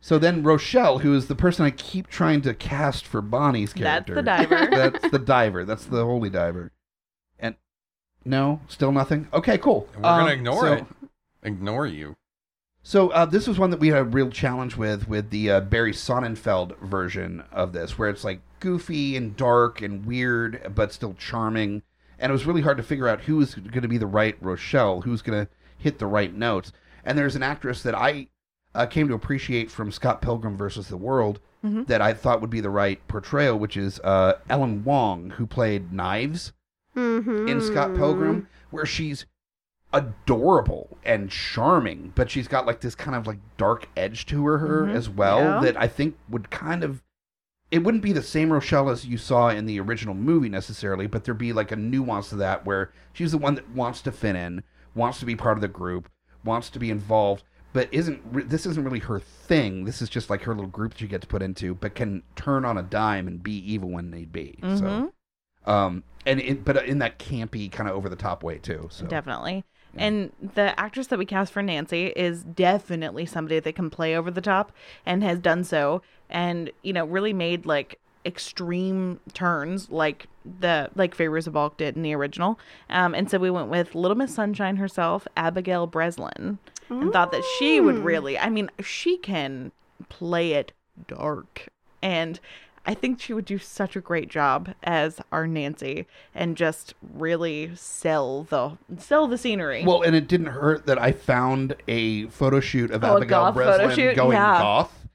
[SPEAKER 1] So then Rochelle, who is the person I keep trying to cast for Bonnie's
[SPEAKER 4] That's
[SPEAKER 1] character.
[SPEAKER 4] the diver.
[SPEAKER 1] That's the diver. That's the holy diver. And no, still nothing. Okay, cool.
[SPEAKER 3] And we're
[SPEAKER 1] Um,
[SPEAKER 3] gonna ignore
[SPEAKER 1] so,
[SPEAKER 3] it. Ignore you.
[SPEAKER 1] So uh, this was one that we had a real challenge with, with the uh, Barry Sonnenfeld version of this, where it's like goofy and dark and weird, but still charming. And it was really hard to figure out who is going to be the right Rochelle, who's going to hit the right notes. And there's an actress that I uh, came to appreciate from Scott Pilgrim versus the World
[SPEAKER 4] Mhm.
[SPEAKER 1] that I thought would be the right portrayal, which is uh, Ellen Wong, who played Knives
[SPEAKER 5] Mm-hmm.
[SPEAKER 1] in Scott Pilgrim, where she's adorable and charming, but she's got like this kind of like dark edge to her, her
[SPEAKER 4] Mhm.
[SPEAKER 1] as well
[SPEAKER 5] Yeah.
[SPEAKER 1] that I think would kind of it wouldn't be the same Rochelle as you saw in the original movie necessarily, but there'd be like a nuance to that where she's the one that wants to fit in, wants to be part of the group, wants to be involved, but isn't re- this isn't really her thing. This is just like her little group that she gets put into, but can turn on a dime and be evil when need be. So
[SPEAKER 4] Mhm.
[SPEAKER 1] um and it, but in that campy kind of over the top way too so
[SPEAKER 4] Definitely. And the actress that we cast for Nancy is definitely somebody that can play over the top and has done so and, you know, really made like extreme turns like the like Favors of Balk did in the original. Um, and so we went with Little Miss Sunshine herself, Abigail Breslin, and thought that she
[SPEAKER 1] Mm.
[SPEAKER 4] would really I mean, she can play it dark. And I think she would do such a great job as our Nancy and just really sell the sell the scenery.
[SPEAKER 1] well and it didn't hurt that i found a photo shoot of
[SPEAKER 4] Oh, a
[SPEAKER 1] abigail
[SPEAKER 4] goth photo
[SPEAKER 1] breslin
[SPEAKER 4] shoot?
[SPEAKER 1] going
[SPEAKER 4] Yeah.
[SPEAKER 1] goth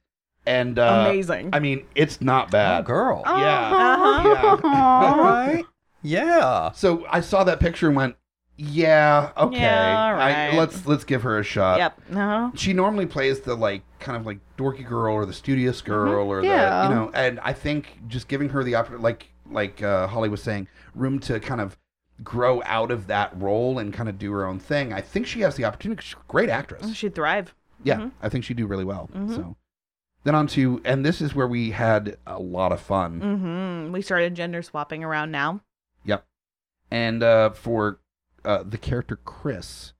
[SPEAKER 1] and uh
[SPEAKER 4] Amazing. Oh,
[SPEAKER 1] i mean it's not bad
[SPEAKER 3] Oh, girl.
[SPEAKER 5] Oh.
[SPEAKER 1] yeah
[SPEAKER 4] Uh-huh.
[SPEAKER 3] All
[SPEAKER 5] Aw.
[SPEAKER 3] right. Yeah.
[SPEAKER 1] so i saw that picture and went yeah okay
[SPEAKER 4] Yeah,
[SPEAKER 1] I-
[SPEAKER 4] all right.
[SPEAKER 1] let's let's give her a shot
[SPEAKER 4] yep. Uh-huh. No.
[SPEAKER 1] she normally plays the like kind of like dorky girl or the studious girl or
[SPEAKER 5] Yeah.
[SPEAKER 1] the you know and i think just giving her the opportunity like like uh, holly was saying room to kind of grow out of that role and kind of do her own thing i think she has the opportunity 'cause she's a great actress
[SPEAKER 4] She'd thrive.
[SPEAKER 1] yeah
[SPEAKER 4] Mhm.
[SPEAKER 1] i think she'd do really well so then on to and this is where we had a lot of fun
[SPEAKER 4] hmm We started gender swapping around now.
[SPEAKER 1] Yep. And uh, for uh, the character Chris,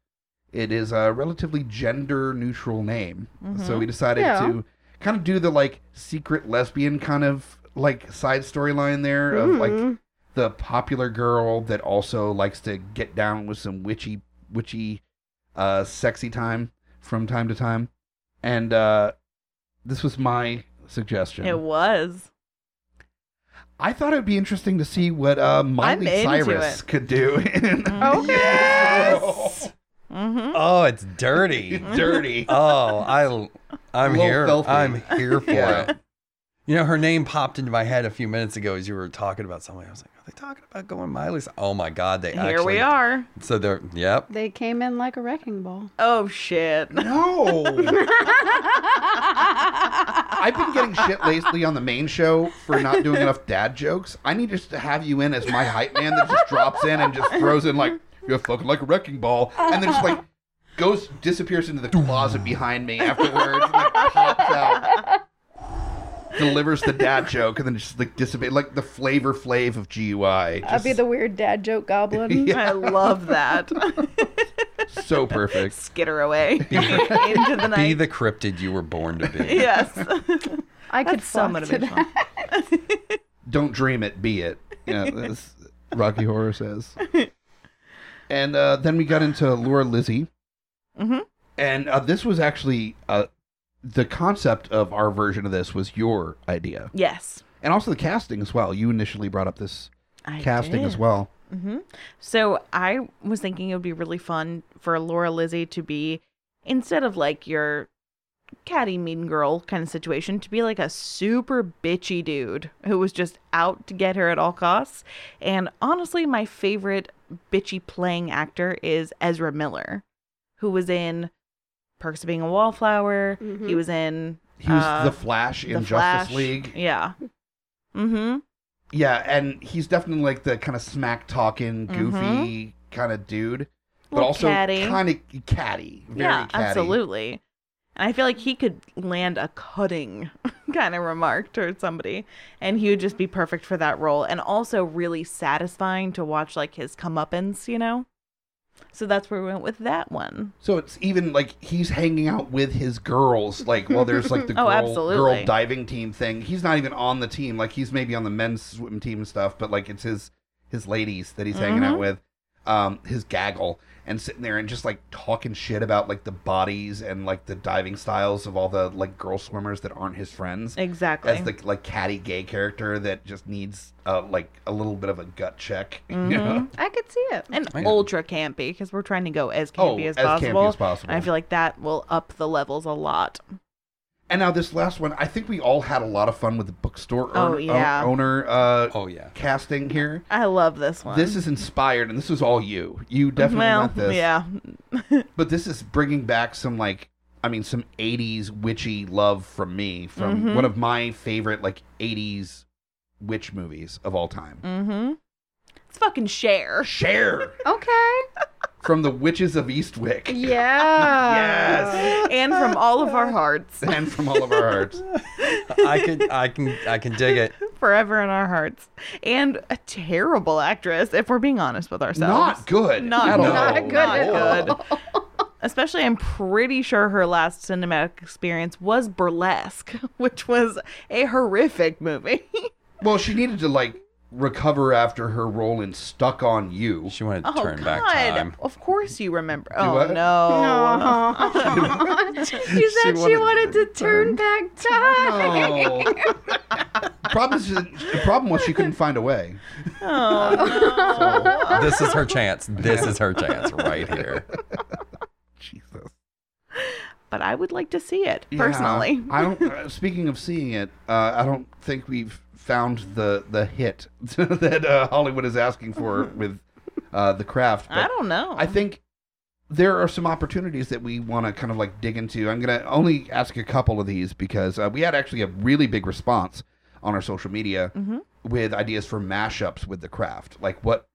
[SPEAKER 1] it is a relatively gender neutral name. So we decided
[SPEAKER 5] Yeah.
[SPEAKER 1] to kind of do the like secret lesbian kind of like side storyline there of like
[SPEAKER 5] Mhm.
[SPEAKER 1] the popular girl that also likes to get down with some witchy witchy uh sexy time from time to time. And uh this was my suggestion.
[SPEAKER 4] It was.
[SPEAKER 1] I thought it would be interesting to see what uh, Miley
[SPEAKER 4] into
[SPEAKER 1] Cyrus
[SPEAKER 4] it.
[SPEAKER 1] could do. in-
[SPEAKER 5] Okay.
[SPEAKER 3] Yes.
[SPEAKER 4] Mm-hmm.
[SPEAKER 3] Oh, it's dirty.
[SPEAKER 1] Dirty.
[SPEAKER 3] Oh, I, I'm
[SPEAKER 1] Little
[SPEAKER 3] here.
[SPEAKER 1] filthy.
[SPEAKER 3] I'm here for
[SPEAKER 1] Yeah.
[SPEAKER 3] it. You know, her name popped into my head a few minutes ago as you were talking about somebody. I was like, are they talking about going Miley's? Oh my God, they
[SPEAKER 4] Here
[SPEAKER 3] actually.
[SPEAKER 4] we are.
[SPEAKER 3] So they're, yep.
[SPEAKER 5] They came in like a wrecking ball.
[SPEAKER 4] Oh shit.
[SPEAKER 1] No. I've been getting shit lately on the main show for not doing enough dad jokes. I need just to have you in as my hype man that just drops in and just throws in like you're fucking like a wrecking ball, and then just like goes disappears into the closet behind me afterwards, and like pops out, delivers the dad joke, and then just like disappears like the flavor flave of GUI.
[SPEAKER 5] I'd be
[SPEAKER 1] Just
[SPEAKER 5] the weird dad joke goblin.
[SPEAKER 1] Yeah.
[SPEAKER 4] I love that.
[SPEAKER 1] so perfect.
[SPEAKER 4] Skitter away into the
[SPEAKER 3] Be
[SPEAKER 4] night.
[SPEAKER 3] the cryptid you were born to be.
[SPEAKER 4] yes.
[SPEAKER 5] I could
[SPEAKER 4] That's so
[SPEAKER 5] fuck to
[SPEAKER 4] motivational.
[SPEAKER 5] that.
[SPEAKER 1] don't dream it, be it. You know, as Rocky Horror says. And uh, then we got into Laura Lizzie.
[SPEAKER 4] Mhm.
[SPEAKER 1] And uh, this was actually uh, the concept of our version of this was your idea.
[SPEAKER 4] Yes.
[SPEAKER 1] And also the casting as well. You initially brought up this
[SPEAKER 4] I
[SPEAKER 1] casting
[SPEAKER 4] did.
[SPEAKER 1] as well.
[SPEAKER 4] hmm So I was thinking it would be really fun for Laura Lizzie to be, instead of like your catty mean girl kind of situation, to be like a super bitchy dude who was just out to get her at all costs. And honestly, my favorite bitchy playing actor is Ezra Miller, who was in Perks of Being a Wallflower. He
[SPEAKER 5] Mhm.
[SPEAKER 4] was in
[SPEAKER 1] He was
[SPEAKER 4] Uh,
[SPEAKER 1] the Flash in
[SPEAKER 4] The
[SPEAKER 1] Justice
[SPEAKER 4] Flash.
[SPEAKER 1] League.
[SPEAKER 4] Yeah. Mm-hmm.
[SPEAKER 1] Yeah, and he's definitely like the kind of smack talking, goofy kind of dude. But
[SPEAKER 4] Mm-hmm. Little
[SPEAKER 1] also
[SPEAKER 4] catty.
[SPEAKER 1] kind of catty. Very
[SPEAKER 4] yeah,
[SPEAKER 1] catty.
[SPEAKER 4] absolutely. And I feel like he could land a cutting kind of remark towards somebody, and he would just be perfect for that role, and also really satisfying to watch like his comeuppance, you know. So that's where we went with that one.
[SPEAKER 1] So it's even like he's hanging out with his girls, like well, there's like the
[SPEAKER 4] Oh,
[SPEAKER 1] girl,
[SPEAKER 4] absolutely.
[SPEAKER 1] girl diving team thing. He's not even on the team, like he's maybe on the men's swim team and stuff, but like it's his his ladies that he's hanging
[SPEAKER 4] Mm-hmm.
[SPEAKER 1] out with, um, his gaggle, and sitting there and just like talking shit about like the bodies and like the diving styles of all the like girl swimmers that aren't his friends.
[SPEAKER 4] Exactly.
[SPEAKER 1] As the like catty gay character that just needs uh, like a little bit of a gut check, you
[SPEAKER 4] Mm-hmm.
[SPEAKER 1] know?
[SPEAKER 5] I could see it.
[SPEAKER 4] and
[SPEAKER 3] Yeah.
[SPEAKER 4] ultra campy because we're trying to go as
[SPEAKER 1] Oh,
[SPEAKER 4] campy as,
[SPEAKER 1] as campy
[SPEAKER 4] possible.
[SPEAKER 1] as possible.
[SPEAKER 4] And I feel like that will up the levels a lot.
[SPEAKER 1] And now this last one, I think we all had a lot of fun with the bookstore
[SPEAKER 4] Oh,
[SPEAKER 1] own-
[SPEAKER 4] yeah.
[SPEAKER 1] own- owner uh,
[SPEAKER 3] Oh, yeah.
[SPEAKER 1] casting here.
[SPEAKER 4] I love this one.
[SPEAKER 1] This is inspired, and this was all you. You definitely
[SPEAKER 4] well,
[SPEAKER 1] want this.
[SPEAKER 4] yeah,
[SPEAKER 1] But this is bringing back some like, I mean, some '80s witchy love from me, from
[SPEAKER 4] Mhm.
[SPEAKER 1] one of my favorite like '80s witch movies of all time.
[SPEAKER 4] mm-hmm. It's fucking share.
[SPEAKER 1] Share
[SPEAKER 5] Okay.
[SPEAKER 1] from the Witches of Eastwick,
[SPEAKER 5] Yeah.
[SPEAKER 4] and from all of our hearts,
[SPEAKER 1] and from all of our hearts.
[SPEAKER 3] I can, I can, I can dig it.
[SPEAKER 4] forever in our hearts, and a terrible actress, if we're being honest with ourselves.
[SPEAKER 1] Not good.
[SPEAKER 4] Not
[SPEAKER 1] at all.
[SPEAKER 5] Not good
[SPEAKER 4] Not
[SPEAKER 5] at
[SPEAKER 4] good.
[SPEAKER 5] all.
[SPEAKER 4] Especially, I'm pretty sure her last cinematic experience was Burlesque, which was a horrific movie.
[SPEAKER 1] Well, she needed to like recover after her role in Stuck on You.
[SPEAKER 3] She wanted to
[SPEAKER 4] oh
[SPEAKER 3] turn
[SPEAKER 4] God!
[SPEAKER 3] back time.
[SPEAKER 4] Of course you remember. oh
[SPEAKER 1] I?
[SPEAKER 4] no!
[SPEAKER 5] Aw. she
[SPEAKER 3] She
[SPEAKER 5] said she wanted,
[SPEAKER 3] wanted
[SPEAKER 5] to turn back time.
[SPEAKER 4] Oh.
[SPEAKER 1] No. problem is, the problem was she couldn't find a way.
[SPEAKER 4] Oh,
[SPEAKER 1] So,
[SPEAKER 3] This is her chance. This is her chance right here.
[SPEAKER 1] Jesus.
[SPEAKER 4] no. But I would like to see it
[SPEAKER 1] Yeah,
[SPEAKER 4] personally.
[SPEAKER 1] I don't. Uh, speaking of seeing it, uh, I don't think we've found the the hit that uh, Hollywood is asking for with uh, the craft.
[SPEAKER 4] I
[SPEAKER 1] but
[SPEAKER 4] don't know.
[SPEAKER 1] I think there are some opportunities that we want to kind of like dig into. I'm going to only ask a couple of these because uh, we had actually a really big response on our social media
[SPEAKER 4] Mm-hmm.
[SPEAKER 1] with ideas for mashups with the craft. Like what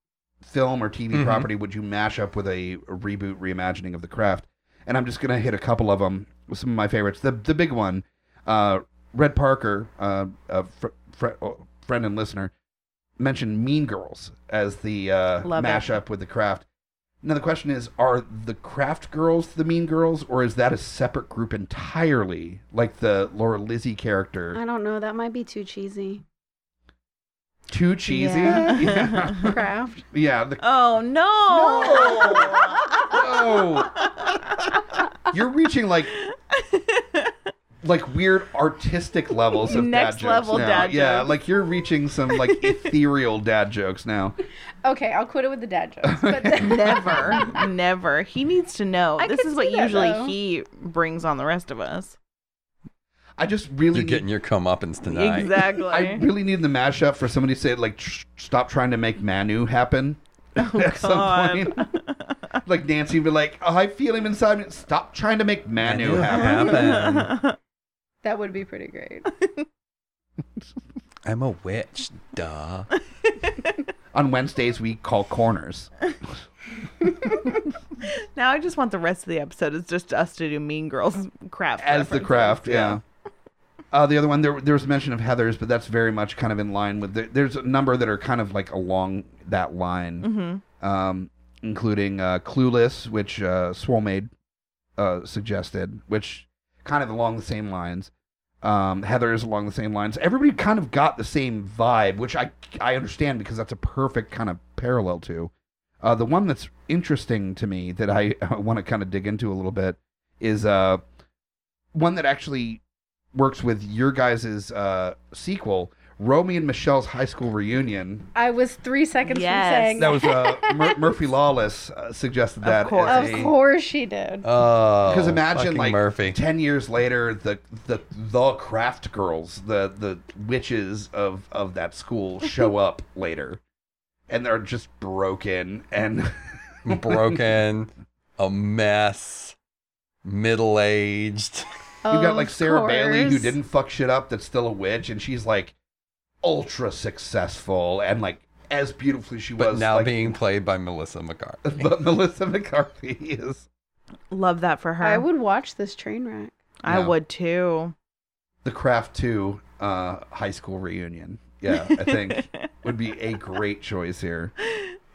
[SPEAKER 1] film or TV
[SPEAKER 3] Mhm.
[SPEAKER 1] property would you mash up with a reboot reimagining of the craft? And I'm just going to hit a couple of them with some of my favorites. The the big one, uh, Red Parker, uh, a fr- fr- oh, friend and listener, mentioned Mean Girls as the uh,
[SPEAKER 4] Love it.
[SPEAKER 1] mashup with the craft. Now the question is, are the craft girls the mean girls, or is that a separate group entirely, like the Laura Lizzie character?
[SPEAKER 5] I don't know. That might be too cheesy.
[SPEAKER 1] Too cheesy.
[SPEAKER 4] Yeah.
[SPEAKER 1] Yeah,
[SPEAKER 5] Craft.
[SPEAKER 1] Yeah, the
[SPEAKER 4] Oh
[SPEAKER 1] No. You're reaching like like weird artistic levels of
[SPEAKER 4] Next
[SPEAKER 1] dad jokes
[SPEAKER 4] level
[SPEAKER 1] now.
[SPEAKER 4] dad
[SPEAKER 1] Yeah,
[SPEAKER 4] jokes.
[SPEAKER 1] like you're reaching some like ethereal dad jokes now.
[SPEAKER 5] Okay, I'll quit it with the dad jokes. But
[SPEAKER 4] never, never. He needs to know.
[SPEAKER 5] I
[SPEAKER 4] this
[SPEAKER 5] could
[SPEAKER 4] is what
[SPEAKER 5] see that,
[SPEAKER 4] usually
[SPEAKER 5] though.
[SPEAKER 4] he brings on the rest of us.
[SPEAKER 1] I just really
[SPEAKER 3] You're getting your comeuppance tonight.
[SPEAKER 4] Exactly.
[SPEAKER 1] I really need the mashup for somebody to say like, "Tsh- stop trying to make Manu happen. at some
[SPEAKER 4] Oh,
[SPEAKER 1] point,
[SPEAKER 4] God.
[SPEAKER 1] like Nancy would be like, oh, I feel him inside me. Stop trying to make Manu
[SPEAKER 3] Manu
[SPEAKER 1] happen.
[SPEAKER 3] happen.
[SPEAKER 5] That would be pretty great.
[SPEAKER 3] I'm a witch, duh.
[SPEAKER 1] On Wednesdays we call corners.
[SPEAKER 4] now I just want the rest of the episode is just us to do Mean Girls craft
[SPEAKER 1] as the
[SPEAKER 4] references.
[SPEAKER 1] craft. Yeah. Uh, the other one, there, there was mention of Heather's, but that's very much kind of in line with. The, there's a number that are kind of like along that line,
[SPEAKER 4] Mm-hmm.
[SPEAKER 1] um, including uh, Clueless, which uh, Swolmaid uh, suggested, which kind of along the same lines. Um, Heather's along the same lines. Everybody kind of got the same vibe, which I I understand because that's a perfect kind of parallel to. Uh, the one that's interesting to me that I want to kind of dig into a little bit is uh, one that actually works with your guys' uh, sequel, Romy and Michelle's high school reunion.
[SPEAKER 5] I was three seconds
[SPEAKER 4] Yes.
[SPEAKER 5] from saying
[SPEAKER 1] That was uh, Mur- Murphy Lawless uh, suggested that. as
[SPEAKER 4] course.
[SPEAKER 5] Of
[SPEAKER 1] a-
[SPEAKER 5] course she did.
[SPEAKER 3] Oh,
[SPEAKER 1] Because imagine
[SPEAKER 3] fucking
[SPEAKER 1] like
[SPEAKER 3] Murphy.
[SPEAKER 1] ten years later, the the the craft girls, the the witches of of that school show up later, and they're just broken and
[SPEAKER 3] broken, a mess, middle aged.
[SPEAKER 1] Uh, You got like
[SPEAKER 5] Of
[SPEAKER 1] Sarah Bailey who
[SPEAKER 5] course.
[SPEAKER 1] didn't fuck shit up that's still a witch and she's like ultra successful and like as beautiful as she
[SPEAKER 3] But
[SPEAKER 1] was
[SPEAKER 3] now
[SPEAKER 1] like,
[SPEAKER 3] being played by Melissa McCarthy.
[SPEAKER 1] but Melissa McCarthy is
[SPEAKER 4] Love that for her.
[SPEAKER 5] I would watch this train wreck.
[SPEAKER 4] I
[SPEAKER 1] Yeah.
[SPEAKER 4] would too.
[SPEAKER 1] the Craft 2 uh, high school reunion. Yeah, I think would be a great choice here.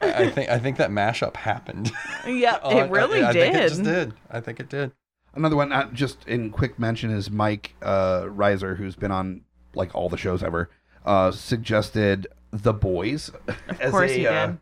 [SPEAKER 3] I, I think I think that mashup happened.
[SPEAKER 4] Yep,
[SPEAKER 3] Oh, I-
[SPEAKER 4] it really
[SPEAKER 3] I, I
[SPEAKER 4] did.
[SPEAKER 3] think it just did. I think it did.
[SPEAKER 1] Another one uh, just in quick mention is Mike uh, Reiser who's been on like all the shows ever. Uh, suggested The Boys as
[SPEAKER 4] course
[SPEAKER 1] a
[SPEAKER 4] he
[SPEAKER 1] uh,
[SPEAKER 4] did.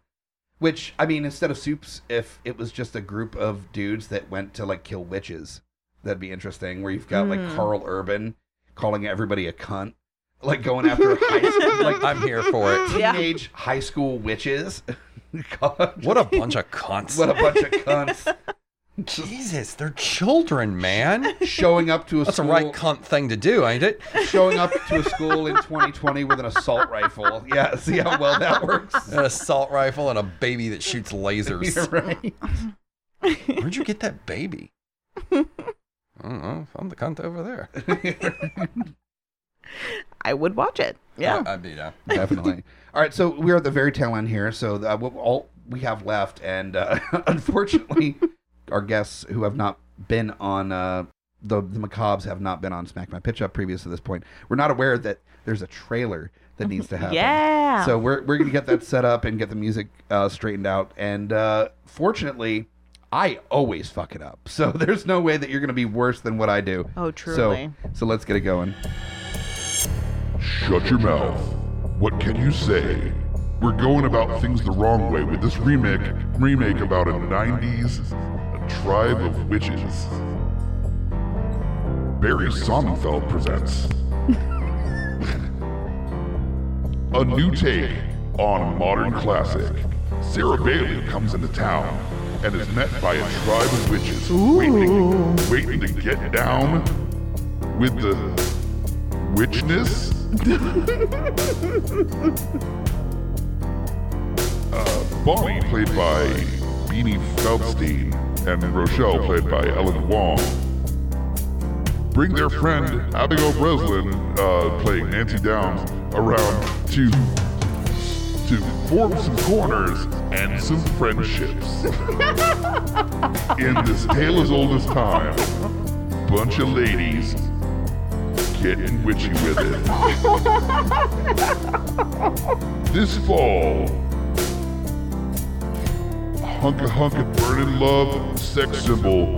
[SPEAKER 1] Which I mean, instead of soups, if it was just a group of dudes that went to like kill witches, that'd be interesting. Where you've got like
[SPEAKER 4] Mm.
[SPEAKER 1] Carl Urban calling everybody a cunt, like going after high school, like
[SPEAKER 3] I'm here for it.
[SPEAKER 4] Yeah.
[SPEAKER 1] teenage high school witches. God,
[SPEAKER 3] What a bunch of cunts.
[SPEAKER 1] what a bunch of cunts
[SPEAKER 3] Jesus, they're children, man.
[SPEAKER 1] showing up to a
[SPEAKER 3] That's a
[SPEAKER 1] school,
[SPEAKER 3] right cunt thing to do, ain't it?
[SPEAKER 1] showing up to a school in 2020 with an assault rifle. Yeah, see how well that works.
[SPEAKER 3] An assault rifle and a baby that shoots lasers.
[SPEAKER 1] You're right.
[SPEAKER 3] Where'd you get that baby? I don't know. Found the cunt over there.
[SPEAKER 4] I would watch it.
[SPEAKER 1] Oh.
[SPEAKER 4] Yeah.
[SPEAKER 3] I, uh, I'd be down.
[SPEAKER 1] definitely. all right, so we're at the very tail end here. So uh, what all we have left, and uh, unfortunately, our guests who have not been on uh, the the Macabres have not been on Smack My Pitch Up previous to this point. We're not aware that there's a trailer that needs to happen.
[SPEAKER 4] Yeah.
[SPEAKER 1] So we're we're gonna get that set up and get the music uh, straightened out. And uh, fortunately, I always fuck it up. So there's no way that you're gonna be worse than what I do.
[SPEAKER 4] Oh,
[SPEAKER 1] So
[SPEAKER 4] truly.
[SPEAKER 1] so let's get it going.
[SPEAKER 2] Shut your mouth. What can you say? We're going about things the wrong way with this remake remake about a 90s a tribe of witches. Barry Sonnenfeld presents a new take on a modern classic. Sarah Bailey comes into town and is met by a tribe of witches waiting, waiting to get down with the witchness. Bonnie, played by Beanie Feldstein, and Rochelle, played by Ellen Wong, bring their friend Abigail Breslin, uh, playing Nancy Downs, around to to form some corners and some friendships. In this tale as old as time, bunch of ladies getting witchy with it. this fall, hunka hunka burning love sex symbol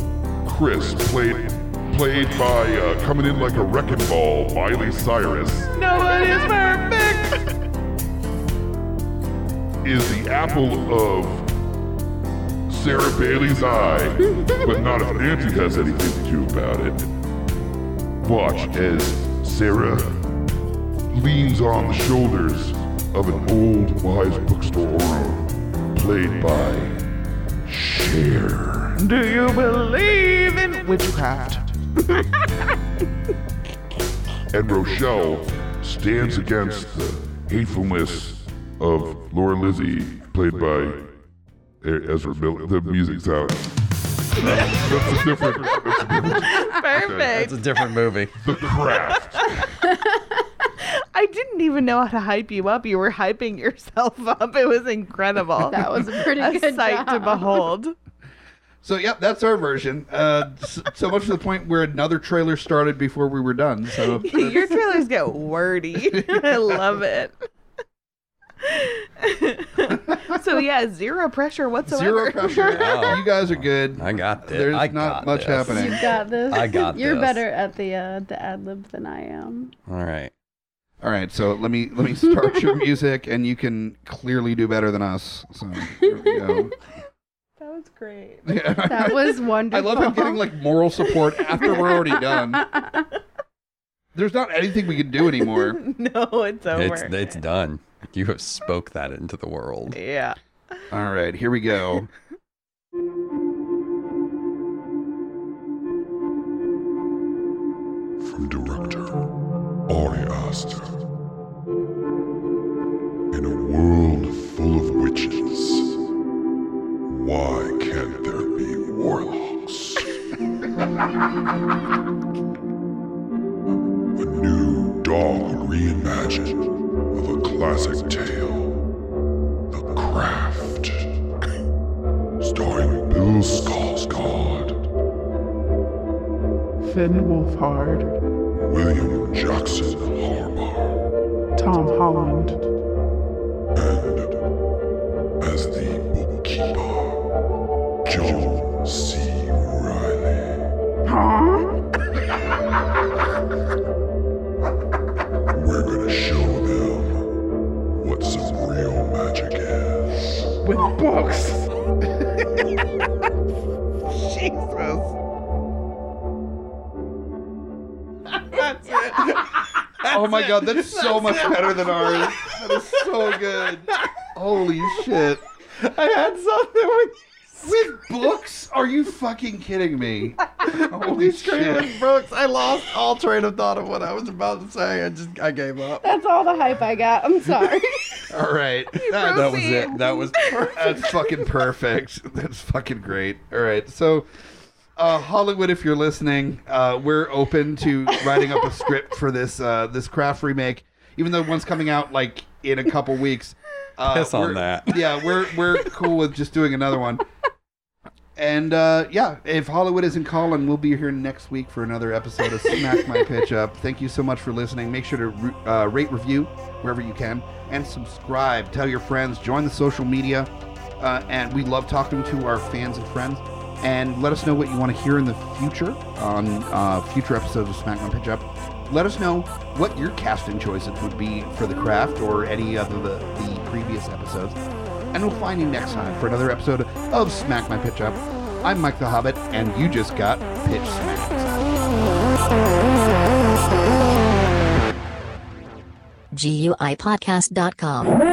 [SPEAKER 2] chris played played by uh, coming in like a wrecking ball miley cyrus
[SPEAKER 4] Nobody's perfect.
[SPEAKER 2] is the apple of sarah bailey's eye but not if nancy has anything to do about it watch as sarah leans on the shoulders of an old wise bookstore owner played by Cher.
[SPEAKER 6] Do you believe in witchcraft?
[SPEAKER 2] and Rochelle stands against the hatefulness of Laura Lizzie, played by E- Ezra Miller. The music's out. That's a different. That's a different.
[SPEAKER 3] It's
[SPEAKER 4] Perfect.
[SPEAKER 3] a different movie.
[SPEAKER 2] The craft.
[SPEAKER 4] I didn't even know how to hype you up. You were hyping yourself up. It was incredible.
[SPEAKER 5] That was a pretty
[SPEAKER 4] a
[SPEAKER 5] good
[SPEAKER 4] sight to
[SPEAKER 5] job.
[SPEAKER 4] behold.
[SPEAKER 1] So, yep, that's our version. Uh, s- so much to the point where another trailer started before we were done. So,
[SPEAKER 4] Your trailers get wordy. I love it. so yeah, zero pressure
[SPEAKER 1] zero
[SPEAKER 4] whatsoever.
[SPEAKER 1] pressure.
[SPEAKER 3] Wow.
[SPEAKER 1] You guys are good.
[SPEAKER 3] I got this.
[SPEAKER 1] There's
[SPEAKER 3] I
[SPEAKER 1] not
[SPEAKER 3] got
[SPEAKER 1] much
[SPEAKER 3] this.
[SPEAKER 1] happening.
[SPEAKER 5] You got this.
[SPEAKER 3] I got
[SPEAKER 5] You're
[SPEAKER 3] this.
[SPEAKER 5] better at the uh, the ad lib than I am.
[SPEAKER 3] All right.
[SPEAKER 1] All right, so let me let me start your music, and you can clearly do better than us. So here we go.
[SPEAKER 4] That was great.
[SPEAKER 1] Yeah.
[SPEAKER 5] That was
[SPEAKER 1] I
[SPEAKER 5] wonderful.
[SPEAKER 1] love him getting like moral support after we're already done. There's not anything we can do anymore.
[SPEAKER 4] No, it's over.
[SPEAKER 3] It's it's done. You have spoke that into the world.
[SPEAKER 4] yeah.
[SPEAKER 1] All right, here we go.
[SPEAKER 2] From director Ari Aster. In a world full of witches, why can't there be warlocks? a new dog reimagined of a classic tale, The Craft, starring Bill Skarsgård.
[SPEAKER 6] Finn Wolfhard,
[SPEAKER 2] William Jackson Harbaugh,
[SPEAKER 6] Tom Holland,
[SPEAKER 2] and as the bookkeeper, John C. Riley. We're gonna show them what some real magic is.
[SPEAKER 6] with books.
[SPEAKER 1] oh my god, that's so much better than ours. That is so good. Holy shit.
[SPEAKER 3] I had something when
[SPEAKER 1] With books? Are you fucking kidding me? Holy shit.
[SPEAKER 3] Brooks. I lost all train of thought of what I was about to say. I just I gave up.
[SPEAKER 5] That's all the hype I got. I'm sorry.
[SPEAKER 1] All right. That,
[SPEAKER 3] That was it. That was perfect.
[SPEAKER 1] That's fucking perfect. That's fucking great. All right. So, uh, Hollywood, if you're listening, uh, we're open to writing up a script for this uh, this craft remake, even though one's coming out like in a couple weeks. Uh,
[SPEAKER 3] Piss on
[SPEAKER 1] we're-
[SPEAKER 3] that.
[SPEAKER 1] Yeah, we're we're cool with just doing another one. And uh, yeah, if Hollywood isn't calling, we'll be here next week for another episode of Smack My Pitch Up. Thank you so much for listening. Make sure to re- uh, rate, review wherever you can, and subscribe. Tell your friends. Join the social media, uh, and we love talking to our fans and friends. And let us know what you want to hear in the future on uh, future episodes of Smack My Pitch Up. Let us know what your casting choices would be for the craft or any of the, the previous episodes and we'll find you next time for another episode of Smack My Pitch Up. I'm Mike the Hobbit, and you just got pitch smacked.
[SPEAKER 7] GUIPodcast.com.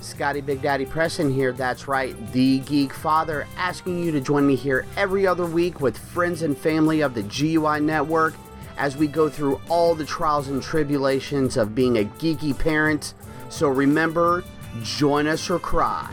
[SPEAKER 8] Scotty Big Daddy Preston here. That's right, the Geek Father, asking you to join me here every other week with friends and family of the GUI Network as we go through all the trials and tribulations of being a geeky parent. So remember, join us or cry.